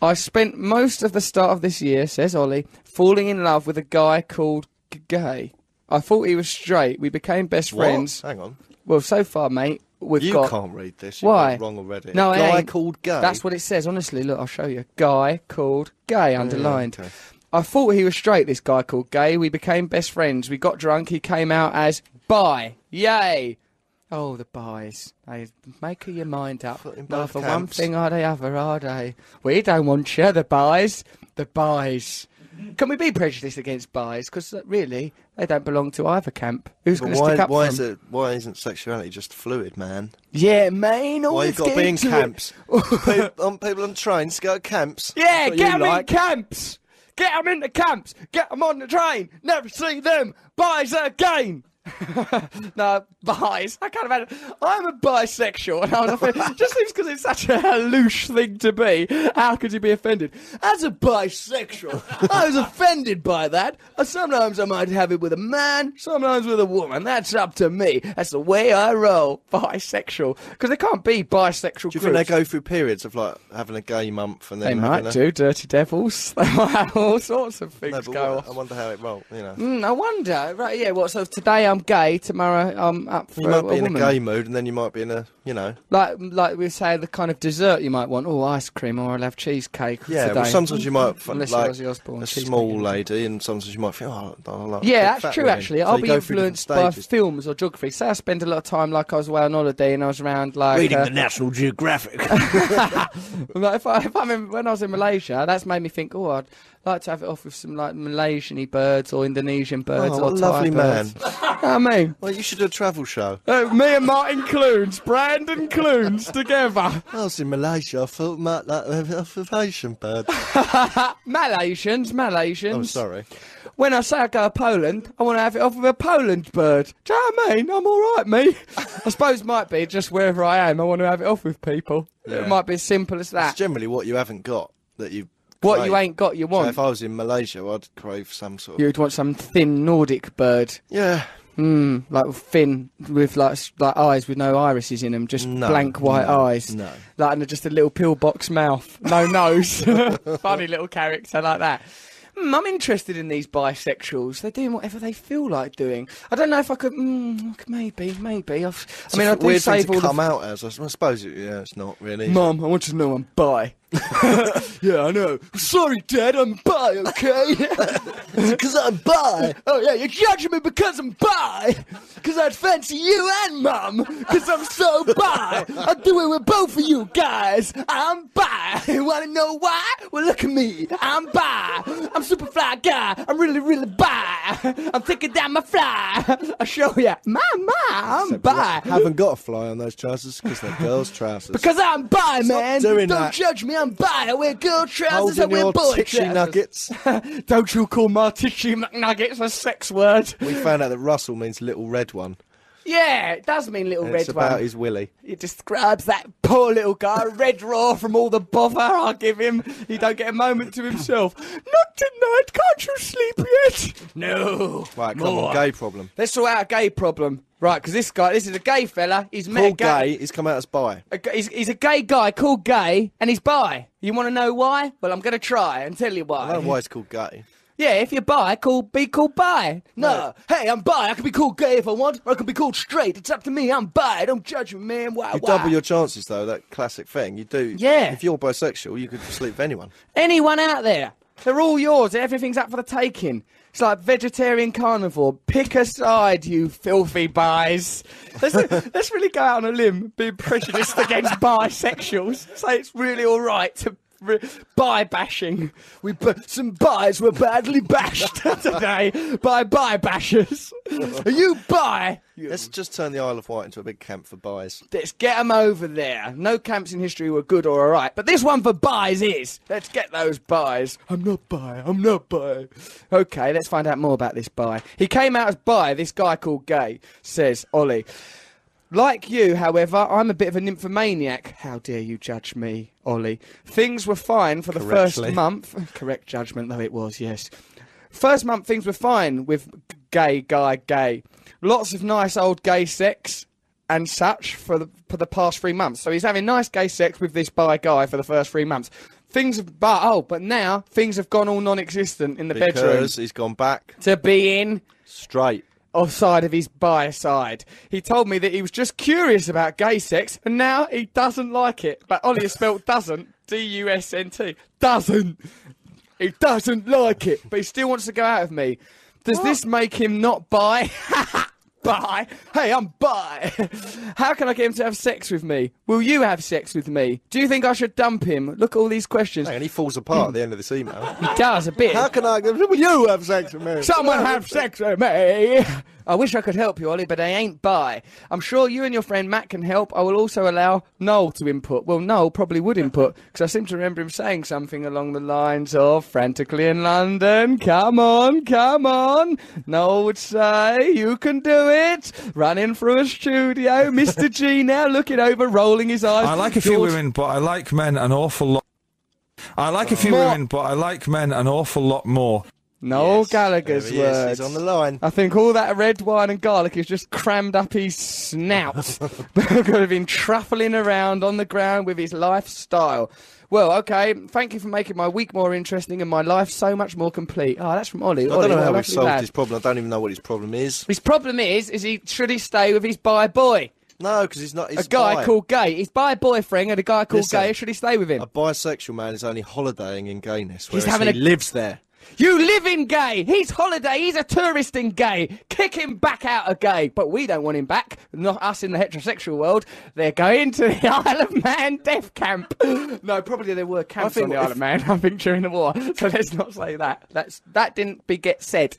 Speaker 2: I spent most of the start of this year, says Ollie, falling in love with a guy called G- Gay. I thought he was straight. We became best friends.
Speaker 3: What? Hang on.
Speaker 2: Well, so far, mate, we've
Speaker 3: You
Speaker 2: got.
Speaker 3: can't read this. You've
Speaker 2: Why?
Speaker 3: got it wrong already.
Speaker 2: No, I
Speaker 3: Guy
Speaker 2: ain't.
Speaker 3: called gay.
Speaker 2: That's what it says. Honestly, look, I'll show you. Guy called Gay, underlined.
Speaker 3: okay.
Speaker 2: I thought he was straight. This guy called Gay. We became best friends. We got drunk. He came out as bi. Yay. Oh, the buys. They make your mind up.
Speaker 3: in
Speaker 2: Neither
Speaker 3: both
Speaker 2: one
Speaker 3: camps.
Speaker 2: thing or the other, are they? We don't want you, the buys. The buys. Can we be prejudiced against buys? Because really, they don't belong to either camp. Who's
Speaker 3: But
Speaker 2: going to stick
Speaker 3: why,
Speaker 2: up
Speaker 3: why,
Speaker 2: for
Speaker 3: is
Speaker 2: 'em?
Speaker 3: it, why isn't sexuality just fluid, man?
Speaker 2: Yeah, man.
Speaker 3: Why
Speaker 2: always
Speaker 3: you got to
Speaker 2: get
Speaker 3: be in
Speaker 2: into it.
Speaker 3: camps? people, on, people on trains go to camps.
Speaker 2: Yeah,
Speaker 3: That's what
Speaker 2: get
Speaker 3: you
Speaker 2: them
Speaker 3: like.
Speaker 2: in camps. Get them into camps. Get them on the train. Never see them. Buys again. (laughs) no, buys. I can't imagine. I'm a bisexual. And I was (laughs) offended. just seems because it's such a loose thing to be. How could you be offended? As a bisexual, I was offended by that. Uh, Sometimes I might have it with a man, sometimes with a woman. That's up to me. That's the way I roll. Bisexual. Because there can't be bisexual
Speaker 3: Do you think
Speaker 2: groups.
Speaker 3: they go through periods of like having a gay month and then
Speaker 2: They
Speaker 3: having
Speaker 2: might
Speaker 3: a,
Speaker 2: do, dirty devils. (laughs) They might have all sorts of things
Speaker 3: No, but
Speaker 2: go
Speaker 3: what- I
Speaker 2: off.
Speaker 3: wonder how it rolled. You know,
Speaker 2: Mm, I wonder. Right, yeah, what, so today I I'm gay. Tomorrow I'm up for
Speaker 3: You might
Speaker 2: a,
Speaker 3: be in
Speaker 2: woman.
Speaker 3: a gay mood, and then you might be in a, you know.
Speaker 2: Like like we say, the kind of dessert you might want. Oh, ice cream, or I'll have cheesecake
Speaker 3: Yeah,
Speaker 2: today.
Speaker 3: well, sometimes you might f-
Speaker 2: Unless
Speaker 3: like
Speaker 2: Ozzy Osbourne,
Speaker 3: a
Speaker 2: cheesecake,
Speaker 3: small
Speaker 2: isn't it?
Speaker 3: lady, and sometimes you might feel, oh, I like big
Speaker 2: Yeah,
Speaker 3: fat
Speaker 2: that's true.
Speaker 3: women.
Speaker 2: Actually,
Speaker 3: So
Speaker 2: I'll
Speaker 3: you
Speaker 2: be
Speaker 3: go through different
Speaker 2: influenced by
Speaker 3: stages.
Speaker 2: films or geography. Say I spend a lot of time, like I was away on holiday, and I was around like
Speaker 6: Reading
Speaker 2: uh,
Speaker 6: the
Speaker 2: (laughs)
Speaker 6: National Geographic. (laughs)
Speaker 2: Like if I, if I'm in, when I was in Malaysia, that's made me think. Oh, I'd like to have it off with some like Malaysian birds or Indonesian birds
Speaker 3: Oh,
Speaker 2: or
Speaker 3: what a lovely
Speaker 2: Thai
Speaker 3: man.
Speaker 2: (laughs) birds. I mean,
Speaker 3: Well, you should do a travel show.
Speaker 2: uh, me and Martin Clunes, Brandon Clunes,
Speaker 3: (laughs)
Speaker 2: together.
Speaker 3: I was in Malaysia. I felt like that Asian bird.
Speaker 2: Malaysians, Malaysians.
Speaker 3: I'm Oh, sorry.
Speaker 2: When I say I go to Poland, I want to have it off with a Poland bird. Do you know what I mean? I'm all right,
Speaker 3: (laughs)
Speaker 2: me. I suppose it might be just wherever I am. I want to have it off with people. It might be as simple as
Speaker 3: It's
Speaker 2: that.
Speaker 3: generally what you haven't got that you.
Speaker 2: Ah. What
Speaker 3: crave.
Speaker 2: you ain't got, you
Speaker 3: So
Speaker 2: want.
Speaker 3: if I was in Malaysia, I'd crave some sort of.
Speaker 2: You'd want some thin Nordic bird.
Speaker 3: Yeah.
Speaker 2: Mm, like thin with like s- like eyes with no irises in them, just
Speaker 3: No,
Speaker 2: blank white
Speaker 3: no,
Speaker 2: eyes.
Speaker 3: no.
Speaker 2: Like and just a little pillbox mouth,
Speaker 3: (laughs)
Speaker 2: no nose. (laughs) Funny little character like that. Mm, I'm interested in these bisexuals. They're doing whatever they feel like doing. I don't know if I could. Mm, I could maybe, maybe. I've, I mean, I
Speaker 3: It's a
Speaker 2: do
Speaker 3: weird thing
Speaker 2: save
Speaker 3: to
Speaker 2: all
Speaker 3: come
Speaker 2: the.
Speaker 3: out as. I s- I suppose. It, yeah, it's not really.
Speaker 2: Mum, I want you to know I'm
Speaker 3: (laughs)
Speaker 2: bi. (laughs) yeah, I know. Sorry, Dad, I'm bi.
Speaker 3: (laughs)
Speaker 2: Okay.
Speaker 3: Because I'm bi.
Speaker 2: Oh yeah, you're judging me because I'm bi, because I'd fancy you and mum, because I'm so bi. I'll do it with both of you guys. I'm bi. Want to know why? Well, look at me. I'm bi. I'm super fly guy. I'm really, really bi. I'm taking down my fly. I'll show ya, my my. I'm (laughs) bi.
Speaker 3: haven't got a fly on those trousers because they're girls' trousers.
Speaker 2: Because I'm bi, man.
Speaker 3: doing
Speaker 2: Don't
Speaker 3: that.
Speaker 2: judge me. I'm bi. I wear girl trousers. I
Speaker 3: holding
Speaker 2: wear
Speaker 3: your
Speaker 2: boy (laughs)
Speaker 3: titchy
Speaker 2: trousers.
Speaker 3: nuggets.
Speaker 2: Don't you call my titchy McNuggets a sex word?
Speaker 3: we found out that Russell means little red one.
Speaker 2: Yeah, it does mean little
Speaker 3: And
Speaker 2: red
Speaker 3: it's about
Speaker 2: one.
Speaker 3: his willy.
Speaker 2: It describes that poor little guy, red raw from all the bother I give him. He don't get a moment to himself. Not tonight. Can't you sleep yet? No.
Speaker 3: Right, come on, gay problem.
Speaker 2: Let's sort out a gay problem, right? Because this guy, this is a gay fella. He's met
Speaker 3: Paul
Speaker 2: a guy.
Speaker 3: Gay, he's come out as bi.
Speaker 2: A, g- he's, he's a gay guy called Gay, and he's bi. You want to know why? Well, I'm going to try and tell you why.
Speaker 3: I don't know why it's called gay.
Speaker 2: Yeah, if you're bi, call be called bi. No, hey, I'm bi. I can be called gay if I want, or I can be called straight. It's up to me. I'm bi. Don't judge me, man. Why?
Speaker 3: You
Speaker 2: why?
Speaker 3: double your chances though. That classic thing you do.
Speaker 2: Yeah.
Speaker 3: If you're bisexual, you could sleep with anyone.
Speaker 2: Anyone out there? They're all yours. Everything's up for the taking. It's like vegetarian carnivore. Pick a side, you filthy buys. Let's, (laughs) let's really go out on a limb, being prejudiced against bisexuals. Say it's really all right to re- bi bashing. We b- some buys were badly bashed (laughs) today by bi bashers. Are you bi?
Speaker 3: Let's just turn the Isle of Wight into a big camp for buys.
Speaker 2: Let's get them over there. No camps in history were good or alright, but this one for buys is. Let's get those buys. I'm not buy. I'm not buy. Okay, let's find out more about this buy. He came out as buy. This guy called Gay says Ollie. Like you, however, I'm a bit of a nymphomaniac. How dare you judge me, Ollie? Things were fine for the
Speaker 3: Correctly.
Speaker 2: first month. (laughs) Correct judgment, though it was, yes. First month, things were fine with g- gay guy gay. Lots of nice old gay sex and such for the, for the past three months. So he's having nice gay sex with this bi guy for the first three months. Things have, but oh, but now things have gone all non-existent in the
Speaker 3: Because
Speaker 2: bedroom
Speaker 3: he's gone back
Speaker 2: to be in
Speaker 3: straight.
Speaker 2: offside of his bi side. He told me that he was just curious about gay sex and now he doesn't like it. But Ollie is spelled doesn't, D U S N T. Doesn't. He doesn't like it, but he still wants to go out with me. Does this make him not bi? (laughs) Bye. Hey, I'm bi. How can I get him to have sex with me? Will you have sex with me? Do you think I should dump him? Look at all these questions.
Speaker 3: And he falls apart at the end of
Speaker 2: (laughs)
Speaker 3: this email.
Speaker 2: He does a bit.
Speaker 3: How can I? Will you have sex with me?
Speaker 2: Someone have sex with me. I wish I could help you, Ollie, but I ain't bi. I'm sure you and your friend Matt can help. I will also allow Noel to input. Well, Noel probably would input because I seem to remember him saying something along the lines of "Frantically in London, come on, come on." Noel would say, "You can do it." Running through a studio, Mr. G now looking over, rolling his eyes.
Speaker 7: I like a few
Speaker 2: George-
Speaker 7: women, but I like men an awful lot. I like a few
Speaker 2: More-
Speaker 7: women, but I like men an awful lot more.
Speaker 2: Noel
Speaker 3: Yes,
Speaker 2: Gallagher's
Speaker 3: there he is,
Speaker 2: words.
Speaker 3: He's on the line.
Speaker 2: I think all that red wine and garlic is just crammed up his
Speaker 3: (laughs)
Speaker 2: snout. Could have been truffling around on the ground with his lifestyle. Well, okay. Thank you for making my week more interesting and my life so much more complete. Oh, that's from Ollie.
Speaker 3: I don't
Speaker 2: Ollie,
Speaker 3: know
Speaker 2: what a
Speaker 3: how we've
Speaker 2: lovely
Speaker 3: solved
Speaker 2: lad.
Speaker 3: his problem. I don't even know what his problem is.
Speaker 2: His problem is, is he should he stay with his by boy,
Speaker 3: No, because he's not. He's
Speaker 2: a guy
Speaker 3: bi.
Speaker 2: called Gay. His by boyfriend and a guy called
Speaker 3: Listen.
Speaker 2: Gay. Should he stay with him?
Speaker 3: A bisexual man is only holidaying in gayness.
Speaker 2: He's
Speaker 3: Whereas
Speaker 2: having
Speaker 3: he
Speaker 2: (laughs) a-
Speaker 3: lives there.
Speaker 2: You live in gay. He's holiday. He's a tourist in gay. Kick him back out of gay. But we don't want him back. Not us in the heterosexual world. They're going to the (laughs) Isle of Man death camp. (gasps) No, probably there were camps
Speaker 3: think
Speaker 2: on the
Speaker 3: if-
Speaker 2: Isle of Man. (laughs) I think during the war. So let's not say that. That's that didn't be get said.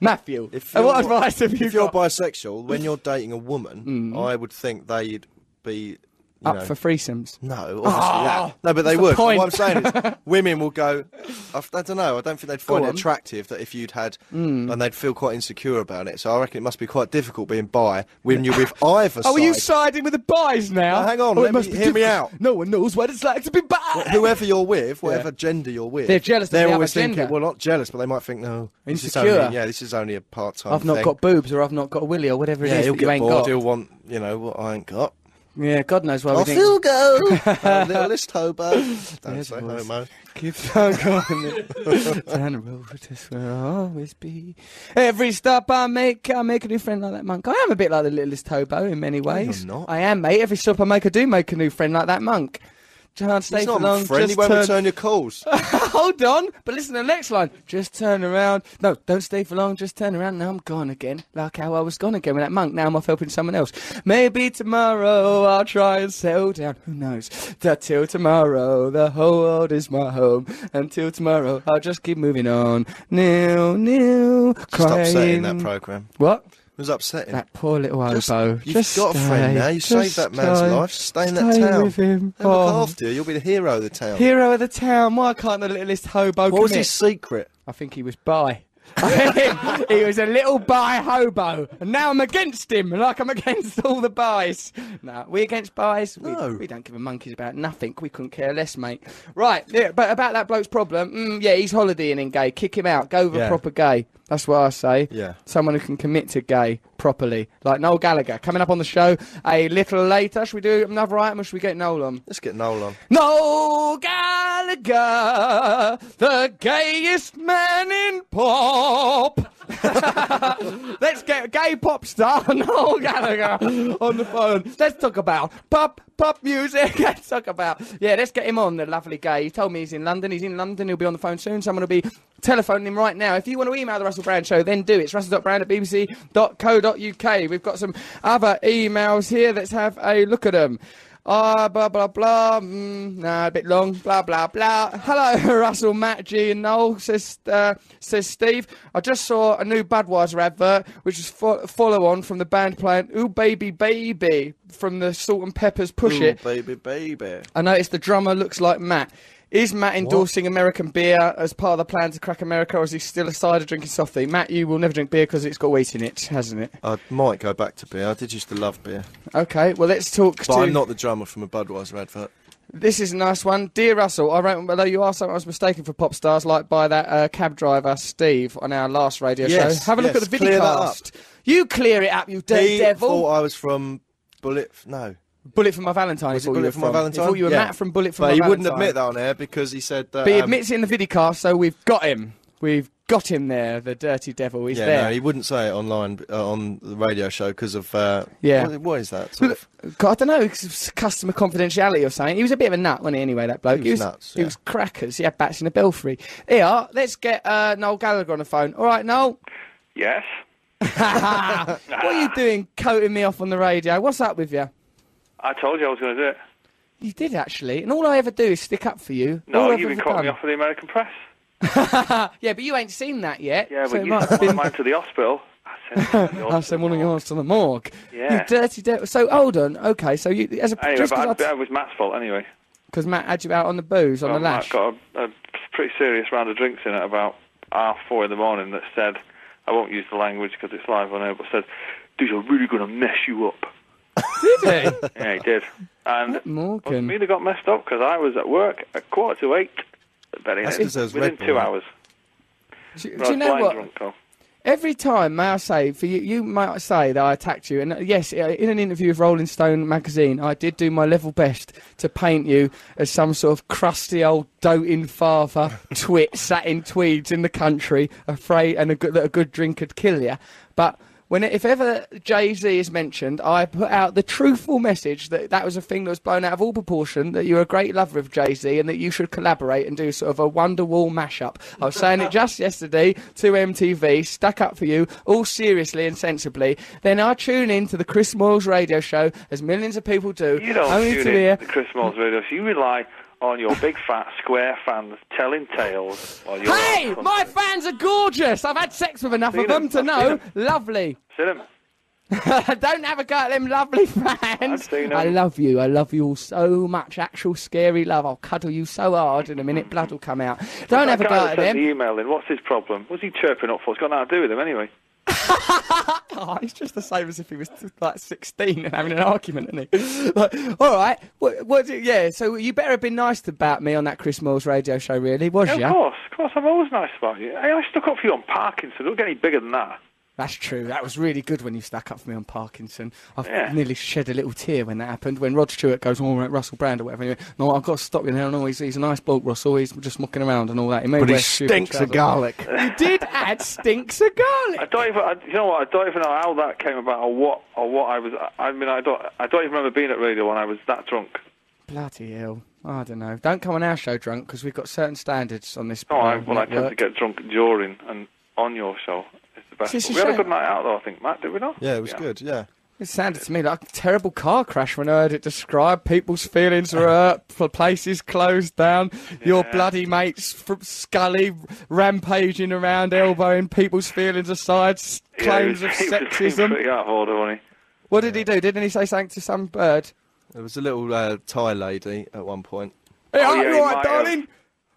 Speaker 2: Matthew, uh,
Speaker 3: you're-
Speaker 2: what advice have you
Speaker 3: If you're
Speaker 2: got
Speaker 3: bisexual, when you're dating a woman, I would think they'd be. You
Speaker 2: Mm. up for
Speaker 3: know,
Speaker 2: threesomes?
Speaker 3: No, obviously that. No, but they
Speaker 2: Oh, the
Speaker 3: would.
Speaker 2: point.
Speaker 3: What I'm saying
Speaker 2: (laughs)
Speaker 3: is, women will go. I f- I don't know. I don't think they'd find it
Speaker 2: on. Hmm.
Speaker 3: attractive that if you'd had, and they'd feel quite insecure about it. So I reckon it must be quite difficult being bi when you're with either
Speaker 2: (laughs) Oh, are
Speaker 3: side.
Speaker 2: you siding with the buys now?
Speaker 3: Now, hang on,
Speaker 2: oh, it
Speaker 3: let me-
Speaker 2: must be
Speaker 3: hear me
Speaker 2: different.
Speaker 3: out.
Speaker 2: No one knows what it's like to be bi.
Speaker 3: Whoever you're with, whatever gender you're with,
Speaker 2: They're jealous of the
Speaker 3: They're
Speaker 2: other
Speaker 3: always
Speaker 2: gender.
Speaker 3: thinking, well, not jealous, but they might think, no, this is
Speaker 2: Insecure.
Speaker 3: only- yeah, this is only a part-time.
Speaker 2: I've not
Speaker 3: thing.
Speaker 2: got boobs, or I've not got a willy, or whatever it
Speaker 3: Yeah,
Speaker 2: is
Speaker 3: he'll
Speaker 2: that you
Speaker 3: get
Speaker 2: ain't
Speaker 3: bored.
Speaker 2: got.
Speaker 3: He'll want, you know, what I ain't got.
Speaker 2: Yeah, God knows why we
Speaker 3: I'll
Speaker 2: didn't.
Speaker 3: still go. I'm the
Speaker 2: (laughs)
Speaker 3: littlest hobo. Don't
Speaker 2: Yes,
Speaker 3: say
Speaker 2: it was.
Speaker 3: homo.
Speaker 2: (laughs) Keep on going. (laughs) Down the road, this will always be. Every stop I make, I make a new friend like that monk. I am a bit like the littlest hobo in many ways.
Speaker 3: you're not.
Speaker 2: I am, mate. Every stop I make, I do make a new friend like that monk. Can't stay
Speaker 3: He's
Speaker 2: for
Speaker 3: not
Speaker 2: long.
Speaker 3: my friend. He
Speaker 2: just
Speaker 3: won't
Speaker 2: turn-
Speaker 3: return your calls.
Speaker 2: Hold on, but listen to the next line. Just turn around. No, don't stay for long. Just turn around. Now I'm gone again, like how I was gone again with that monk. Now I'm off helping someone else. Maybe tomorrow I'll try and settle down. Who knows? That till tomorrow, the whole world is my home. Until tomorrow, I'll just keep moving on. Nil, nil,
Speaker 3: Just
Speaker 2: crying.
Speaker 3: upsetting that program.
Speaker 2: What?
Speaker 3: It was upsetting.
Speaker 2: That poor little
Speaker 3: Just-
Speaker 2: hobo.
Speaker 3: you've
Speaker 2: Just
Speaker 3: got a friend
Speaker 2: stay,
Speaker 3: now. You
Speaker 2: just
Speaker 3: saved that man's
Speaker 2: stay,
Speaker 3: life. Stay in that
Speaker 2: stay
Speaker 3: town.
Speaker 2: With him.
Speaker 3: They'll look
Speaker 2: Oh.
Speaker 3: after you. You'll be the hero of the town.
Speaker 2: Hero of the town. Why can't the littlest hobo
Speaker 3: what was
Speaker 2: commit?
Speaker 3: his secret?
Speaker 2: I think he was bi. (laughs) he was a little bi hobo, and now I'm against him, like I'm against all the buys. No, we against buys. We,
Speaker 3: No.
Speaker 2: we don't give a monkeys about nothing. We couldn't care less, mate. Right, yeah, but about that bloke's problem. Mm, yeah, he's holidaying in gay. Kick him out. Go with a
Speaker 3: Yeah.
Speaker 2: proper gay. That's what I say.
Speaker 3: Yeah.
Speaker 2: Someone who can commit to gay properly, like Noel Gallagher. Coming up on the show a little later. Should we do another item, or should we get Noel on?
Speaker 3: Let's get Noel on.
Speaker 2: No Gallagher, the gayest man in pop. (laughs) Let's get gay pop star (laughs) Noel Gallagher on the phone. Let's talk about pop pop music. (laughs) Let's talk about yeah. Let's get him on. The lovely gay. He told me he's in London. He's in London. He'll be on the phone soon. Someone will be telephoning him right now. If you want to email the Russell Brand Show, then do it. It's russell.brand at bbc.co.uk. We've got some other emails here. Let's have a look at them. Ah, blah, blah, blah. Mm, nah, a bit long. Blah, blah, blah. Hello, (laughs) Russell, Matt, G, and Noel, says, uh, says Steve. I just saw a new Budweiser advert, which is fo- follow on from the band playing Ooh Baby Baby from the Salt and Peppers Push It.
Speaker 3: Ooh, baby, baby.
Speaker 2: I noticed the drummer looks like Matt. Is Matt endorsing American beer as part of the plan to crack America, or is he still a cider drinking softie? Matt, you will never drink beer because it's got wheat in it, hasn't it?
Speaker 3: I might go back to beer. I did used to love beer,
Speaker 2: Okay, well, let's talk
Speaker 3: but
Speaker 2: to.
Speaker 3: I'm not the drummer from a Budweiser advert.
Speaker 2: This is a nice one. Dear Russell, I wrote one below you are something I was mistaken for pop stars, like by that uh, cab driver Steve on our last radio
Speaker 3: Yes,
Speaker 2: show. Have a look
Speaker 3: yes,
Speaker 2: at the
Speaker 3: clear
Speaker 2: video
Speaker 3: that up. oh, uh,
Speaker 2: cast. You clear it up, you
Speaker 3: He
Speaker 2: daredevil.
Speaker 3: thought I was from Bullet. No,
Speaker 2: Bullet for my Valentine.
Speaker 3: was
Speaker 2: he
Speaker 3: it
Speaker 2: thought you
Speaker 3: Bullet
Speaker 2: were
Speaker 3: for my Valentine?
Speaker 2: He thought you were
Speaker 3: Yeah.
Speaker 2: Matt from Bullet for
Speaker 3: but
Speaker 2: my
Speaker 3: he
Speaker 2: Valentine.
Speaker 3: wouldn't admit that on air because he said that.
Speaker 2: But he
Speaker 3: um,
Speaker 2: admits it in the video cast, so we've got him. We've got him there. The dirty devil is
Speaker 3: Yeah,
Speaker 2: there.
Speaker 3: no, he wouldn't say it online uh, on the radio show because of uh,
Speaker 2: Yeah.
Speaker 3: what- what is that? Sort of,
Speaker 2: God, I don't know, it's customer confidentiality or something. He was a bit of a nut, wasn't he, anyway, that bloke?
Speaker 3: He was nuts,
Speaker 2: He
Speaker 3: yeah.
Speaker 2: was crackers. He had bats in the belfry. Here, you are. let's get uh, Noel Gallagher on the phone. All right, Noel,
Speaker 4: Yes.
Speaker 2: what are you doing coating me off on the radio? What's up with you?
Speaker 6: I told you I was going to do it.
Speaker 2: You did, actually. And all I ever do is stick up for you.
Speaker 6: No,
Speaker 2: All I've
Speaker 6: you've been
Speaker 2: ever
Speaker 6: cutting me
Speaker 2: done-
Speaker 6: off of the American press.
Speaker 2: Yeah, but you ain't seen that yet.
Speaker 6: Yeah,
Speaker 2: so
Speaker 6: but
Speaker 2: it
Speaker 6: you
Speaker 2: might have
Speaker 6: sent one
Speaker 2: been-
Speaker 6: of mine to the hospital. I
Speaker 2: (laughs)
Speaker 6: sent one
Speaker 2: I'll send one of
Speaker 6: yours.
Speaker 2: yours to the morgue.
Speaker 6: Yeah.
Speaker 2: You dirty, dirty. So hold on. Okay. So you, as a
Speaker 6: Anyway,
Speaker 2: just
Speaker 6: but I,
Speaker 2: because
Speaker 6: that was Matt's fault anyway.
Speaker 2: Matt had you out on the booze on
Speaker 6: Well,
Speaker 2: the
Speaker 6: Matt
Speaker 2: lash.
Speaker 6: got a, a pretty serious round of drinks in at about half four in the morning that said, I won't use the language because it's live on air, but said, these are really going to mess you up.
Speaker 2: Did he?
Speaker 6: (laughs) Yeah, he did. And well,
Speaker 2: Morgan.
Speaker 6: me that got messed up because I was at work at quarter to eight. Very
Speaker 3: That's
Speaker 6: early,
Speaker 3: 'cause there was Red
Speaker 6: within
Speaker 3: Bull,
Speaker 6: two
Speaker 3: right?
Speaker 6: hours.
Speaker 2: Do,
Speaker 6: I
Speaker 2: do you
Speaker 6: was
Speaker 2: know
Speaker 6: blind
Speaker 2: what?
Speaker 6: drunk, though.
Speaker 2: Every time, may I say, for you, you might say that I attacked you, and uh, yes, uh, in an interview with Rolling Stone magazine, I did do my level best to paint you as some sort of crusty old doting father (laughs) twit sat in tweeds in the country, afraid and a good, that a good drink could kill you. But when if ever Jay Z is mentioned, I put out the truthful message that that was a thing that was blown out of all proportion. That you're a great lover of Jay Z and that you should collaborate and do sort of a Wonderwall mashup. I was
Speaker 6: (laughs)
Speaker 2: saying it just yesterday to MTV, stuck up for you, all seriously and sensibly. Then I tune in to the Chris Moyles radio show, as millions of people do,
Speaker 6: You don't
Speaker 2: only
Speaker 6: tune
Speaker 2: to
Speaker 6: in
Speaker 2: hear
Speaker 6: to Chris Moyles radio, so you rely on your big fat square fans telling tales. While you're
Speaker 2: Hey,
Speaker 6: out
Speaker 2: my
Speaker 6: hunting.
Speaker 2: fans are gorgeous. I've had sex with enough
Speaker 6: See
Speaker 2: of them
Speaker 6: them.
Speaker 2: to
Speaker 6: I've seen
Speaker 2: know.
Speaker 6: them.
Speaker 2: Lovely.
Speaker 6: See them?
Speaker 2: Don't have a go at them lovely (laughs)
Speaker 6: I've
Speaker 2: fans.
Speaker 6: seen 'em.
Speaker 2: I love you. I love you all so much. Actual scary love. I'll cuddle you so hard in a minute, blood will come out. Don't have a
Speaker 6: That
Speaker 2: go
Speaker 6: guy
Speaker 2: at
Speaker 6: that sent
Speaker 2: them.
Speaker 6: the email in, what's his problem? What's he chirping up for? It's got nothing to do with him anyway.
Speaker 2: Oh, (laughs) he's just the same as if he was like 16 and having an argument, isn't he? (laughs) Like, all right. What, what, do- yeah, so you better have been nice about me on that Chris Moyles radio show, really, was
Speaker 6: Yeah,
Speaker 2: ya?
Speaker 6: of course, of course. I'm always nice about you. Hey, I stuck up for you on Parkinson. Don't get any bigger than that.
Speaker 2: That's true. That was really good when you stuck up for me on Parkinson. I
Speaker 6: Yeah.
Speaker 2: nearly shed a little tear when that happened. When Rod Stewart goes, all right, Russell Brand or whatever. and he went, no, I've got to stop you now. No, he's, he's a nice bloke, Russell. He's just mucking around and all that. He may
Speaker 3: But he
Speaker 2: wear stupid
Speaker 3: stinks of
Speaker 2: trousers." (laughs)
Speaker 3: garlic.
Speaker 2: You did add stinks of
Speaker 6: I
Speaker 2: garlic.
Speaker 6: don't even. I, you know what? I don't even know how that came about, or what, or what I was. I mean, I don't. I don't even remember being at radio when I was that drunk.
Speaker 2: Bloody hell. I don't know. Don't come on our show drunk because we've got certain standards on this.
Speaker 6: No, I,
Speaker 2: uh,
Speaker 6: well, I tend
Speaker 2: network.
Speaker 6: to get drunk during and on your show. It's the best.
Speaker 2: This is
Speaker 6: we had a
Speaker 2: shame.
Speaker 6: good night out, though. I think, Matt, did we not?
Speaker 3: Yeah, it was good. Yeah.
Speaker 2: It sounded to me like a terrible car crash when I heard it described. People's feelings were
Speaker 6: (laughs)
Speaker 2: hurt, pl- places closed down, your bloody mates from Scully rampaging around, elbowing people's feelings aside, s-
Speaker 6: Yeah, he
Speaker 2: claims
Speaker 6: (laughs) was,
Speaker 2: of
Speaker 6: he was being
Speaker 2: sexism.
Speaker 6: pretty out of order, wasn't he?
Speaker 2: What did he do? Didn't he say something to some bird?
Speaker 3: There was a little uh, Thai lady at one point.
Speaker 2: Hey,
Speaker 6: Oh,
Speaker 2: I'm
Speaker 6: yeah,
Speaker 2: you
Speaker 6: he
Speaker 2: alright,
Speaker 6: might have.
Speaker 2: darling?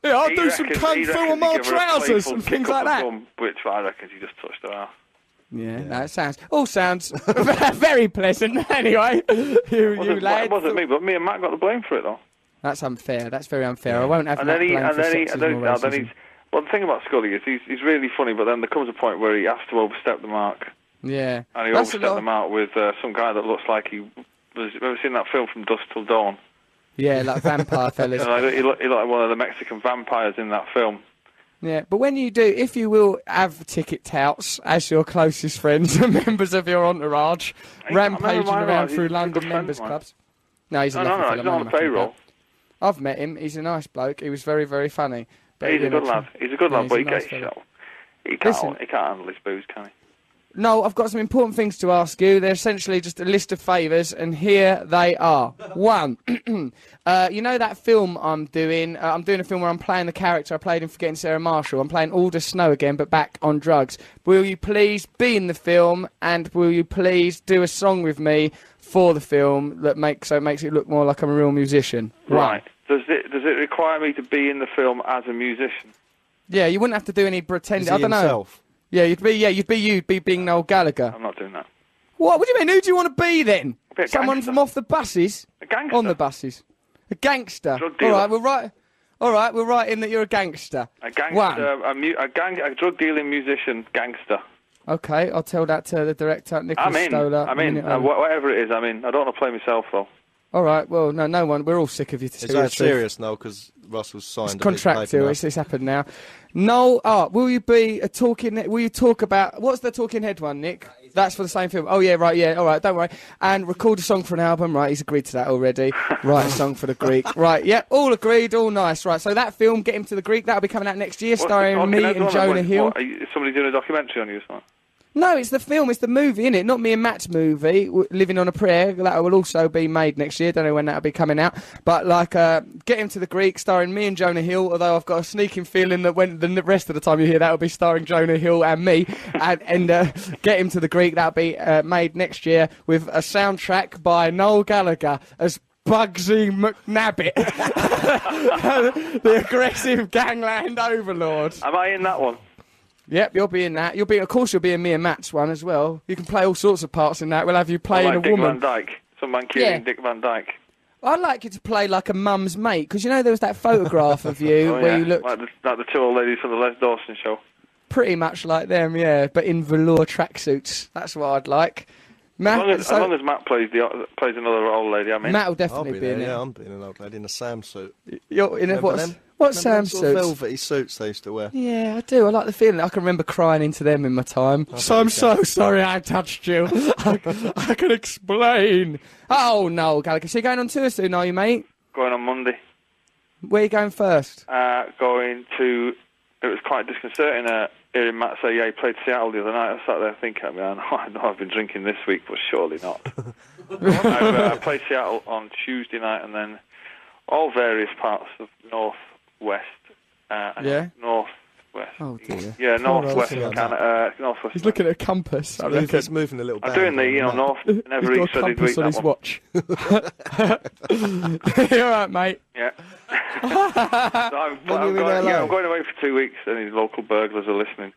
Speaker 2: Yeah, I'll
Speaker 6: He
Speaker 2: do some
Speaker 6: reckons-
Speaker 2: kung
Speaker 6: he
Speaker 2: fu
Speaker 6: reckons
Speaker 2: on
Speaker 6: he
Speaker 2: my
Speaker 6: gave her a
Speaker 2: trousers
Speaker 6: playful
Speaker 2: and
Speaker 6: kick
Speaker 2: things
Speaker 6: up
Speaker 2: like
Speaker 6: the
Speaker 2: that.
Speaker 6: bum, which I reckon he just touched her ass.
Speaker 2: Yeah, that sounds all sounds (laughs) very pleasant. (laughs) Anyway, you, you
Speaker 6: Wasn't, well,
Speaker 2: lads.
Speaker 6: it wasn't me, but me and Matt got the blame for it though.
Speaker 2: That's unfair. That's very unfair. I won't have
Speaker 6: And
Speaker 2: Matt
Speaker 6: then he,
Speaker 2: blamed
Speaker 6: and
Speaker 2: for
Speaker 6: then he,
Speaker 2: sexism
Speaker 6: and then,
Speaker 2: or
Speaker 6: no, then
Speaker 2: racism.
Speaker 6: he's. Well, the thing about Scully is he's he's really funny, but then there comes a point where he has to overstep the mark,
Speaker 2: Yeah.
Speaker 6: and he
Speaker 2: That's a
Speaker 6: overstepped
Speaker 2: lot-
Speaker 6: the mark with uh, some guy that looks like he. Was, have you ever seen that film from Dusk Till Dawn?
Speaker 2: Yeah, like vampire fellas.
Speaker 6: (laughs) You know, he looked, he looked like one of the Mexican vampires in that film.
Speaker 2: Yeah, but when you do, if you will have ticket touts as your closest friends and (laughs) members of your entourage,
Speaker 6: Hey, I
Speaker 2: rampaging
Speaker 6: remember my
Speaker 2: around
Speaker 6: mate,
Speaker 2: through
Speaker 6: he's a
Speaker 2: London
Speaker 6: good friend of
Speaker 2: members
Speaker 6: mine.
Speaker 2: clubs. No, he's a
Speaker 6: No,
Speaker 2: lovely
Speaker 6: no, no,
Speaker 2: fella, man,
Speaker 6: he's not on
Speaker 2: I
Speaker 6: the
Speaker 2: think,
Speaker 6: payroll.
Speaker 2: but I've met him. He's a nice bloke. He was very, very funny. But,
Speaker 6: He's
Speaker 2: you
Speaker 6: a
Speaker 2: know,
Speaker 6: good lad. He's a good
Speaker 2: yeah,
Speaker 6: lad, but he
Speaker 2: a nice
Speaker 6: gets
Speaker 2: fella.
Speaker 6: shot. He can't.
Speaker 2: Listen-
Speaker 6: He can't handle his booze, can he?
Speaker 2: No, I've got some important things to ask you. They're essentially just a list of favours, and here they are. One, uh, you know that film I'm doing? Uh, I'm doing a film where I'm playing the character I played in Forgetting Sarah Marshall. I'm playing Alder Snow again, but back on drugs. Will you please be in the film, and will you please do a song with me for the film that makes so it makes it look more like I'm a real musician? One.
Speaker 6: Right. Does it does it require me to be in the film as a musician?
Speaker 2: Yeah, you wouldn't have to do any pretending.
Speaker 3: Is he
Speaker 2: I don't
Speaker 3: himself?
Speaker 2: know. Yeah, you'd be yeah, you'd be you'd be being Noel Gallagher.
Speaker 6: I'm not doing that.
Speaker 2: What? What do you mean? Who do you want to be then?
Speaker 6: Be a
Speaker 2: Someone
Speaker 6: gangster.
Speaker 2: from off the buses?
Speaker 6: A gangster.
Speaker 2: On the buses. A gangster.
Speaker 6: Drug
Speaker 2: All
Speaker 6: dealer.
Speaker 2: right, we'll write. All right, we'll write in that you're a gangster.
Speaker 6: A gangster,
Speaker 2: One.
Speaker 6: a, mu- a gang, a drug dealing musician, gangster.
Speaker 2: Okay, I'll tell that to the director, Nicholas
Speaker 6: I'm in.
Speaker 2: Stoller.
Speaker 6: I'm in.
Speaker 2: Minute eh?
Speaker 6: Uh,
Speaker 2: early.
Speaker 6: wh- whatever it is, I'm in. I don't want to play myself though.
Speaker 2: all right. Well, no, no one. We're all sick of you. To
Speaker 3: Is
Speaker 2: tell you
Speaker 3: that
Speaker 2: the truth.
Speaker 3: serious now? Because Russell's signed
Speaker 2: It's
Speaker 3: a big paper
Speaker 2: contractual.
Speaker 3: now.
Speaker 2: It's, it's happened now. No, ah, will you be a talking? Will you talk about what's the talking head one, Nick? That's for the same film. Oh yeah, right, yeah, all right, don't worry. And record a song for an album. Right, he's agreed to that
Speaker 6: (laughs)
Speaker 2: already. Write a song for the Greek. Right, yeah, all agreed, all nice. Right, so that film, get him to the Greek. That'll be coming out next year,
Speaker 6: What's the
Speaker 2: starring
Speaker 6: talking
Speaker 2: me
Speaker 6: head
Speaker 2: and
Speaker 6: one?
Speaker 2: Jonah
Speaker 6: What-
Speaker 2: Hill.
Speaker 6: what, are you- is somebody doing a documentary on you or something?
Speaker 2: No, it's the film, it's the movie, innit? Not me and Matt's movie, w- Living on a Prayer. That will also be made next year. Don't know when that'll be coming out. But like, uh, Get Him to the Greek, starring me and Jonah Hill. Although I've got a sneaking feeling that when the n- rest of the time you hear that will be starring Jonah Hill and me. and and uh, Get Him to the Greek, that'll be uh, made next year with a soundtrack by Noel Gallagher as Bugsy McNabbit, (laughs) the aggressive gangland overlord.
Speaker 6: Am I in that one?
Speaker 2: Yep, you'll be in that. You'll be, of course, you'll be in me and Matt's one as well. You can play all sorts of parts in that. We'll have you
Speaker 6: Or
Speaker 2: playing
Speaker 6: like
Speaker 2: a
Speaker 6: Dick
Speaker 2: woman.
Speaker 6: Van Dyke, some Mancunian
Speaker 2: Yeah.
Speaker 6: Dick Van Dyke.
Speaker 2: I'd like you to play like a mum's
Speaker 6: (laughs)
Speaker 2: mate because you know there was that photograph of you
Speaker 6: Oh,
Speaker 2: where
Speaker 6: yeah.
Speaker 2: you looked.
Speaker 6: like, the, like the two old ladies from the Les Dawson show.
Speaker 2: pretty much like them, yeah, but in velour tracksuits. That's what I'd like.
Speaker 6: As
Speaker 2: Matt,
Speaker 6: long as,
Speaker 2: so-
Speaker 6: as long as Matt plays the plays another old lady, I mean,
Speaker 2: Matt will
Speaker 3: I'll
Speaker 2: definitely
Speaker 3: be
Speaker 2: be,
Speaker 3: there.
Speaker 2: in
Speaker 3: Yeah,
Speaker 2: it.
Speaker 3: I'm being an old lady in a Sam suit.
Speaker 2: You're in it.
Speaker 3: Remember
Speaker 2: What's
Speaker 3: them?
Speaker 2: what
Speaker 3: Remember
Speaker 2: Sam
Speaker 3: them sort of
Speaker 2: suits?
Speaker 3: Velvety suits they used to wear.
Speaker 2: Yeah, I do. I like the feeling. I can remember crying into them in my time. so I'm so sorry I touched you. (laughs) I, I can explain. Oh no, Gallagher. So you're going on tour soon, are you, mate?
Speaker 6: going on Monday,
Speaker 2: Where are you going first?
Speaker 6: uh, going to. It was quite disconcerting uh, hearing Matt say, "Yeah, he played Seattle the other night." I sat there thinking, "I mean, I know, (laughs) I know I've been drinking this week, but surely
Speaker 2: (laughs)
Speaker 6: not." I, uh, I played Seattle on Tuesday night, and then all various parts of north west, uh, and
Speaker 2: Yeah.
Speaker 6: north west,
Speaker 2: Oh dear.
Speaker 6: yeah,
Speaker 2: old
Speaker 6: northwest
Speaker 3: thing like
Speaker 6: Canada, uh, northwest.
Speaker 2: He's looking at a compass. I
Speaker 3: Move-
Speaker 2: reckon.
Speaker 3: It's moving a little.
Speaker 6: I'm
Speaker 3: band
Speaker 6: doing the um,
Speaker 3: on
Speaker 6: you know
Speaker 3: that.
Speaker 6: north never
Speaker 2: He's
Speaker 6: eat
Speaker 2: got a
Speaker 6: so did we
Speaker 2: compass on
Speaker 6: that
Speaker 2: his
Speaker 6: one.
Speaker 2: watch. you (laughs) all right, mate?
Speaker 6: Yeah. So I'm,
Speaker 3: you
Speaker 6: I'm
Speaker 3: in
Speaker 6: going,
Speaker 3: LA?
Speaker 6: yeah, I'm going away for two weeks, and these local burglars are listening.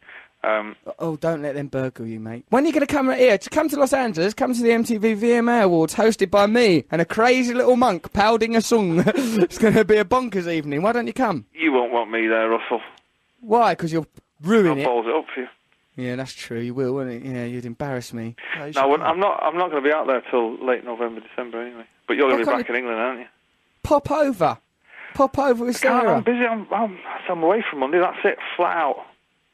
Speaker 6: Um,
Speaker 2: Oh, don't let them burgle you, mate. When are you going to come right here? To come to Los Angeles, come to the MTV VMA Awards hosted by me and a crazy little monk pounding a song. (laughs) it's going to be a bonkers evening. Why don't you come?
Speaker 6: you won't want me there, Russell.
Speaker 2: Why? Because you'll
Speaker 6: I'll
Speaker 2: ruin it.
Speaker 6: balls it up for you.
Speaker 2: Yeah, that's true. You will, won't it? Yeah, you'd embarrass me.
Speaker 3: No, you should
Speaker 6: No, I won't-
Speaker 3: do
Speaker 6: I'm not. I'm not going to be out there till late November, December anyway. But you're going to be
Speaker 2: How come
Speaker 6: back in England, aren't you?
Speaker 2: Pop over. Pop over with
Speaker 6: God, I'm
Speaker 2: Sarah.
Speaker 6: busy. I'm, I'm, I'm away from Monday. That's it. Flat out.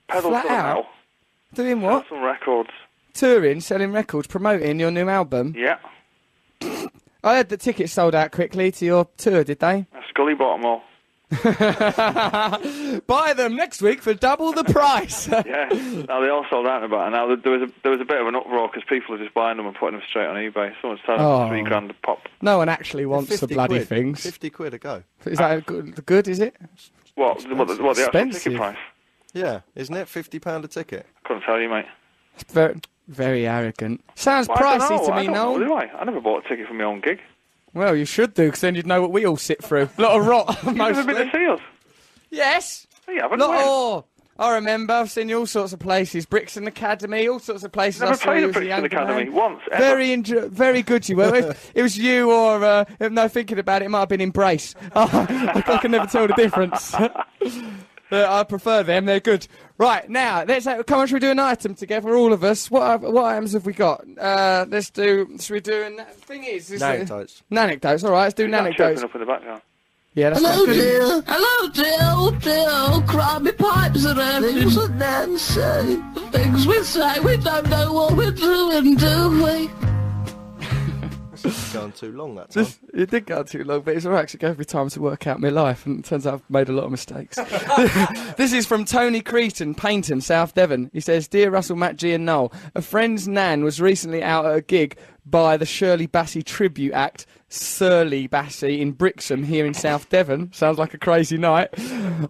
Speaker 6: Pedal
Speaker 2: Flat
Speaker 6: to the
Speaker 2: out?
Speaker 6: metal.
Speaker 2: Doing what?
Speaker 6: Some records.
Speaker 2: Touring, selling records, promoting your new album.
Speaker 6: Yeah.
Speaker 2: I heard the tickets sold out quickly to your tour, did they?
Speaker 6: Scully bought 'em all.
Speaker 2: (laughs) Buy them next week for double the price.
Speaker 6: Yeah. now they all sold out in about an hour. There was a there was a bit of an uproar because people are just buying them and putting them straight on eBay. Someone's selling
Speaker 2: (laughs)
Speaker 6: them
Speaker 2: Oh.
Speaker 6: for three grand a pop.
Speaker 2: no one actually wants the
Speaker 3: 50
Speaker 2: bloody
Speaker 3: quid,
Speaker 2: things.
Speaker 3: Fifty quid a go.
Speaker 2: Is that a good, good, is it?
Speaker 6: What? the- What? The, what the actual
Speaker 2: Expensive.
Speaker 6: ticket price?
Speaker 3: Yeah, isn't it fifty pound a ticket?
Speaker 6: Couldn't tell you, mate.
Speaker 2: It's very, very arrogant. Sounds
Speaker 6: Well, I don't
Speaker 2: pricey
Speaker 6: know.
Speaker 2: to
Speaker 6: I
Speaker 2: me,
Speaker 6: don't know,
Speaker 2: Noel.
Speaker 6: do I? I never bought a ticket for my own gig.
Speaker 2: Well, you should do, because then you'd know what we all sit through. A lot of rot, (laughs)
Speaker 6: You've never been
Speaker 2: mostly.
Speaker 6: to see us.
Speaker 2: Yes.
Speaker 6: Yeah, I've
Speaker 2: Not
Speaker 6: never
Speaker 2: all. I remember. I've seen you all sorts of places, Brixton Academy, all sorts of places. I saw
Speaker 6: played
Speaker 2: you as a
Speaker 6: at Brixton
Speaker 2: younger
Speaker 6: Academy
Speaker 2: man.
Speaker 6: once. Ever.
Speaker 2: Very, enjo- very good you were. It, it was you or uh, no thinking about it, it might have been Embrace. (laughs) I, can never tell the difference. (laughs) Uh, I prefer them. They're good. Right now, let's uh, come on. Should we do an item together, all of us? What have- what items have we got? Uh, let's do. Should we do? An, thing is, is
Speaker 3: Anecdotes.
Speaker 2: It, anecdotes. All right, let's do
Speaker 6: That chirping
Speaker 2: anecdotes.
Speaker 6: up in the background.
Speaker 2: Yeah, that's
Speaker 8: Hello,
Speaker 2: good.
Speaker 8: dear. Hello, dear. Dear. Crummy pipes and things and then say things we say. We don't know what we're doing, do we?
Speaker 3: It's gone too long that time.
Speaker 2: It did go too long, but it's alright 'cause it gave me time to work out my life, and it turns out I've made a lot of mistakes. this is from Tony Creton, Paynton, South Devon. He says, "Dear Russell, Matt, G, and Noel, a friend's nan was recently out at a gig by the Shirley Bassey tribute act, Surly Bassey in Brixham here in South Devon. Sounds like a crazy night.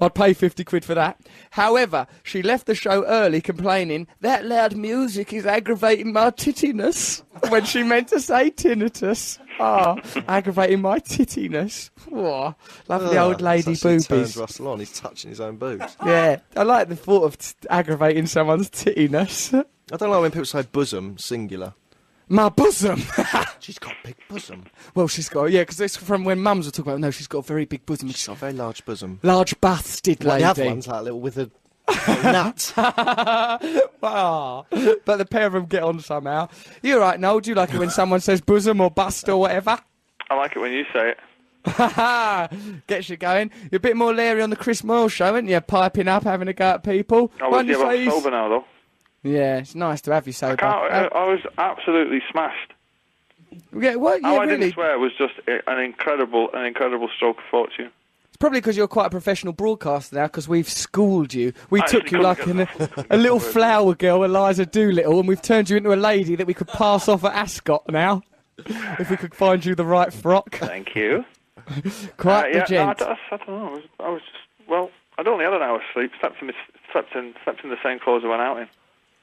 Speaker 2: I'd pay fifty quid for that. However, she left the show early, complaining that loud music is aggravating my tittiness when she meant to say tinnitus. Ah, aggravating my tittiness. Aw, (laughs) lovely
Speaker 3: Ugh,
Speaker 2: old lady
Speaker 3: Ah, it's actually
Speaker 2: boobies.
Speaker 3: Turns Russell on. He's touching his own boobs.
Speaker 2: Yeah, I like the thought of t- aggravating someone's tittiness.
Speaker 3: I don't like when people say bosom singular.
Speaker 2: My bosom.
Speaker 3: She's got a big bosom.
Speaker 2: well, she's got yeah, because it's from when mums were talking about. No, she's got a very big bosom.
Speaker 3: She's got a very large bosom.
Speaker 2: Large bastard
Speaker 3: Like
Speaker 2: lady.
Speaker 3: the other one's
Speaker 2: (laughs)
Speaker 3: like a little withered nut.
Speaker 2: Ah, but the pair of them get on somehow. You're right, Noel. Do you like it when someone says bosom or bust or whatever? (laughs)
Speaker 6: I like it when you say it.
Speaker 2: Ha! Gets you going. You're a bit more leery on the Chris Moyle show, aren't you? Piping up, having a go at people.
Speaker 6: I was
Speaker 2: Won't you
Speaker 6: yeah,
Speaker 2: say
Speaker 6: I'm
Speaker 2: he's-
Speaker 6: sober now though.
Speaker 2: Yeah, it's nice to have you sober.
Speaker 6: Can't, I,
Speaker 2: Uh,
Speaker 6: I was absolutely smashed.
Speaker 2: yeah, what? Yeah,
Speaker 6: How Oh, I
Speaker 2: really.
Speaker 6: didn't swear was just a- an incredible, an incredible stroke of fortune.
Speaker 2: Probably because you're quite a professional broadcaster now, because we've schooled you. We took
Speaker 6: actually
Speaker 2: you
Speaker 6: couldn't
Speaker 2: like
Speaker 6: get
Speaker 2: an,
Speaker 6: that. (laughs)
Speaker 2: a little flower girl, Eliza Doolittle, and we've turned you into a lady that we could pass off at Ascot now. (laughs) If we could find you the right frock.
Speaker 6: Thank you. Uh,
Speaker 2: Quite
Speaker 6: yeah,
Speaker 2: the gent.
Speaker 6: No, I, don't- I don't know. I was, I was just well. I'd only had an hour's sleep. Slept in, this- slept in, slept in the same clothes I went out in.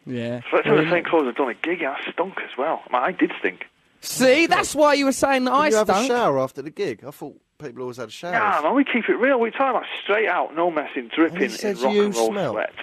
Speaker 2: yeah.
Speaker 6: Slept in
Speaker 2: Well,
Speaker 6: the same clothes I'd done a gig. and I stunk as well. I, mean, I did stink.
Speaker 2: See, that's why you were saying that I
Speaker 3: you have a
Speaker 2: stunk.
Speaker 3: shower after the gig. I thought people always had showers.
Speaker 6: Yeah, man, we keep it real. We talk about straight out, no messing, dripping
Speaker 3: said
Speaker 6: in rock
Speaker 3: you
Speaker 6: and roll
Speaker 3: smell?
Speaker 6: sweat.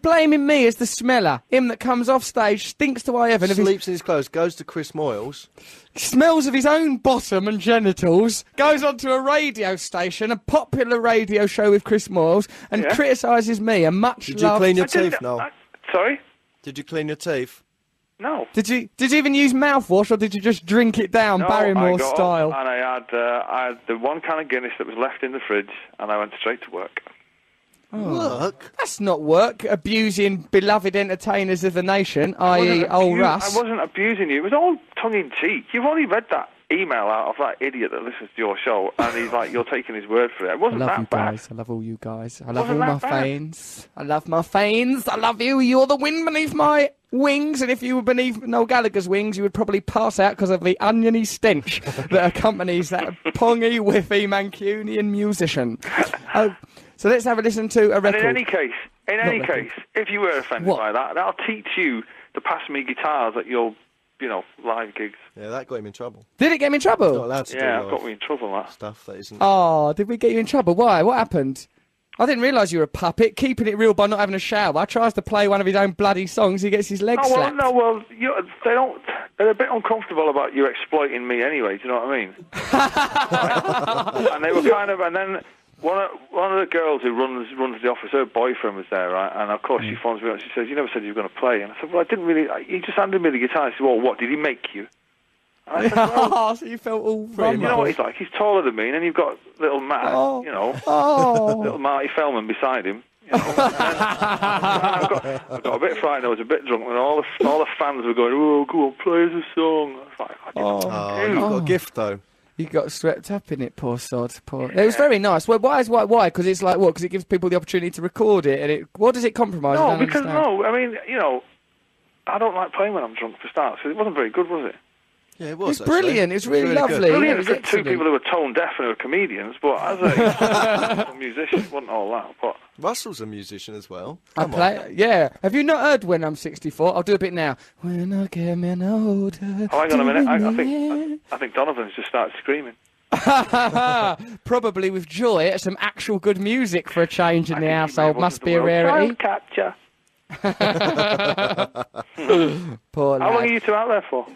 Speaker 2: Blaming me as the smeller. Him that comes off stage, stinks to high heaven. If he
Speaker 3: Sleeps in his clothes, goes to Chris Moyles.
Speaker 2: smells of his own bottom and genitals, goes onto a radio station, a popular radio show with Chris Moyles, and
Speaker 4: Yeah.
Speaker 2: criticises me. A much
Speaker 3: Did you
Speaker 2: loved-
Speaker 3: clean your
Speaker 4: I didn't-
Speaker 3: teeth, Noel?
Speaker 4: I- sorry?
Speaker 3: Did you clean your teeth?
Speaker 4: No.
Speaker 2: Did you did you even use mouthwash or did you just drink it down
Speaker 4: No, I
Speaker 2: Barrymore
Speaker 4: got up
Speaker 2: style?
Speaker 4: Oh and I had, uh, I had the one can of Guinness that was left in the fridge, and I went straight to work.
Speaker 3: Look.
Speaker 2: That's not work. Abusing beloved entertainers of the nation, i.e.,
Speaker 4: wasn't
Speaker 2: old
Speaker 4: abu-
Speaker 2: Russ.
Speaker 4: I wasn't abusing you. It was all tongue in cheek. You've only read that email out of that idiot that listens to your show, and he's like, you're taking his word for it. It
Speaker 2: I
Speaker 4: wasn't
Speaker 2: love
Speaker 4: (laughs) that
Speaker 2: you
Speaker 4: bad.
Speaker 2: guys. I love all you guys. I love all
Speaker 4: Wasn't
Speaker 2: my
Speaker 4: that bad?
Speaker 2: fans. I love my fans. I love you. You're the wind beneath my wings. And if you were beneath Noel Gallagher's wings, you would probably pass out because of the oniony
Speaker 4: (laughs)
Speaker 2: stench that accompanies that pongy, whiffy Mancunian
Speaker 4: (laughs)
Speaker 2: musician. Oh, so let's have a listen to a
Speaker 4: And
Speaker 2: record.
Speaker 4: in any case, in any
Speaker 2: record.
Speaker 4: case, if you were offended
Speaker 2: What?
Speaker 4: by that, that'll teach you to pass me guitars at your, you know, live gigs.
Speaker 3: Yeah, that got him in trouble.
Speaker 2: Did it get me in trouble?
Speaker 3: Not allowed to
Speaker 4: Yeah,
Speaker 3: do
Speaker 4: I've
Speaker 3: live
Speaker 4: got me in trouble. That.
Speaker 3: stuff that isn't.
Speaker 2: Oh, did we get you in trouble? Why? What happened? I didn't realise you were a puppet, keeping it real by not having a shower. Tries to play one of his own bloody songs, he gets his legs
Speaker 4: No, well,
Speaker 2: slapped.
Speaker 4: no, well, you they don't. They're a bit uncomfortable about you exploiting me, anyway. Do you know what I mean? and they were kind of, and then one of one of the girls who runs runs the office, her boyfriend was there, right? And of course, she phones me up. and She says, "You never said you were going to play." And I said, "Well, I didn't really. I- He just handed me the guitar." She said, "Well, what did he make you?" And I
Speaker 2: (laughs)
Speaker 4: said, well,
Speaker 2: Oh, so you felt all
Speaker 4: you know what he's like? He's taller than me, and then you've got little Matt,
Speaker 2: Oh.
Speaker 4: you know,
Speaker 2: Oh,
Speaker 4: little Marty Fellman beside him. You
Speaker 3: (laughs)
Speaker 4: know, and, I, got, I got a bit frightened. I was a bit drunk, and all the all the fans were going, "Oh, go on, play us a song." I was like, I didn't
Speaker 3: Oh,
Speaker 4: do.
Speaker 3: you've got a gift though.
Speaker 2: you got swept up in it, poor sod. Poor. It was very nice. Well, why is why? Why? Because it's like what? Because it gives people the opportunity to record it, and it. What does it compromise? I
Speaker 4: No,
Speaker 2: don't
Speaker 4: because
Speaker 2: understand.
Speaker 4: no, I mean, you know, I don't like playing when I'm drunk for starts. So it wasn't very good, was it?
Speaker 3: Yeah, it
Speaker 2: It's
Speaker 3: was. actually.
Speaker 2: brilliant. It's really,
Speaker 3: really good.
Speaker 2: lovely.
Speaker 4: Brilliant
Speaker 2: It was
Speaker 4: for
Speaker 2: excellent.
Speaker 4: two people who were tone deaf and who were comedians, but as
Speaker 3: (laughs)
Speaker 4: a, a musician, it wasn't all that. But
Speaker 3: Russell's a musician as well.
Speaker 2: I
Speaker 3: Come
Speaker 2: play. Yeah. Have you not heard when I'm 64? I'll do a bit now. When I get an older.
Speaker 4: oh, hang on a minute, I, I
Speaker 2: yeah.
Speaker 4: think I, I think Donovan's just started screaming.
Speaker 2: (laughs) Probably with joy at some actual good music for a change in the
Speaker 4: I think he may have
Speaker 2: household.
Speaker 4: wanted
Speaker 2: Must
Speaker 4: the
Speaker 2: be a
Speaker 4: world
Speaker 2: rarity.
Speaker 4: Child capture.
Speaker 2: (laughs) Poor
Speaker 4: How long are
Speaker 2: lad.
Speaker 4: you two out there for?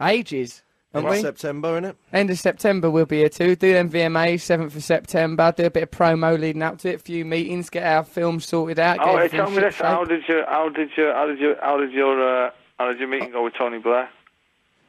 Speaker 2: Ages.
Speaker 3: on.
Speaker 2: aren't
Speaker 3: End of
Speaker 2: we?
Speaker 3: September, innit?
Speaker 2: End of September we'll be here too. Do them VMA, 7th of September. Do a bit of promo leading up to it. A few meetings. Get our film sorted out. get
Speaker 4: Oh, hey,
Speaker 2: everything
Speaker 4: tell me this:
Speaker 2: shipshape.
Speaker 4: How did you? How did you? How did you? How did your? Uh, how did your meeting go with Tony Blair?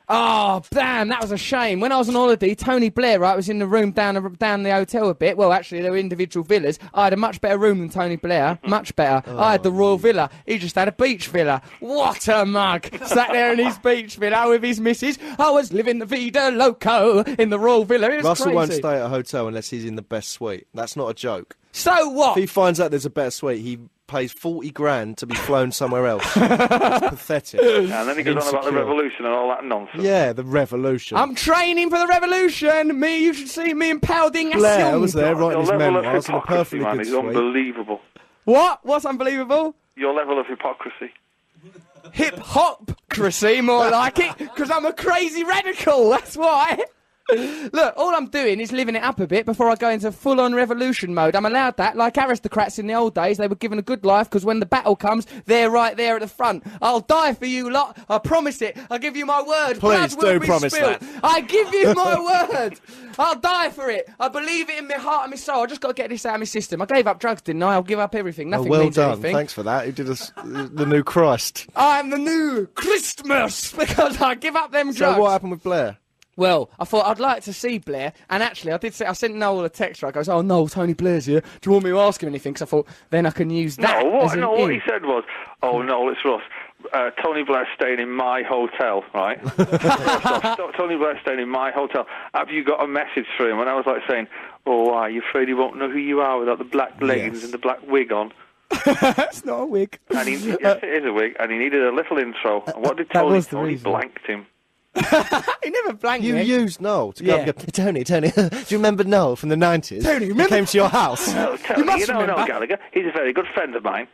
Speaker 2: Oh, damn, that was a shame. When I was on holiday, Tony Blair, right, was in the room down the, down the hotel a bit. Well, actually, they were individual villas. I had a much better room than Tony Blair, much better. I had the Royal Villa. He just had a beach villa. What a mug! Sat there in his beach villa with his missus. I was living the vida loco in the Royal Villa. It was
Speaker 3: Russell
Speaker 2: crazy.
Speaker 3: won't stay at a hotel unless he's in the best suite. That's not a joke.
Speaker 2: So what?
Speaker 3: If he finds out there's a better suite, he pays forty grand to be flown
Speaker 2: (laughs)
Speaker 3: somewhere else. it's pathetic.
Speaker 4: And then he goes on about the
Speaker 3: Insecure.
Speaker 4: revolution and all that nonsense.
Speaker 3: Yeah, the revolution.
Speaker 2: I'm training for the revolution. Me, you should see me in Pau de
Speaker 3: Blair was
Speaker 2: Nación.
Speaker 3: there
Speaker 4: Your
Speaker 3: writing his
Speaker 4: level of
Speaker 3: memoirs in a
Speaker 4: hypocrisy,
Speaker 3: perfectly
Speaker 4: man,
Speaker 3: good
Speaker 4: is
Speaker 3: suite.
Speaker 4: unbelievable.
Speaker 2: What? What's unbelievable?
Speaker 4: Your level of hypocrisy.
Speaker 2: hip hopcracy, more like it, because I'm a crazy radical. That's why. Look, all I'm doing is living it up a bit before I go into full on revolution mode. I'm allowed that. Like aristocrats in the old days, they were given a good life because when the battle comes, they're right there at the front. I'll die for you lot. I promise it. I give you my word.
Speaker 3: Please
Speaker 2: Blood will
Speaker 3: do
Speaker 2: be
Speaker 3: promise
Speaker 2: spilled.
Speaker 3: that.
Speaker 2: I give you
Speaker 3: (laughs)
Speaker 2: my word. I'll die for it. I believe it in my heart and my soul. I just got to get this out of my system. I gave up drugs, didn't I? I'll give up everything.
Speaker 3: Oh,
Speaker 2: Nothing
Speaker 3: well
Speaker 2: means
Speaker 3: done.
Speaker 2: anything.
Speaker 3: Thanks for that. He did us uh, the new (laughs) Christ.
Speaker 2: I'm the new Christmas (laughs) because I give up them drugs.
Speaker 3: So what happened with Blair?
Speaker 2: Well, I thought I'd like to see Blair, and actually, I did. Say, I sent Noel a text. Right, I goes, "Oh no, Tony Blair's here. Do you want me to ask him anything?" Because I thought then I can use that.
Speaker 4: No,
Speaker 2: as
Speaker 4: what,
Speaker 2: an E.
Speaker 4: no, what
Speaker 2: in.
Speaker 4: he said was, oh, no, it's Russ. Uh, Tony Blair staying in my hotel,
Speaker 2: (laughs)
Speaker 4: right? So, Tony Blair staying in my hotel. Have you got a message for him? And I was like saying, oh, why? You afraid he won't know who you are without the black leggings
Speaker 3: Yes.
Speaker 4: and the black wig on?
Speaker 2: That's not a wig. (laughs)
Speaker 4: And he, yes, it is a wig, and he needed a little intro. And what did
Speaker 2: that
Speaker 4: Tony?
Speaker 2: was the
Speaker 4: Tony
Speaker 2: reason.
Speaker 4: blanked him.
Speaker 2: he never blanked
Speaker 3: You
Speaker 2: me.
Speaker 3: used Noel to go
Speaker 2: Yeah.
Speaker 3: and go, Tony, Tony, (laughs) do you remember Noel from the 90s?
Speaker 2: Tony,
Speaker 3: He
Speaker 2: remember-
Speaker 3: came to your house.
Speaker 4: (laughs) Oh, Tony, you,
Speaker 2: must
Speaker 4: know, no,
Speaker 2: remember.
Speaker 4: Gallagher. He's a very good friend of mine.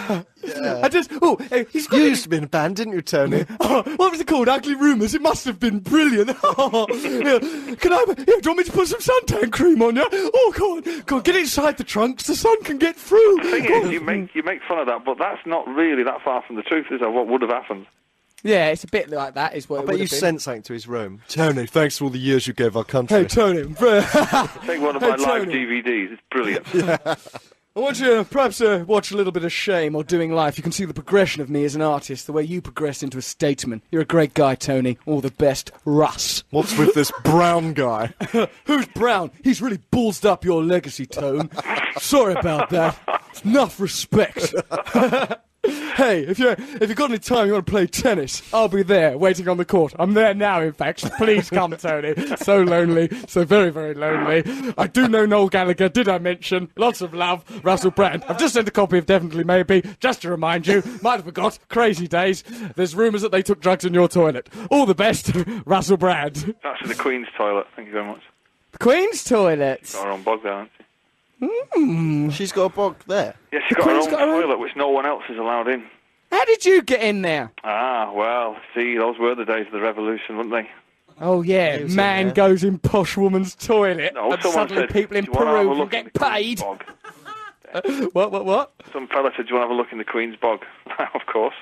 Speaker 2: I just oh eh, he's got
Speaker 3: You used to be in a band, didn't you, Tony?
Speaker 2: (laughs) Oh, what was it called? Ugly Rumours. It must have been brilliant. (laughs) Oh, yeah. Can I? Yeah, do you want me to put some suntan cream on you? Oh, go on, go on, get inside the trunks. The sun can get through.
Speaker 6: The thing
Speaker 2: Go on.
Speaker 6: is, you make you make fun of that, but that's not really that far from the truth, is it? What would have happened?
Speaker 2: Yeah, it's a bit like that. Is what. it
Speaker 3: (laughs) But
Speaker 2: would
Speaker 3: you
Speaker 2: have been.
Speaker 3: sent something to his room. Tony, thanks for all the years you gave our country.
Speaker 2: Hey Tony, (laughs) I
Speaker 6: Take one of
Speaker 2: Hey,
Speaker 6: my live
Speaker 2: Tony.
Speaker 6: DVDs. It's brilliant.
Speaker 2: want you to perhaps uh, watch a little bit of Shame or Doing Life. You can see the progression of me as an artist, the way you progress into a statesman. You're a great guy, Tony. All the best, Russ.
Speaker 3: What's with this brown guy?
Speaker 2: Who's Brown? He's really ballsed up your legacy, Tone. Sorry about that. Enough respect. (laughs) hey, if you if you've got any time, you want to play tennis, I'll be there, waiting on the court. I'm there now, in fact. Please come, Tony. So lonely, so very very lonely. I do know Noel Gallagher. Did I mention? Lots of love, Russell Brand. I've just sent a copy of Definitely Maybe, just to remind you. Might have forgot. Crazy days. There's rumours that they took drugs in your toilet. All the best, (laughs) Russell Brand.
Speaker 6: That's in the Queen's toilet. Thank you very much.
Speaker 2: Queen's toilets.
Speaker 6: Got her own bog there, hasn't she?
Speaker 3: She's got a bog there.
Speaker 6: Yes, she
Speaker 2: The
Speaker 6: got her
Speaker 2: Queen's
Speaker 6: own
Speaker 2: got her own-
Speaker 6: toilet, which no one else is allowed in.
Speaker 2: How did you get in there?
Speaker 6: Ah, well, see, those were the days of the revolution, weren't they?
Speaker 2: Oh yeah,
Speaker 3: was in
Speaker 2: man
Speaker 3: there.
Speaker 2: goes in posh woman's toilet,
Speaker 6: No,
Speaker 2: and
Speaker 6: someone
Speaker 2: suddenly
Speaker 6: said,
Speaker 2: people in
Speaker 6: "Do you wanna have
Speaker 2: Peru
Speaker 6: a
Speaker 2: can
Speaker 6: look in
Speaker 2: get
Speaker 6: the
Speaker 2: paid.
Speaker 6: Queen's bog?"
Speaker 2: What? What? What?
Speaker 6: Some fella said, "Do you want to have a look in the Queen's bog?" (laughs) of course.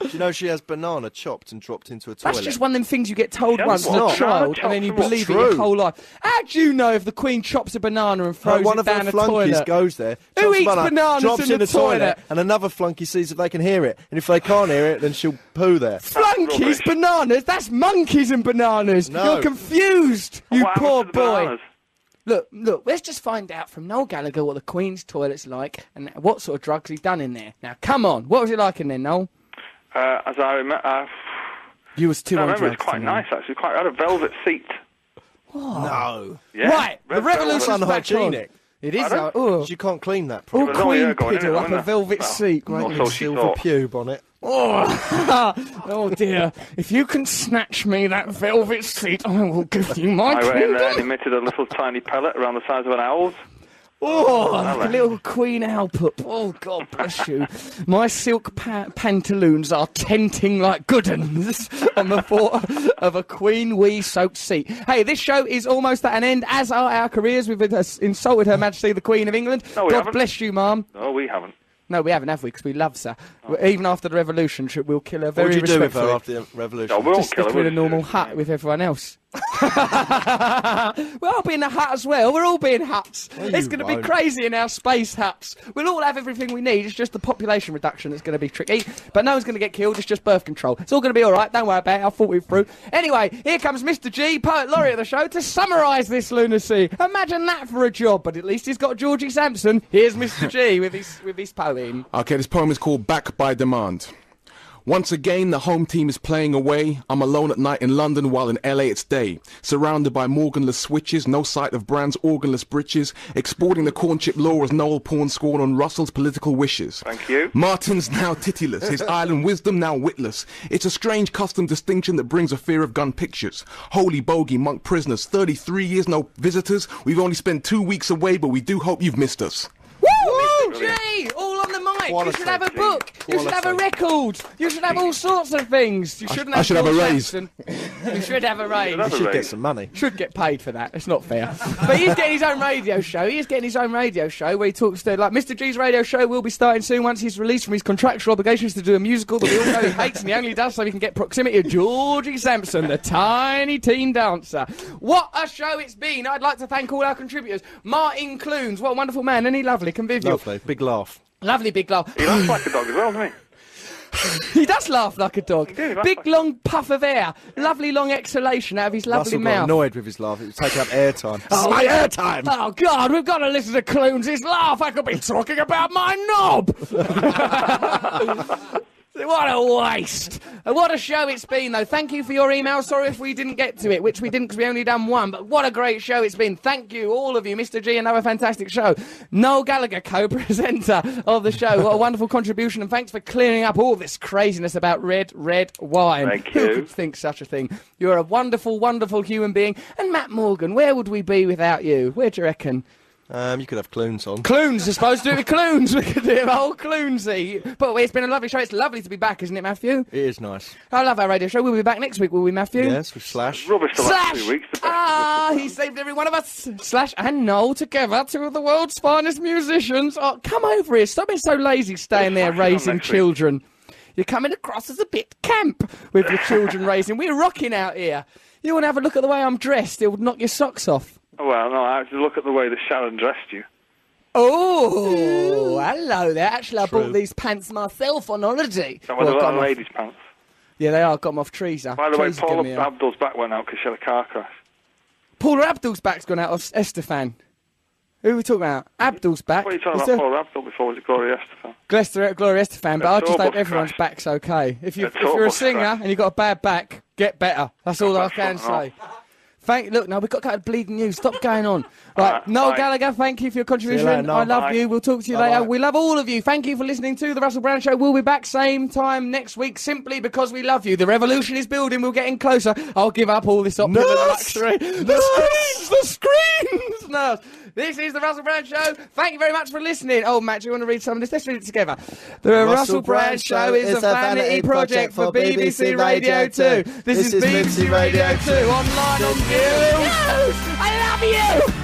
Speaker 3: Do you know she has banana chopped and dropped into a toilet?
Speaker 2: That's just one of them things you get told
Speaker 6: Yeah,
Speaker 2: once as
Speaker 3: not.
Speaker 2: a
Speaker 3: No,
Speaker 2: child,
Speaker 6: chops
Speaker 2: and then you
Speaker 6: are not
Speaker 2: believe it your
Speaker 3: true.
Speaker 2: whole life. How do you know if the Queen chops a banana and
Speaker 3: Like,
Speaker 2: throws
Speaker 3: one
Speaker 2: it
Speaker 3: of her
Speaker 2: down a
Speaker 3: flunkies
Speaker 2: toilet?
Speaker 3: goes there,
Speaker 2: Who
Speaker 3: drops a
Speaker 2: eats
Speaker 3: banana,
Speaker 2: bananas
Speaker 3: drops
Speaker 2: in
Speaker 3: in,
Speaker 2: the
Speaker 3: the toilet,
Speaker 2: toilet?
Speaker 3: and another flunky sees if they can hear it, and if they can't hear it, then she'll poo there.
Speaker 2: Flunkies,
Speaker 6: rubbish.
Speaker 2: bananas. That's monkeys and bananas.
Speaker 3: No.
Speaker 2: You're confused, you
Speaker 6: What happened
Speaker 2: poor
Speaker 6: to the
Speaker 2: boy.
Speaker 6: bananas?
Speaker 2: Look, look. Let's just find out from Noel Gallagher what the Queen's toilet's like and what sort of drugs he done in there. Now, come on. What was it like in there, Noel?
Speaker 6: Uh, as I remember, uh,
Speaker 2: You was too
Speaker 6: I
Speaker 2: on
Speaker 6: remember it's
Speaker 2: drugs,
Speaker 6: quite
Speaker 2: didn't you?
Speaker 6: nice actually. Quite I had a velvet seat.
Speaker 3: No.
Speaker 6: Yeah,
Speaker 2: Right, the
Speaker 6: red velvet.
Speaker 2: revolution's
Speaker 3: It's
Speaker 2: back
Speaker 3: unhygienic.
Speaker 2: on. It is.
Speaker 6: Pardon?
Speaker 2: uh, Oh,
Speaker 3: She can't clean that
Speaker 2: oh,
Speaker 3: properly.
Speaker 6: was only
Speaker 2: Queen
Speaker 6: her going in,
Speaker 2: piddle up
Speaker 6: wasn't
Speaker 2: a
Speaker 6: it?
Speaker 2: velvet
Speaker 6: Well,
Speaker 2: seat. (laughs)
Speaker 6: not
Speaker 2: Great
Speaker 6: so
Speaker 2: little
Speaker 6: she
Speaker 2: silver-
Speaker 3: The
Speaker 6: thought.
Speaker 3: pube on it.
Speaker 2: Oh, oh dear! If you can snatch me that velvet seat, I will give you my
Speaker 6: I went in there and
Speaker 2: kingdom.
Speaker 6: emitted a little tiny pellet around the size of an owl's.
Speaker 2: Oh, like a
Speaker 6: Hello.
Speaker 2: little Queen Alpup. Oh, God bless you. My silk pa- pantaloons are tenting like good uns (laughs) on the thought of a Queen Wee soaked seat. Hey, this show is almost at an end, as are our careers. We've uh, insulted Her Majesty the Queen of England.
Speaker 6: No, we
Speaker 2: God
Speaker 6: haven't.
Speaker 2: bless you, ma'am.
Speaker 6: No, we haven't.
Speaker 2: No, we haven't, have we? Because we love her. Even after the revolution, she- we'll kill her
Speaker 3: Oh. What
Speaker 2: very
Speaker 3: would you do with her
Speaker 2: respectfully.
Speaker 3: after the revolution?
Speaker 6: No, we won't
Speaker 2: Just
Speaker 6: kill
Speaker 2: stick
Speaker 6: her.
Speaker 2: her in a
Speaker 6: we'll-
Speaker 2: normal hut with everyone else. (laughs) we'll all be in a hut as well. We're all being huts. it's
Speaker 3: you
Speaker 2: going to be
Speaker 3: won't.
Speaker 2: crazy in our space huts. We'll all have everything we need. It's just the population reduction that's going to be tricky. But no one's going to get killed. It's just birth control. It's all going to be all right. Don't worry about it. I thought we through. Anyway, here comes Mr. G, poet laureate of the show, to summarise this lunacy. Imagine that for a job. But at least he's got Georgie Sampson. Here's Mr. G with his with his poem.
Speaker 5: Okay, this poem is called Back by Demand. Once again, the home team is playing away. I'm alone at night in London while in LA it's day. Surrounded by Morganless switches, no sight of Brand's organless britches. Exporting the corn chip law as Noel Pawn scorn on Russell's political wishes.
Speaker 6: Thank you.
Speaker 5: Martin's now titiless,
Speaker 6: (laughs)
Speaker 5: his island wisdom now witless. It's a strange custom distinction that brings a fear of gun pictures. Holy bogey, monk prisoners, 33 years, no visitors. We've only spent two weeks away, but we do hope you've missed us.
Speaker 2: Woo! Gee! All on the mic.
Speaker 3: Quality,
Speaker 2: you should have a
Speaker 3: G.
Speaker 2: book. You should have a record. You should have all sorts of things. You shouldn't
Speaker 5: I
Speaker 2: have
Speaker 5: should have a
Speaker 2: George
Speaker 5: raise.
Speaker 2: Sampson. you should have
Speaker 5: (laughs)
Speaker 2: a
Speaker 6: have
Speaker 2: raise.
Speaker 6: a-
Speaker 3: She'd get some money.
Speaker 2: Should get paid for that. It's not fair. but he's getting his own radio show. He is getting his own radio show where he talks to like Mr. G's radio show will be starting soon once he's released from his contractual obligations to do a musical that we all know he hates and he only does so he can get proximity of Georgie Sampson, the tiny teen dancer. What a show it's been! I'd like to thank all our contributors. Martin Clunes, what a wonderful man, isn't he lovely, convivial?
Speaker 3: Lovely. Big laugh.
Speaker 2: Lovely big laugh.
Speaker 6: He looks like a dog as well, doesn't he?
Speaker 2: (laughs) He does laugh like a dog.
Speaker 6: does, he laughs
Speaker 2: Big
Speaker 6: like-
Speaker 2: long puff of air. Lovely long exhalation out of his lovely
Speaker 3: Russell got
Speaker 2: mouth.
Speaker 3: annoyed with his laugh. It was taking up airtime.
Speaker 2: Oh,
Speaker 3: my
Speaker 2: yeah.
Speaker 3: airtime!
Speaker 2: Oh God, we've got to listen to Clunes' laugh. I could be talking about my knob.
Speaker 6: (laughs)
Speaker 2: What a waste! And What a show it's been, though. Thank you for your email. Sorry if we didn't get to it, which we didn't because we only done one. But what a great show it's been. Thank you, all of you, Mr. G. Another fantastic show. Noel Gallagher, co-presenter of the show. What a wonderful contribution, and thanks for clearing up all this craziness about red, red wine.
Speaker 6: Thank
Speaker 2: Who
Speaker 6: you.
Speaker 2: could think such a thing? You're a wonderful, wonderful human being. And Matt Morgan, where would we be without you? Where do you reckon?
Speaker 3: Um, you could have clones on.
Speaker 2: Clunes, I suppose. Do it with Clunes. (laughs) We could do a whole Clunesy. But it's been a lovely show. It's lovely to be back, isn't it, Matthew?
Speaker 3: It is nice.
Speaker 2: I love our radio show. We'll be back next week, will we, Matthew?
Speaker 3: Yes, with Slash.
Speaker 6: Rubbish the last
Speaker 2: Slash!
Speaker 6: two weeks. The best
Speaker 2: Ah, he saved every one of us. Slash and Noel together, two of the world's finest musicians. Oh, come over here. Stop being so lazy staying there
Speaker 6: Fucking on
Speaker 2: raising
Speaker 6: next week.
Speaker 2: children. You're coming across as a bit camp with your
Speaker 6: (laughs)
Speaker 2: children raising. We're rocking out here. You want to have a look at the way I'm dressed? It would knock your socks off.
Speaker 6: Well, no, I have to look at the way that Sharon dressed you.
Speaker 2: Oh, hello there. Actually, I bought these pants myself on holiday.
Speaker 6: That was
Speaker 2: Well,
Speaker 6: a
Speaker 2: got
Speaker 6: lot
Speaker 2: 'em
Speaker 6: of
Speaker 2: off-
Speaker 6: ladies' pants.
Speaker 2: Yeah, they are. Got them off Teresa.
Speaker 6: By the way,
Speaker 2: Teresa gave
Speaker 6: Paula
Speaker 2: me 'em.
Speaker 6: Abdul's back went out because she had a car crash.
Speaker 2: Paula Abdul's back's gone out of Estefan. Who are we talking about? Abdul's back.
Speaker 6: What are you
Speaker 2: Is
Speaker 6: talking about
Speaker 2: there-
Speaker 6: Paula Abdul before? Was it Gloria Estefan?
Speaker 2: Glester, Gloria Estefan, but I just
Speaker 6: Abdul
Speaker 2: hope
Speaker 6: was
Speaker 2: everyone's
Speaker 6: crashed.
Speaker 2: back's okay. If, you, if
Speaker 6: Abdul
Speaker 2: you're a
Speaker 6: was
Speaker 2: singer
Speaker 6: crashed.
Speaker 2: and you've got a bad back, get better. That's all I
Speaker 6: That's
Speaker 2: can
Speaker 6: not wrong.
Speaker 2: say. Thank. Look, now we've got to cut to bleeding news. Stop going on. Right,
Speaker 6: Alright,
Speaker 2: Noel
Speaker 6: bye.
Speaker 2: Gallagher, thank you for your contribution.
Speaker 3: later, Noel.
Speaker 2: I love
Speaker 6: Bye.
Speaker 2: you. We'll talk to you later. We love all of you. Thank you for listening to the Russell Brown Show. We'll be back same time next week, simply because we love you. The revolution is building. We're getting closer. I'll give up all this opulent
Speaker 3: Nurse!
Speaker 2: luxury. The screens, the screens. (laughs) Nurse. This is the Russell Brand Show. Thank you very much for listening. Oh, Matt, do you want to read some of this? Let's read it together. The Russell, Brand Show is a vanity project for BBC Radio 2. This is BBC Radio 2 online on News. I love you.